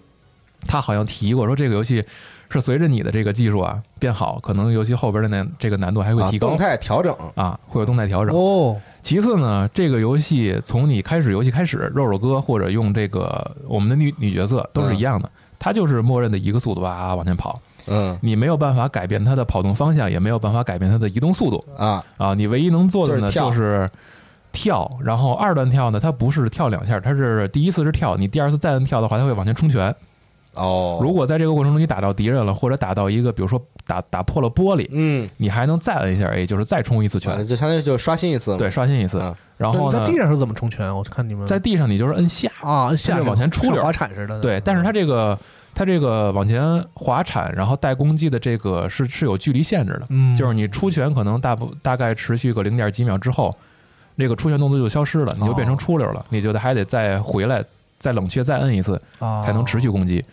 Speaker 5: 他好像提过说这个游戏是随着你的这个技术啊变好，可能游戏后边的难这个难度还会
Speaker 4: 啊
Speaker 5: 提高
Speaker 4: 动态调整
Speaker 5: 啊，会有动态调整。
Speaker 6: 哦，
Speaker 5: 其次呢，这个游戏从你开始游戏开始，肉肉哥或者用这个我们的女女角色都是一样的，她就是默认的一个速度啊往前跑，
Speaker 4: 嗯
Speaker 5: 你没有办法改变她的跑动方向，也没有办法改变她的移动速度
Speaker 4: 啊
Speaker 5: 啊，你唯一能做的
Speaker 4: 就是
Speaker 5: 呢
Speaker 4: 跳
Speaker 5: 就是跳，然后二段跳呢，它不是跳两下，它是第一次是跳，你第二次再按跳的话，它会往前冲拳。
Speaker 4: 哦，
Speaker 5: 如果在这个过程中你打到敌人了，或者打到一个，比如说打打破了玻璃，
Speaker 4: 嗯，
Speaker 5: 你还能再按一下 A，就是再冲一次
Speaker 4: 反
Speaker 5: 拳，
Speaker 4: 正就相当于就刷新一次嘛。
Speaker 5: 对，刷新一次
Speaker 4: 嗯。
Speaker 5: 然后
Speaker 6: 但
Speaker 5: 呢
Speaker 6: 在，地上是怎么冲拳？啊我看你们
Speaker 5: 在地上你就是摁下，
Speaker 6: 啊，下
Speaker 5: 往前出溜
Speaker 6: 像滑铲似的。
Speaker 5: 对，但是它这个它这个往前滑铲，然后带攻击的这个是是有距离限制的，
Speaker 6: 嗯
Speaker 5: 就是你出拳可能大不大概持续个零点几秒之后，那个出拳动作就消失了，你就变成出溜了，你就得还得再回来再冷却再摁一次
Speaker 6: 啊
Speaker 5: 才能持续攻击，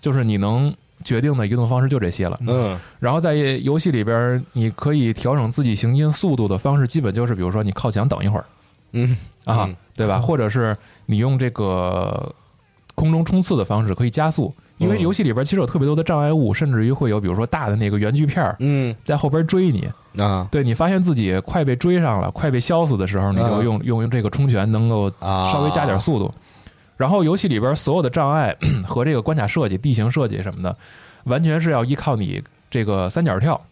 Speaker 5: 就是你能决定的移动方式就这些了。
Speaker 4: 嗯，
Speaker 5: 然后在游戏里边儿，你可以调整自己行进速度的方式，基本就是比如说你靠墙等一会儿，
Speaker 4: 嗯
Speaker 5: 啊
Speaker 4: 嗯，
Speaker 5: 对吧？或者是你用这个空中冲刺的方式可以加速，因为
Speaker 4: 嗯
Speaker 5: 游戏里边儿其实有特别多的障碍物，甚至于会有比如说大的那个圆锯片儿
Speaker 4: 嗯
Speaker 5: 在后边儿追你，
Speaker 4: 啊
Speaker 5: 对你发现自己快被追上了，快被削死的时候，你就
Speaker 4: 嗯
Speaker 5: 用用这个冲拳能够
Speaker 4: 啊
Speaker 5: 稍微加点速度。然后游戏里边所有的障碍和这个关卡设计、地形设计什么的，完全是要依靠你这个三角跳、
Speaker 4: 嗯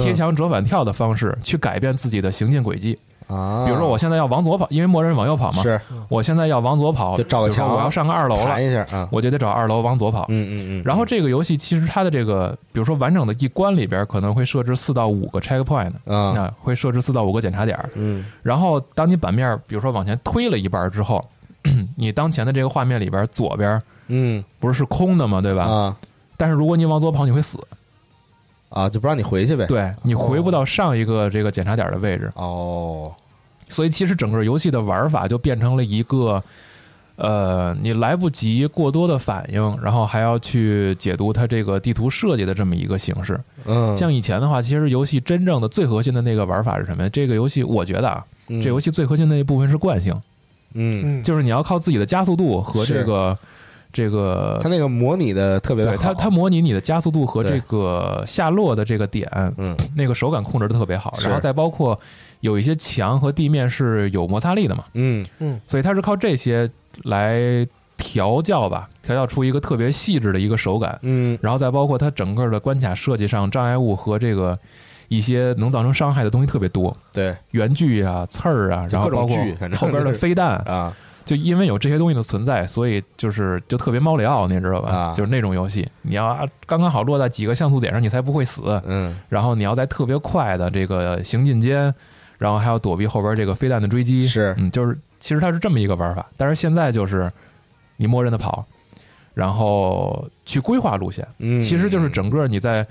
Speaker 5: 贴墙折返跳的方式去改变自己的行进轨迹。
Speaker 4: 啊，
Speaker 5: 比如说，我现在要往左跑，因为默认往右跑嘛，
Speaker 4: 是
Speaker 5: 我现在要往左跑，
Speaker 4: 就找个
Speaker 5: 比如说
Speaker 4: 墙啊
Speaker 5: 我要上个二楼了
Speaker 4: 弹，一下啊，
Speaker 5: 我就得找二楼往左跑。
Speaker 4: 嗯嗯嗯，
Speaker 5: 然后这个游戏其实它的这个，比如说完整的一关里边可能会设置四到五个 checkpoint，
Speaker 4: 啊
Speaker 5: 那会设置四到五个检查点儿。
Speaker 4: 嗯
Speaker 5: 然后当你版面比如说往前推了一半儿之后， 你当前的这个画面里边左边
Speaker 4: 嗯
Speaker 5: 不是是空的吗？对吧？
Speaker 4: 啊
Speaker 5: 但是如果你往左跑，你会死，
Speaker 4: 啊，就不让你回去呗。，
Speaker 5: 对你回不到上一个这个检查点的位置。
Speaker 4: 哦，
Speaker 5: 所以其实整个游戏的玩法就变成了一个，呃，你来不及过多的反应，然后还要去解读它这个地图设计的这么一个形式。
Speaker 4: 嗯，
Speaker 5: 像以前的话，其实游戏真正的最核心的那个玩法是什么呀？这个游戏我觉得啊，
Speaker 4: 嗯
Speaker 5: 这游戏最核心的一部分是惯性。
Speaker 4: 嗯，
Speaker 6: 嗯，
Speaker 5: 就是你要靠自己的加速度和
Speaker 4: 是
Speaker 5: 这个这个
Speaker 4: 它，那个模拟的特别的
Speaker 5: 对它
Speaker 4: 好，
Speaker 5: 它模拟你的加速度和
Speaker 4: 对
Speaker 5: 这个下落的这个点，
Speaker 4: 嗯
Speaker 5: 那个手感控制的特别好，
Speaker 4: 是
Speaker 5: 然后再包括有一些墙和地面是有摩擦力的嘛，
Speaker 4: 嗯
Speaker 5: 所以它是靠这些来调教吧，调教出一个特别细致的一个手感，
Speaker 4: 嗯
Speaker 5: 然后再包括它整个的关卡设计上障碍物和这个一些能造成伤害的东西特别多。
Speaker 4: 对
Speaker 5: 圆锯啊、刺儿啊，
Speaker 4: 就
Speaker 5: 然后
Speaker 4: 各种
Speaker 5: 包括
Speaker 4: 锯反正
Speaker 5: 后边的
Speaker 4: 就是
Speaker 5: 飞弹，
Speaker 4: 啊
Speaker 5: 就因为有这些东西的存在，所以就是就特别猫里奥，你知道吧？
Speaker 4: 啊
Speaker 5: 就是那种游戏，你要啊刚刚好落在几个像素点上，你才不会死。
Speaker 4: 嗯
Speaker 5: 然后你要在特别快的这个行进间，然后还要躲避后边这个飞弹的追击。
Speaker 4: 是
Speaker 5: 嗯，就是其实它是这么一个玩法，但是现在就是你默认的跑，然后去规划路线，
Speaker 4: 嗯，
Speaker 5: 其实就是整个你在。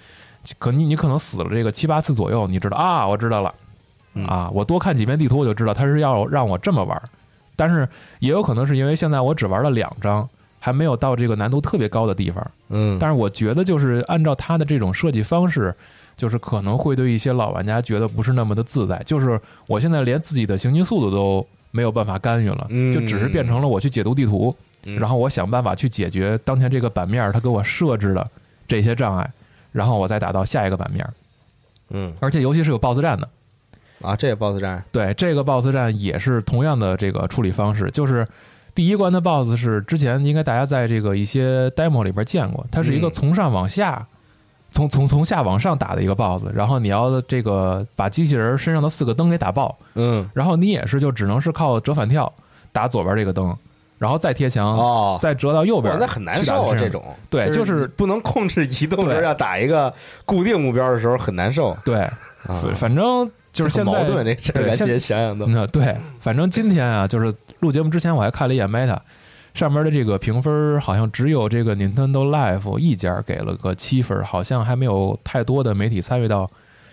Speaker 5: 可你你可能死了这个七八次左右，你知道啊，我知道了，
Speaker 4: 嗯
Speaker 5: 啊，我多看几遍地图我就知道他是要让我这么玩儿，但是也有可能是因为现在我只玩了两张，还没有到这个难度特别高的地方。
Speaker 4: 嗯，
Speaker 5: 但是我觉得就是按照他的这种设计方式，就是可能会对一些老玩家觉得不是那么的自在，就是我现在连自己的行进速度都没有办法干预了，
Speaker 4: 嗯
Speaker 5: 就只是变成了我去解读地图，
Speaker 4: 嗯
Speaker 5: 然后我想办法去解决当前这个版面儿它给我设置的这些障碍，然后我再打到下一个版面儿。
Speaker 4: 嗯
Speaker 5: 而且游戏是有 BOSS 战的。
Speaker 4: 啊，这也 BOSS 战
Speaker 5: 对，这个 BOSS 战也是同样的这个处理方式，就是第一关的 BOSS 是之前应该大家在这个一些 demo 里边见过，它是一个
Speaker 4: 嗯
Speaker 5: 从上往下，从从从下往上打的一个 BOSS，然后你要这个把机器人身上的四个灯给打爆，
Speaker 4: 嗯
Speaker 5: 然后你也是就只能是靠折返跳打左边这个灯，然后再贴墙，
Speaker 4: 哦。
Speaker 5: 再折到右
Speaker 4: 哇
Speaker 5: 边去
Speaker 4: 那
Speaker 5: 打到
Speaker 4: 很
Speaker 5: 身上，
Speaker 4: 难受啊！这种
Speaker 5: 对
Speaker 4: 就
Speaker 5: 就是
Speaker 4: 你不能控制移动，
Speaker 5: 对
Speaker 4: 时候要打一个固定目标的时候很难受。
Speaker 5: 对，
Speaker 4: 啊
Speaker 5: 反反正就是
Speaker 4: 很
Speaker 5: 现在
Speaker 4: 矛盾这事儿，
Speaker 5: 对
Speaker 4: 感
Speaker 5: 现嗯
Speaker 4: 觉想想都
Speaker 5: 那对，反正今天啊，就是录节目之前我还看了一眼 Meta，上面的这个评分好像只有这个 Nintendo Life 一家给了个七分，好像还没有太多的媒体参与到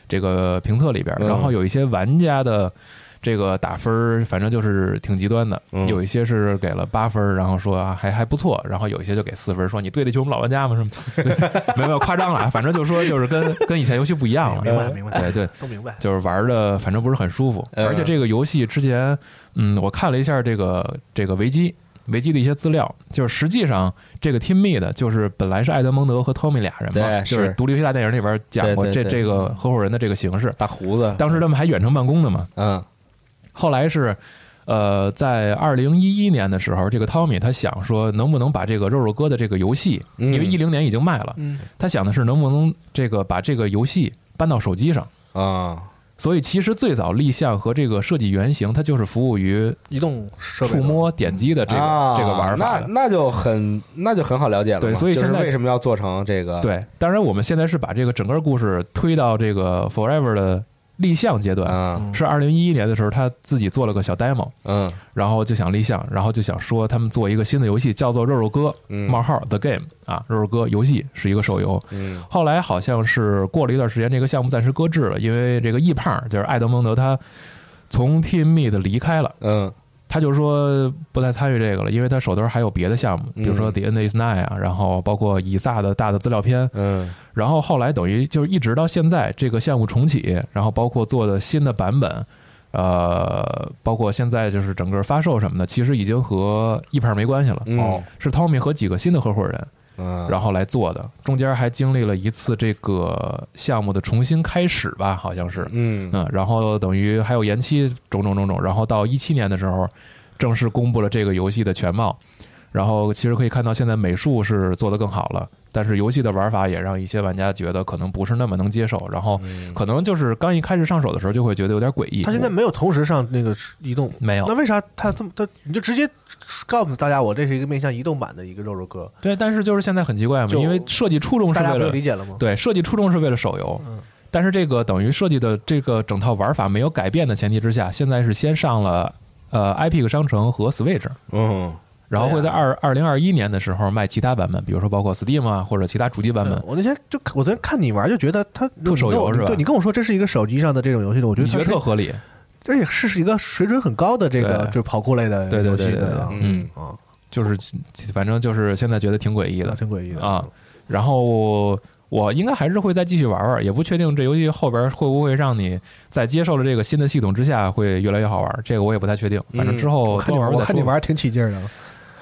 Speaker 5: 这个评测里边。
Speaker 4: 嗯
Speaker 5: 然后有一些玩家的这个打分，反正就是挺极端的，
Speaker 4: 嗯
Speaker 5: 有一些是给了八分，然后说啊还还不错，然后有一些就给四分，说你对得起我们老玩家吗？什么 没有没有夸张了啊，反正就说就是跟跟以前游戏不一样了。
Speaker 6: 明白明白，
Speaker 5: 呃对对，
Speaker 6: 都明白。
Speaker 5: 就是玩的反正不是很舒服，
Speaker 4: 嗯
Speaker 5: 而且这个游戏之前，嗯，我看了一下这个这个维基维基的一些资料，就是实际上这个 Team Me 的，就是本来是艾德蒙德和 Tommy 俩人嘛，
Speaker 4: 对
Speaker 5: 就是
Speaker 4: 是
Speaker 5: 独立游戏大电影里边讲过
Speaker 4: 对对
Speaker 5: 这
Speaker 4: 对
Speaker 5: 这个合伙人的这个形式，
Speaker 4: 大胡子，
Speaker 5: 当时他们还远程办公的嘛，
Speaker 4: 嗯
Speaker 5: 后来是。呃，在二零一一年的时候，这个 Tommy 他想说，能不能把这个肉肉哥的这个游戏，
Speaker 4: 嗯
Speaker 5: 因为一零年已经卖了，
Speaker 6: 嗯
Speaker 5: 他想的是能不能这个把这个游戏搬到手机上，
Speaker 4: 啊
Speaker 5: 所以其实最早立项和这个设计原型，它就是服务于
Speaker 6: 移动设备
Speaker 5: 触摸点击的这个、
Speaker 4: 啊
Speaker 5: 这个玩法的。
Speaker 4: 那那就很那就很好了解了嘛。
Speaker 5: 对所以
Speaker 4: 就是
Speaker 5: 现在
Speaker 4: 为什么要做成这个？，
Speaker 5: 对，当然我们现在是把这个整个故事推到这个 Forever 的立项阶段，
Speaker 4: 嗯
Speaker 5: 是二零一一年的时候他自己做了个小 demo，
Speaker 4: 嗯
Speaker 5: 然后就想立项，然后就想说他们做一个新的游戏，叫做《肉肉哥》
Speaker 4: 嗯
Speaker 5: 冒号 The Game 啊，《肉肉哥》游戏是一个手游。
Speaker 4: 嗯
Speaker 5: 后来好像是过了一段时间，这个项目暂时搁置了，因为这个易胖就是艾德蒙德他从 Team Meet 离开了，
Speaker 4: 嗯
Speaker 5: 他就说不再参与这个了，因为他手头还有别的项目，比如说
Speaker 4: 嗯
Speaker 5: The End Is Nigh 啊，然后包括以撒的大的资料片，
Speaker 4: 嗯
Speaker 5: 然后后来等于就是一直到现在这个项目重启，然后包括做的新的版本，呃，包括现在就是整个发售什么的，其实已经和一派没关系了，
Speaker 4: 嗯哦
Speaker 5: 是 Tommy 和几个新的合伙人，
Speaker 4: 嗯，
Speaker 5: 然后来做的，中间还经历了一次这个项目的重新开始吧，好像是，
Speaker 4: 嗯
Speaker 5: 嗯，然后等于还有延期，种种种种，然后到一七年的时候，正式公布了这个游戏的全貌。然后其实可以看到，现在美术是做得更好了，但是游戏的玩法也让一些玩家觉得可能不是那么能接受，然后嗯可能就是刚一开始上手的时候就会觉得有点诡异。
Speaker 6: 他现在没有同时上那个移动，
Speaker 5: 没
Speaker 6: 那
Speaker 5: 有
Speaker 6: 为啥他这么他你就直接告诉大家，我这是一个面向移动版的一个肉肉哥，
Speaker 5: 对，但是就是现在很奇怪嘛，
Speaker 6: 就
Speaker 5: 因为设计初衷是
Speaker 6: 大家
Speaker 5: 为
Speaker 6: 不就
Speaker 5: 了
Speaker 6: 理解了吗？
Speaker 5: 对设计初衷是为了手游，但是这个等于设计的这个整套玩法没有改变的前提之下，现在是先上了呃 Epic 商城和 Switch。
Speaker 4: 嗯
Speaker 5: 然后会在
Speaker 6: 对啊
Speaker 5: 二二零二一年的时候卖其他版本，比如说包括 Steam 啊或者其他主机版本
Speaker 6: 嗯。我那天就我昨天看你玩，就觉得他
Speaker 5: 特手游
Speaker 6: 你跟我
Speaker 5: 是吧
Speaker 6: 对你跟我说这是一个手机上的这种游戏的，我觉
Speaker 5: 你
Speaker 6: 得
Speaker 5: 觉得
Speaker 6: 它是
Speaker 5: 特合理？
Speaker 6: 而且是一个水准很高的这个
Speaker 5: 对
Speaker 6: 就是跑酷类的
Speaker 5: 对对
Speaker 6: 游
Speaker 5: 对
Speaker 6: 戏
Speaker 5: 对
Speaker 6: 的啊
Speaker 5: 对，
Speaker 4: 嗯
Speaker 5: 嗯，
Speaker 6: 啊，
Speaker 5: 就是反正就是现在觉得挺诡异的
Speaker 6: 挺诡异的
Speaker 5: 啊。。然后我应该还是会再继续玩玩，也不确定这游戏后边会不会让你在接受了这个新的系统之下会越来越好玩，这个我也不太确定。反正之后
Speaker 6: 我看你
Speaker 5: 多玩
Speaker 6: 我
Speaker 5: 再
Speaker 6: 看你
Speaker 5: 说
Speaker 6: 玩挺起劲儿的，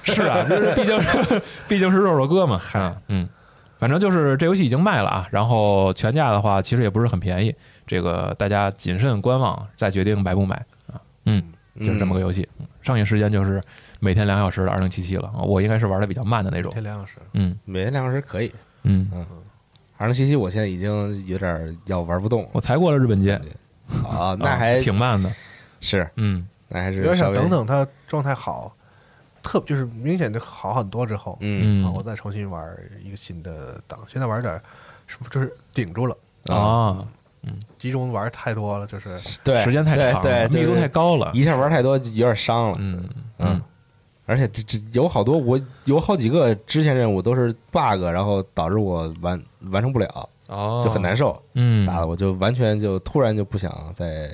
Speaker 5: 是 啊，就是毕竟是毕竟是肉肉哥嘛，嗨，嗯，反正就是这游戏已经卖了啊，然后全价的话其实也不是很便宜，这个大家谨慎观望再决定买不买啊，嗯，就是这么个游戏，嗯上映时间就是每天两小时的二零七七了，我应该是玩的比较慢的那种
Speaker 6: 这，两小时。
Speaker 5: 嗯
Speaker 4: 每天两小时可以。
Speaker 5: 嗯，
Speaker 4: 反正西西，我现在已经有点要玩不动
Speaker 5: 我才过了日本街，
Speaker 4: 了啊，
Speaker 5: 啊
Speaker 4: 那还
Speaker 5: 挺慢的，
Speaker 4: 是，
Speaker 5: 嗯，
Speaker 4: 那还是
Speaker 6: 有点
Speaker 4: 稍
Speaker 6: 想
Speaker 4: 微
Speaker 6: 等，等他状态好，特就是明显就好很多之后，
Speaker 4: 嗯
Speaker 5: 嗯
Speaker 6: 啊，我再重新玩一个新的档。现在玩点儿是不是就是顶住了？
Speaker 5: 啊，
Speaker 6: 集中玩太多了，就是
Speaker 4: 嗯对，
Speaker 5: 时间太长
Speaker 4: 对，
Speaker 5: 了，
Speaker 4: 对
Speaker 5: 密度
Speaker 4: 就是
Speaker 5: 太高了，
Speaker 4: 一下玩太多就有点伤了，
Speaker 5: 嗯
Speaker 4: 嗯，而且这这有好多我有好几个支线任务都是 bug，然后导致我完完成不了，
Speaker 5: 哦
Speaker 4: 就很难，受，
Speaker 5: 嗯，
Speaker 4: 打的我就完全就突然就不想再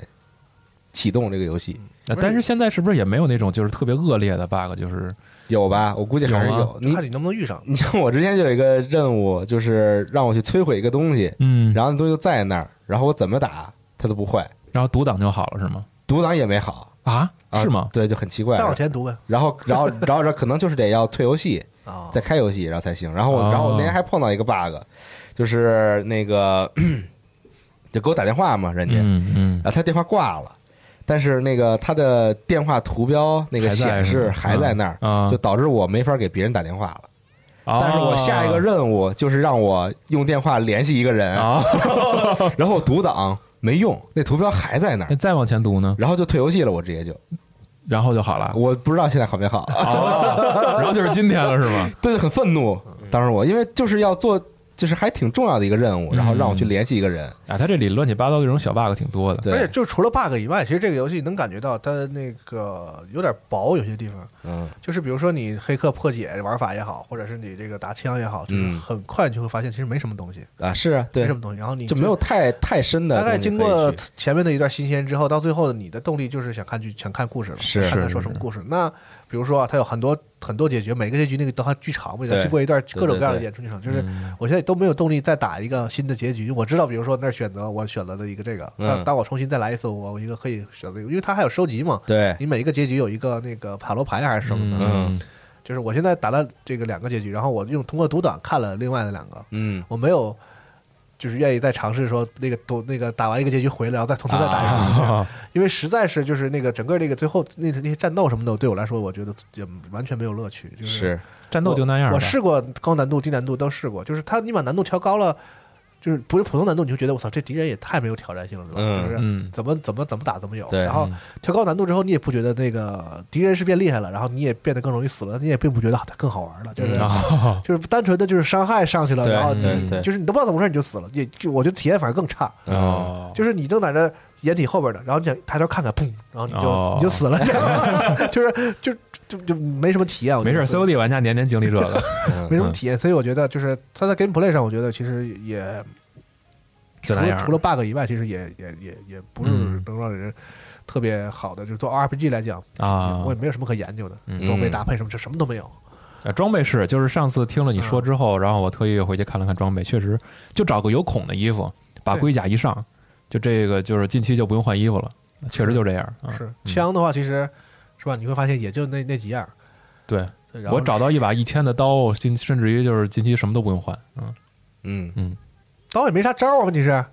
Speaker 4: 启动这个游戏，
Speaker 5: 啊但是现在是不是也没有那种就是特别恶劣的 bug？就是
Speaker 4: 有吧？我估计还是
Speaker 5: 有吗啊
Speaker 4: 有。你
Speaker 6: 看你能不能遇上。
Speaker 4: 你像我之前就有一个任务，就是让我去摧毁一个东西，
Speaker 5: 嗯，然
Speaker 4: 然后那东西就在那儿，然后我怎么打它都不坏，
Speaker 5: 后然后读档就好了是吗？
Speaker 4: 读档也没好，
Speaker 5: 啊，
Speaker 4: 啊
Speaker 5: 是吗？
Speaker 4: 对，就很奇怪
Speaker 6: 再。往前读呗
Speaker 4: 然后，然后，然后，然后可能就是得要退游戏，
Speaker 6: 啊！
Speaker 4: 再开游戏，然后才行。然后我，
Speaker 5: 哦
Speaker 4: 然后我那天还碰到一个 bug，就是那个 就给我打电话嘛，人家，
Speaker 5: 嗯嗯
Speaker 4: 然后他电话挂了，但是那个他的电话图标那个
Speaker 5: 还在
Speaker 4: 显
Speaker 5: 是
Speaker 4: 示
Speaker 5: 吗
Speaker 4: 还在那儿，
Speaker 5: 啊啊
Speaker 4: 就导致我没法给别人打电话了。
Speaker 5: 啊
Speaker 4: 但是我下一个任务就是让我用电话联系一个人，
Speaker 5: 啊，
Speaker 4: 然后读档没用，那图标还在那
Speaker 5: 那
Speaker 4: 儿，
Speaker 5: 再往前读呢，
Speaker 4: 然后就退游戏了。我直接就，
Speaker 5: 然后就好了。
Speaker 4: 我不知道现在好没好，啊
Speaker 5: 哦， 然后就是今天了是吗？
Speaker 4: 对，很愤怒。
Speaker 6: 嗯
Speaker 4: 当时我因为就是要做，就是还挺重要的一个任
Speaker 6: 嗯
Speaker 4: 务，然后让我去联系一个人。
Speaker 5: 啊，他这里乱七八糟这种小 bug 挺多的。
Speaker 6: 嗯而且
Speaker 4: 对，
Speaker 6: 就除了 bug 以外，其实这个游戏能感觉到它那个有点薄，有些地方
Speaker 4: 嗯
Speaker 6: 就是比如说你黑客破解玩法也好，或者是你这个打枪也好，就是
Speaker 4: 嗯
Speaker 6: 很快你就会发现其实没什么东西，
Speaker 4: 啊，是啊，
Speaker 6: 没
Speaker 4: 对
Speaker 6: 什，么东西。然后你
Speaker 4: 就没有太太深的
Speaker 6: 大
Speaker 4: 东西可
Speaker 6: 概
Speaker 4: 以去。
Speaker 6: 经过前面的一段新鲜之后，到最后你的动力就是想看剧，想看故事了，
Speaker 4: 是
Speaker 6: 看
Speaker 5: 是
Speaker 6: 他
Speaker 5: 是
Speaker 6: 说什么故事。那比如说啊，它有很多很多结局，每个结局那个都还巨长嘛，
Speaker 4: 对
Speaker 6: 经过一段各种各
Speaker 4: 对对
Speaker 6: 样
Speaker 4: 嗯
Speaker 6: 的
Speaker 4: 对
Speaker 6: 演出剧场，就是我现在都没有动力再打一个新的结局。我知道，比如说那儿选择我选择了一个这个，
Speaker 4: 嗯
Speaker 6: 当当我重新再来一次，我我一个可以选择一个，因为它还有收集嘛。
Speaker 4: 对，
Speaker 6: 你每一个结局有一个那个塔罗牌还是什么的，
Speaker 4: 嗯
Speaker 6: 就是我现在打了这个两个结局，然后我用通过读档看了另外的两个，
Speaker 4: 嗯，
Speaker 6: 我没有就是愿意再尝试说那个都那个打完一个结局回来，然后再重新再打一个结局，
Speaker 5: 啊，
Speaker 6: 因为实在是就是那个整个那个最后那那些战斗什么的，对我来说，我觉得也完全没有乐趣。就是
Speaker 4: 嗯是
Speaker 5: 战
Speaker 6: 战
Speaker 5: 斗就那样吧
Speaker 6: 我试过高难度、低难度都试过，就是他你把难度调高了。就是不是普通难度，你就觉得我操，这敌人也太没有挑战性了，对吧？
Speaker 4: 嗯
Speaker 6: 就是
Speaker 5: 嗯
Speaker 6: 怎么怎么怎么打怎么有。
Speaker 4: 对
Speaker 6: 然后调高难度之后，你也不觉得那个敌人是变厉害了，然后你也变得更容易死了，你也并不觉得啊它更好玩了，就是、
Speaker 5: 啊，
Speaker 6: 就是单纯的就是伤害上去了，
Speaker 4: 对
Speaker 6: 然后
Speaker 5: 嗯对
Speaker 6: 你
Speaker 4: 对
Speaker 6: 就是你都不知道怎么回事你就死了，也就我觉得体验反而更差。
Speaker 4: 嗯
Speaker 5: 哦，
Speaker 6: 就是你正在这掩体后边呢，然后你想抬头看看，砰，然后你就、
Speaker 5: 哦
Speaker 6: 你就死了，你知 道吗就是就就就没什么体验。我觉
Speaker 5: 没
Speaker 6: 得
Speaker 5: 事
Speaker 6: 是
Speaker 5: ，COD 玩家年年经历 这个，
Speaker 6: 没什么
Speaker 5: 嗯
Speaker 6: 体验，所以我觉得就是他在 gameplay 上，我觉得其实也
Speaker 5: 就
Speaker 6: 除
Speaker 5: 那
Speaker 6: 了
Speaker 5: 样
Speaker 6: 除了 bug 以外，其实也也也也不是
Speaker 5: 嗯
Speaker 6: 能让人特别好的。就是做 RPG 来讲
Speaker 5: 啊
Speaker 6: 我也没有什么可研究的，
Speaker 5: 嗯
Speaker 6: 装备搭配什么这什么都没有。
Speaker 5: 呃，装备是，就是上次听了你
Speaker 6: 嗯
Speaker 5: 说之后，然后我特意回去看了看装备，确实就找个有孔的衣服，把
Speaker 6: 对
Speaker 5: 龟甲一上，就这个就是近期就不用换衣服了，确实就这样。啊、
Speaker 6: 是
Speaker 5: 嗯
Speaker 6: 枪的话，其实是吧？你会发现也就那那几样。
Speaker 5: 对
Speaker 6: 对然后
Speaker 5: 我找到一把一千的刀，近甚至于就是近期什么都不用换，嗯，
Speaker 4: 嗯
Speaker 6: 刀也没啥招啊，问题是啊，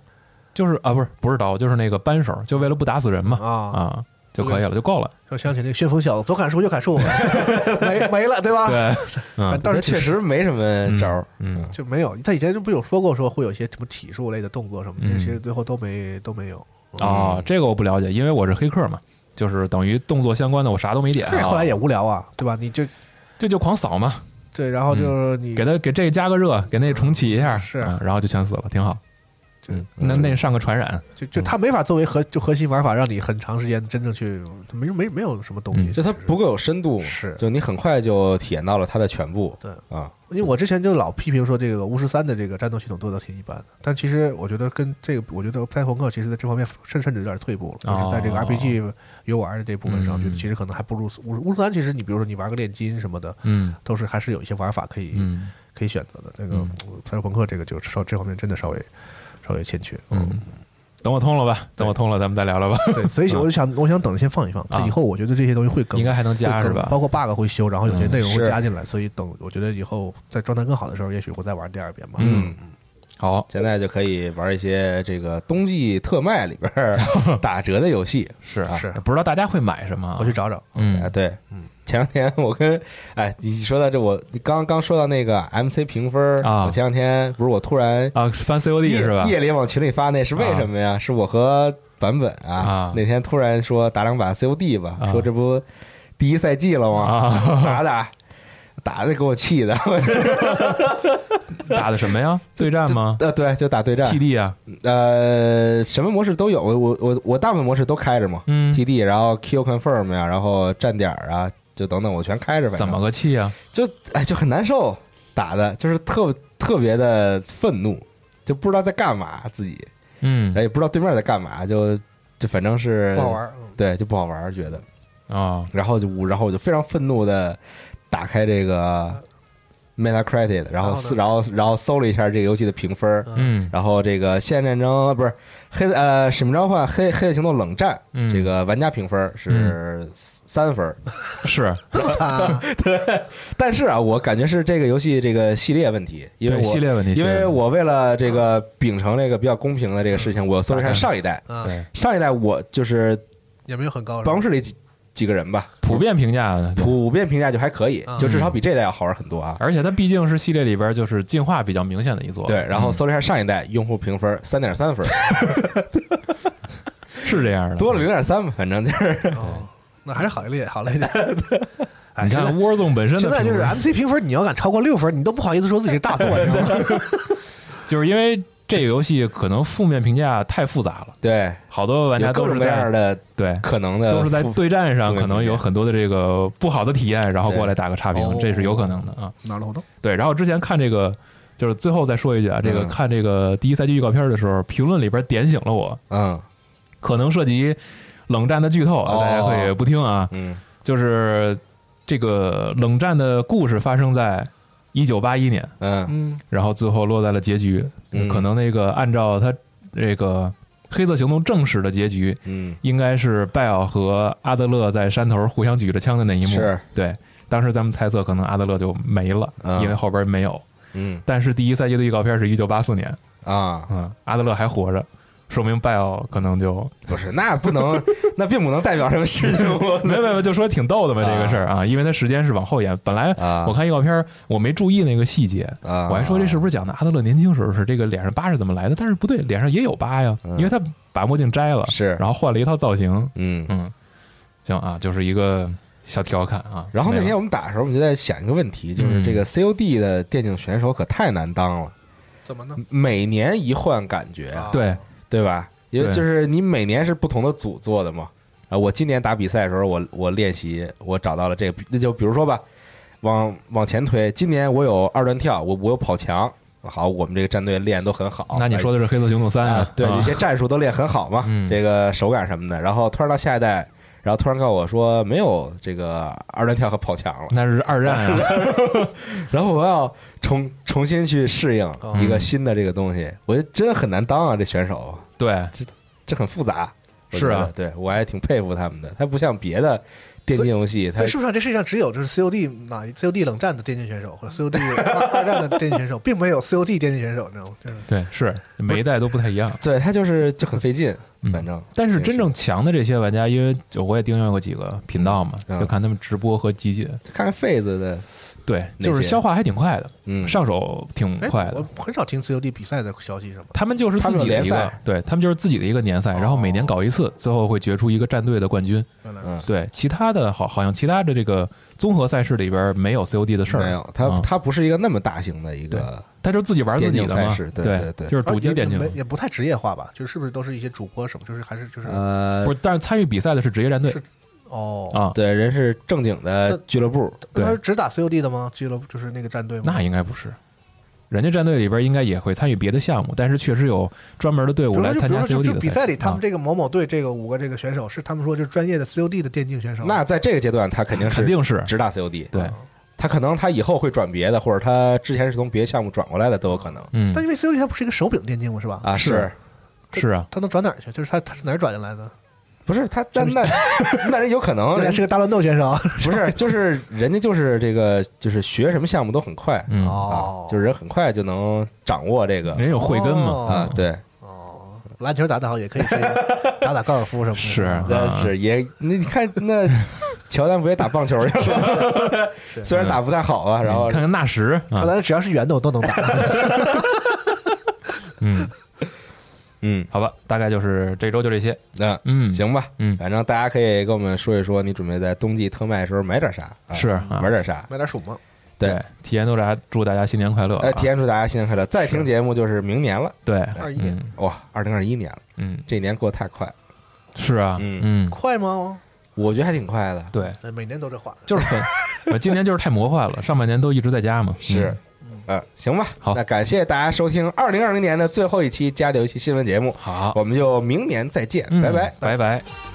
Speaker 5: 就是啊，不是不是刀，就是那个扳手，就为了不打死人嘛，啊就可以了，就够了。
Speaker 6: 我想起那个旋风小子，左砍树右 砍树，没没了，对吧？
Speaker 5: 对，嗯，
Speaker 6: 但是
Speaker 4: 确实没什么招儿，
Speaker 5: 嗯嗯
Speaker 6: 就没有。他以前就不有说过说会有一些什么体术类的动作什么的，
Speaker 5: 嗯
Speaker 6: 其实最后都没都没有。嗯
Speaker 5: 哦，这个我不了解，因为我是黑客嘛，就是等于动作相关的我啥都没点
Speaker 6: 这
Speaker 5: 啊，
Speaker 6: 后来也无聊啊，对吧？你就
Speaker 5: 这就狂扫嘛，
Speaker 6: 对，然后就是
Speaker 5: 嗯
Speaker 6: 你
Speaker 5: 给他给这个加个热，给那重启一下，
Speaker 6: 是
Speaker 5: 啊然后就全死了，挺好。
Speaker 6: 就
Speaker 5: 嗯，那那上个传染，
Speaker 6: 就就他没法作为核就核心玩法，让你很长时间真正去没没没有什么东西。
Speaker 5: 嗯
Speaker 4: 就它
Speaker 6: 其实
Speaker 4: 不够有深度嘛，
Speaker 6: 是
Speaker 4: 就你很快就体验到了它的全部，
Speaker 6: 对
Speaker 4: 啊，
Speaker 6: 因为我之前就老批评说这个巫师三的这个战斗系统做的挺一般的，但其实我觉得跟这个，我觉得赛博朋克其实在这方面甚甚至有点退步了，就是在这个
Speaker 5: 哦
Speaker 6: RPG 游玩的这部分上，
Speaker 5: 嗯
Speaker 6: 就其实可能还不如巫巫师三。其实你比如说你玩个炼金什么的，
Speaker 5: 嗯
Speaker 6: 都是还是有一些玩法可以、
Speaker 5: 嗯
Speaker 6: 可以选择的。这个
Speaker 5: 嗯
Speaker 6: 赛博朋克这个就稍这方面真的稍微稍微欠缺。
Speaker 5: 嗯，等我通了吧，等我通了，咱们再聊聊吧。
Speaker 6: 对，所以我就想，我想等着先放一放，
Speaker 5: 嗯啊
Speaker 6: 以后我觉得这些东西会更
Speaker 5: 应该还能
Speaker 6: 会
Speaker 5: 加
Speaker 6: 更
Speaker 5: 是吧？
Speaker 6: 包括 bug 会修，然后有些
Speaker 5: 嗯
Speaker 6: 内容会
Speaker 4: 是
Speaker 6: 加进来，所以等我觉得以后在状态更好的时候，也许会再玩第二遍吧。
Speaker 5: 嗯，好，
Speaker 4: 现在就可以玩一些这个冬季特卖里边 儿打折的游戏
Speaker 5: 是
Speaker 4: 啊
Speaker 6: 是
Speaker 5: 不知道大家会买什么啊？
Speaker 6: 我去找找。
Speaker 4: 啊，
Speaker 5: 嗯
Speaker 4: 对
Speaker 6: 嗯，
Speaker 4: 前两天我跟哎，你说到这，我你刚刚说到那个 MC 评分儿
Speaker 5: 啊
Speaker 4: 我前两天不是我突然
Speaker 5: 啊，翻 COD
Speaker 4: 夜
Speaker 5: 是吧？
Speaker 4: 夜里往群里发那是为什么呀？是我和版本啊
Speaker 5: 啊
Speaker 4: 那天突然说打两把 COD 吧，
Speaker 5: 啊
Speaker 4: 说这不第一赛季了吗？
Speaker 5: 啊，
Speaker 4: 打打打的给我气的，
Speaker 5: 打的什么呀？对战吗
Speaker 4: 呃，对，就打对战，
Speaker 5: ？TD 啊，
Speaker 4: 呃，什么模式都有，我我我我大部分模式都开着嘛
Speaker 5: 嗯，
Speaker 4: ，TD，然后 Q confirm 呀、然后站点儿啊，就等等，我全开着呗。
Speaker 5: 怎么个气啊？
Speaker 4: 就哎就很难受，打的就是特特别的愤怒，就不知道在干嘛自己，
Speaker 5: 嗯
Speaker 4: 然后也不知道对面在干嘛，就就反正是
Speaker 6: 不好玩， 嗯
Speaker 4: 对，就不好玩儿觉得，
Speaker 5: 啊，
Speaker 4: 然后就然后我就非常愤怒的打开这个 Metacritic，然后
Speaker 6: 然后
Speaker 4: 搜然
Speaker 6: 呢
Speaker 4: 后然后搜了一下这个游戏的评分儿，
Speaker 5: 嗯
Speaker 4: 然后这个《现代战争》呃不是黑呃《使命召唤》黑黑夜行动冷战，
Speaker 5: 嗯
Speaker 4: 这个玩家评分是三分儿，
Speaker 5: 嗯是，
Speaker 4: 但是啊，我感觉是这个游戏这个系列问题，因为
Speaker 5: 对
Speaker 4: 我
Speaker 5: 系列问题，系
Speaker 4: 因
Speaker 5: 列
Speaker 4: 为
Speaker 5: 问题
Speaker 4: 我为了这个秉承这个比较公平的这个事情，我搜了一下
Speaker 5: 大概
Speaker 4: 上一代，
Speaker 6: 啊，
Speaker 5: 对
Speaker 4: 上一代我就是
Speaker 6: 也没有很高，
Speaker 4: 办公室里几几个人吧，
Speaker 5: 普遍评价，
Speaker 4: 普遍评价就还可以
Speaker 6: 啊，
Speaker 4: 就至少比这代要好玩很多啊。
Speaker 5: 而且它毕竟是系列里边就是进化比较明显的一座，
Speaker 4: 对，然后
Speaker 5: 嗯
Speaker 4: 搜了一下上一代，用户评分三点三分，
Speaker 5: 是这样 的，
Speaker 4: 多了零点三吧，反正就是
Speaker 6: 是吧哦那还是好一点，好 了一点。哎，
Speaker 5: 你
Speaker 6: 现
Speaker 5: 看
Speaker 6: 在
Speaker 5: Warzone 本身的
Speaker 6: 现在就是 MC 评分，你要敢超过六分，你都不好意思说自己是大作，你知道 吗？
Speaker 5: 就是因为这个游戏可能负面评价太复杂了，
Speaker 4: 对，
Speaker 5: 好多玩家
Speaker 4: 有各
Speaker 5: 都
Speaker 4: 种
Speaker 5: 是
Speaker 4: 各样
Speaker 5: 在
Speaker 4: 的
Speaker 5: 对，
Speaker 4: 可能的
Speaker 5: 都是在
Speaker 4: 负
Speaker 5: 对战上
Speaker 4: 负面评价
Speaker 5: 可能有很多的这个不好的体验，然后过来打个差
Speaker 6: 哦
Speaker 5: 评，这是有可能的啊。
Speaker 6: 哪路都
Speaker 5: 对，然后之前看这个。就是最后再说一句啊，这个
Speaker 4: 嗯
Speaker 5: 看这个第一赛季预告片的时候，评论里边点醒了我，
Speaker 4: 嗯
Speaker 5: 可能涉及冷战的剧透，
Speaker 4: 哦
Speaker 5: 啊，大家可以不听啊。
Speaker 4: 嗯
Speaker 5: 就是这个冷战的故事发生在一九八一年，
Speaker 4: 嗯
Speaker 6: 嗯，
Speaker 5: 然后最后落在了结局。
Speaker 4: 嗯
Speaker 5: 可能那个按照他这个黑色行动正史的结局，
Speaker 4: 嗯，
Speaker 5: 应该是拜尔和阿德勒在山头互相举着枪的那一幕。
Speaker 4: 是
Speaker 5: 对，当时咱们猜测可能阿德勒就没了，
Speaker 4: 嗯
Speaker 5: 因为后边没有。
Speaker 4: 嗯
Speaker 5: 但是第一赛季的预告片是一九八四年，
Speaker 4: 啊，
Speaker 5: 嗯，阿德勒还活着，说明拜尔可能就
Speaker 4: 不是，那不能那并不能代表什么事情。我
Speaker 5: 没有没有，就说挺逗的嘛，
Speaker 4: 啊
Speaker 5: 这个事儿啊，因为它时间是往后延。本来
Speaker 4: 啊
Speaker 5: 我看预告片儿，我没注意那个细节，
Speaker 4: 啊
Speaker 5: 我还说这是不是讲的阿德勒年轻时候是这个脸上疤是怎么来的？但是不对，脸上也有疤呀，因为他把墨镜摘了，
Speaker 4: 嗯是
Speaker 5: 然后换了一套造型，
Speaker 4: 嗯。
Speaker 5: 嗯，行啊，就是一个小调侃啊。
Speaker 4: 然后那
Speaker 5: 没
Speaker 4: 天
Speaker 5: 了嗯
Speaker 4: 我们打的时候，我们就在想一个问题，就是这个 COD 的电竞选手可太难当了，
Speaker 6: 怎么呢？
Speaker 4: 每年一换感觉，
Speaker 6: 啊
Speaker 5: 对，
Speaker 4: 对吧？因为
Speaker 5: 对
Speaker 4: 就是你每年是不同的组做的嘛。啊，我今年打比赛的时候，我我练习，我找到了这个，那就比如说吧，往往前推，今年我有二段跳，我我有跑墙，好，我们这个战队练得都很好。
Speaker 5: 那你说的是《黑色行动三》
Speaker 4: 哦哎啊，对，
Speaker 5: 啊
Speaker 4: 这些战术都练很好嘛，
Speaker 5: 嗯
Speaker 4: 这个手感什么的。然后突然到下一代，然后突然告诉我说没有这个二段跳和跑墙了，
Speaker 5: 那是二战啊，
Speaker 4: 然后我要重重新去适应
Speaker 6: 哦
Speaker 4: 一个新的这个东西，我觉得真很难当啊，这选手
Speaker 5: 对，
Speaker 4: 这很复杂。我
Speaker 5: 是啊
Speaker 4: 觉得对我还挺佩服他们的，他不像别的电竞游戏，他
Speaker 6: 所以是不是啊这世界上只有就是 COD 哪 COD 冷战的电竞选手或 者 COD 二战的电竞选手，并没有 COD 电竞选手，你知道吗？就是
Speaker 5: 对，是每一代都不太一样。
Speaker 4: 对他就是就很费劲，
Speaker 5: 嗯
Speaker 4: 反正。
Speaker 5: 但是真正强的这些玩家，因为就我也订阅过几个频道嘛，
Speaker 4: 嗯
Speaker 5: 就看他们直播和集锦，
Speaker 4: 看看 Phase 的，
Speaker 5: 对，
Speaker 4: 哪些
Speaker 5: 就是消化还挺快的，
Speaker 4: 嗯，
Speaker 5: 上手挺
Speaker 6: 哎
Speaker 5: 快，的。
Speaker 6: 我很少听 COD 比赛的消息，是吗？
Speaker 5: 他们就是自
Speaker 4: 他
Speaker 5: 己
Speaker 4: 们有
Speaker 5: 的一
Speaker 4: 联
Speaker 5: 个
Speaker 4: 赛，哦
Speaker 5: 对他们就是自己的一个年赛，然后每年搞一次，最后会决出一个战队的冠军。
Speaker 6: 原来
Speaker 4: 嗯，
Speaker 5: 对，其他的好好像其他的这个综合赛事里边没有 COD 的事儿，
Speaker 4: 没有，他
Speaker 5: 啊
Speaker 4: 他不是一个那么大型的一个，
Speaker 5: 他就自己玩自己
Speaker 4: 电竞
Speaker 5: 的
Speaker 4: 赛
Speaker 5: 嘛
Speaker 4: 事，对对
Speaker 5: 对
Speaker 4: 对
Speaker 5: 就是主机
Speaker 6: 啊也
Speaker 5: 电竞
Speaker 6: 也，没也不太职业化吧？就是是不是都是一些主播什么？就是还是就是
Speaker 4: 呃
Speaker 5: 不，是，但是参与比赛的是职业战队
Speaker 6: 是哦，
Speaker 5: 嗯啊，
Speaker 4: 对，人是正经的俱乐部，
Speaker 5: 对
Speaker 6: 他是只打 COD 的吗？俱乐部就是那个战队吗？
Speaker 5: 那应该不是。人家战队里边应该也会参与别的项目，但是确实有专门的队伍
Speaker 6: 比如
Speaker 5: 来
Speaker 6: 说就
Speaker 5: 参加
Speaker 6: 比如说
Speaker 5: COD
Speaker 6: 就
Speaker 5: 的
Speaker 6: 比赛
Speaker 5: 事
Speaker 6: 里，他们
Speaker 5: 啊
Speaker 6: 这个某某队这个五个这个选手是他们说就是专业的 COD 的电竞选手。
Speaker 4: 那在这个阶段，他肯定是啊
Speaker 5: 肯定是
Speaker 4: 直打 COD，
Speaker 5: 对，
Speaker 4: 他可能他以后会转别的，或者他之前是从别的项目转过来的都有可能
Speaker 5: 嗯
Speaker 6: 但，因为 COD 它不是一个手柄电竞嘛，是吧？
Speaker 4: 啊，
Speaker 5: 是
Speaker 4: 是
Speaker 5: 是啊，
Speaker 6: 它能转哪儿去？就是它它是哪儿转进来的？
Speaker 4: 不是他那那 那人有可能
Speaker 6: 原来
Speaker 4: 人
Speaker 6: 是个大乱斗选手。
Speaker 4: 不是就是人家就是这个就是学什么项目都很快
Speaker 5: 嗯，
Speaker 4: 啊，就是人很快就能掌握这个
Speaker 5: 人有慧根嘛，
Speaker 6: 哦
Speaker 4: 啊，对，
Speaker 6: 哦，篮球打得好也可以这个打打高尔夫什么的。啊
Speaker 5: 是
Speaker 6: 吧
Speaker 4: 那是也那你看 那乔丹不也打棒球去了？虽然打不太好啊，然后
Speaker 5: 嗯你看看纳什啊
Speaker 6: 看，来只要是圆的我都能打。
Speaker 5: 嗯，
Speaker 4: 嗯
Speaker 5: 好吧，大概就是这周就这些，
Speaker 4: 那
Speaker 5: 嗯，，
Speaker 4: 行吧，
Speaker 5: 嗯
Speaker 4: 反正大家可以跟我们说一说，你准备在冬季特卖的时候买点啥？啊
Speaker 5: 是啊
Speaker 4: 玩点啥？
Speaker 6: 买点鼠吗？
Speaker 4: 对，，
Speaker 5: 提前祝大家祝大家新年快乐啊，
Speaker 4: 呃，提前祝大家新年快乐！再听节目就是明年了，
Speaker 5: 对，
Speaker 6: 二一年
Speaker 5: 嗯
Speaker 4: 哇，二零二一年了，
Speaker 5: 嗯，
Speaker 4: 这一年过得太快了，
Speaker 5: 是啊，
Speaker 4: 嗯
Speaker 5: 嗯，
Speaker 6: 快吗？
Speaker 4: 我觉得还挺快的。
Speaker 5: 对，
Speaker 6: 哎每年都这话。
Speaker 5: 就是 很，我今年就是太魔幻了，上半年都一直在家嘛，
Speaker 4: 是
Speaker 5: 嗯，
Speaker 4: 嗯，行吧，
Speaker 5: 好
Speaker 4: 那感谢大家收听二零二零年的最后一期《家里游戏新闻》节目，
Speaker 5: 好，
Speaker 4: 我们就明年再见，
Speaker 5: 嗯
Speaker 4: 拜拜。
Speaker 5: 拜拜。
Speaker 3: 「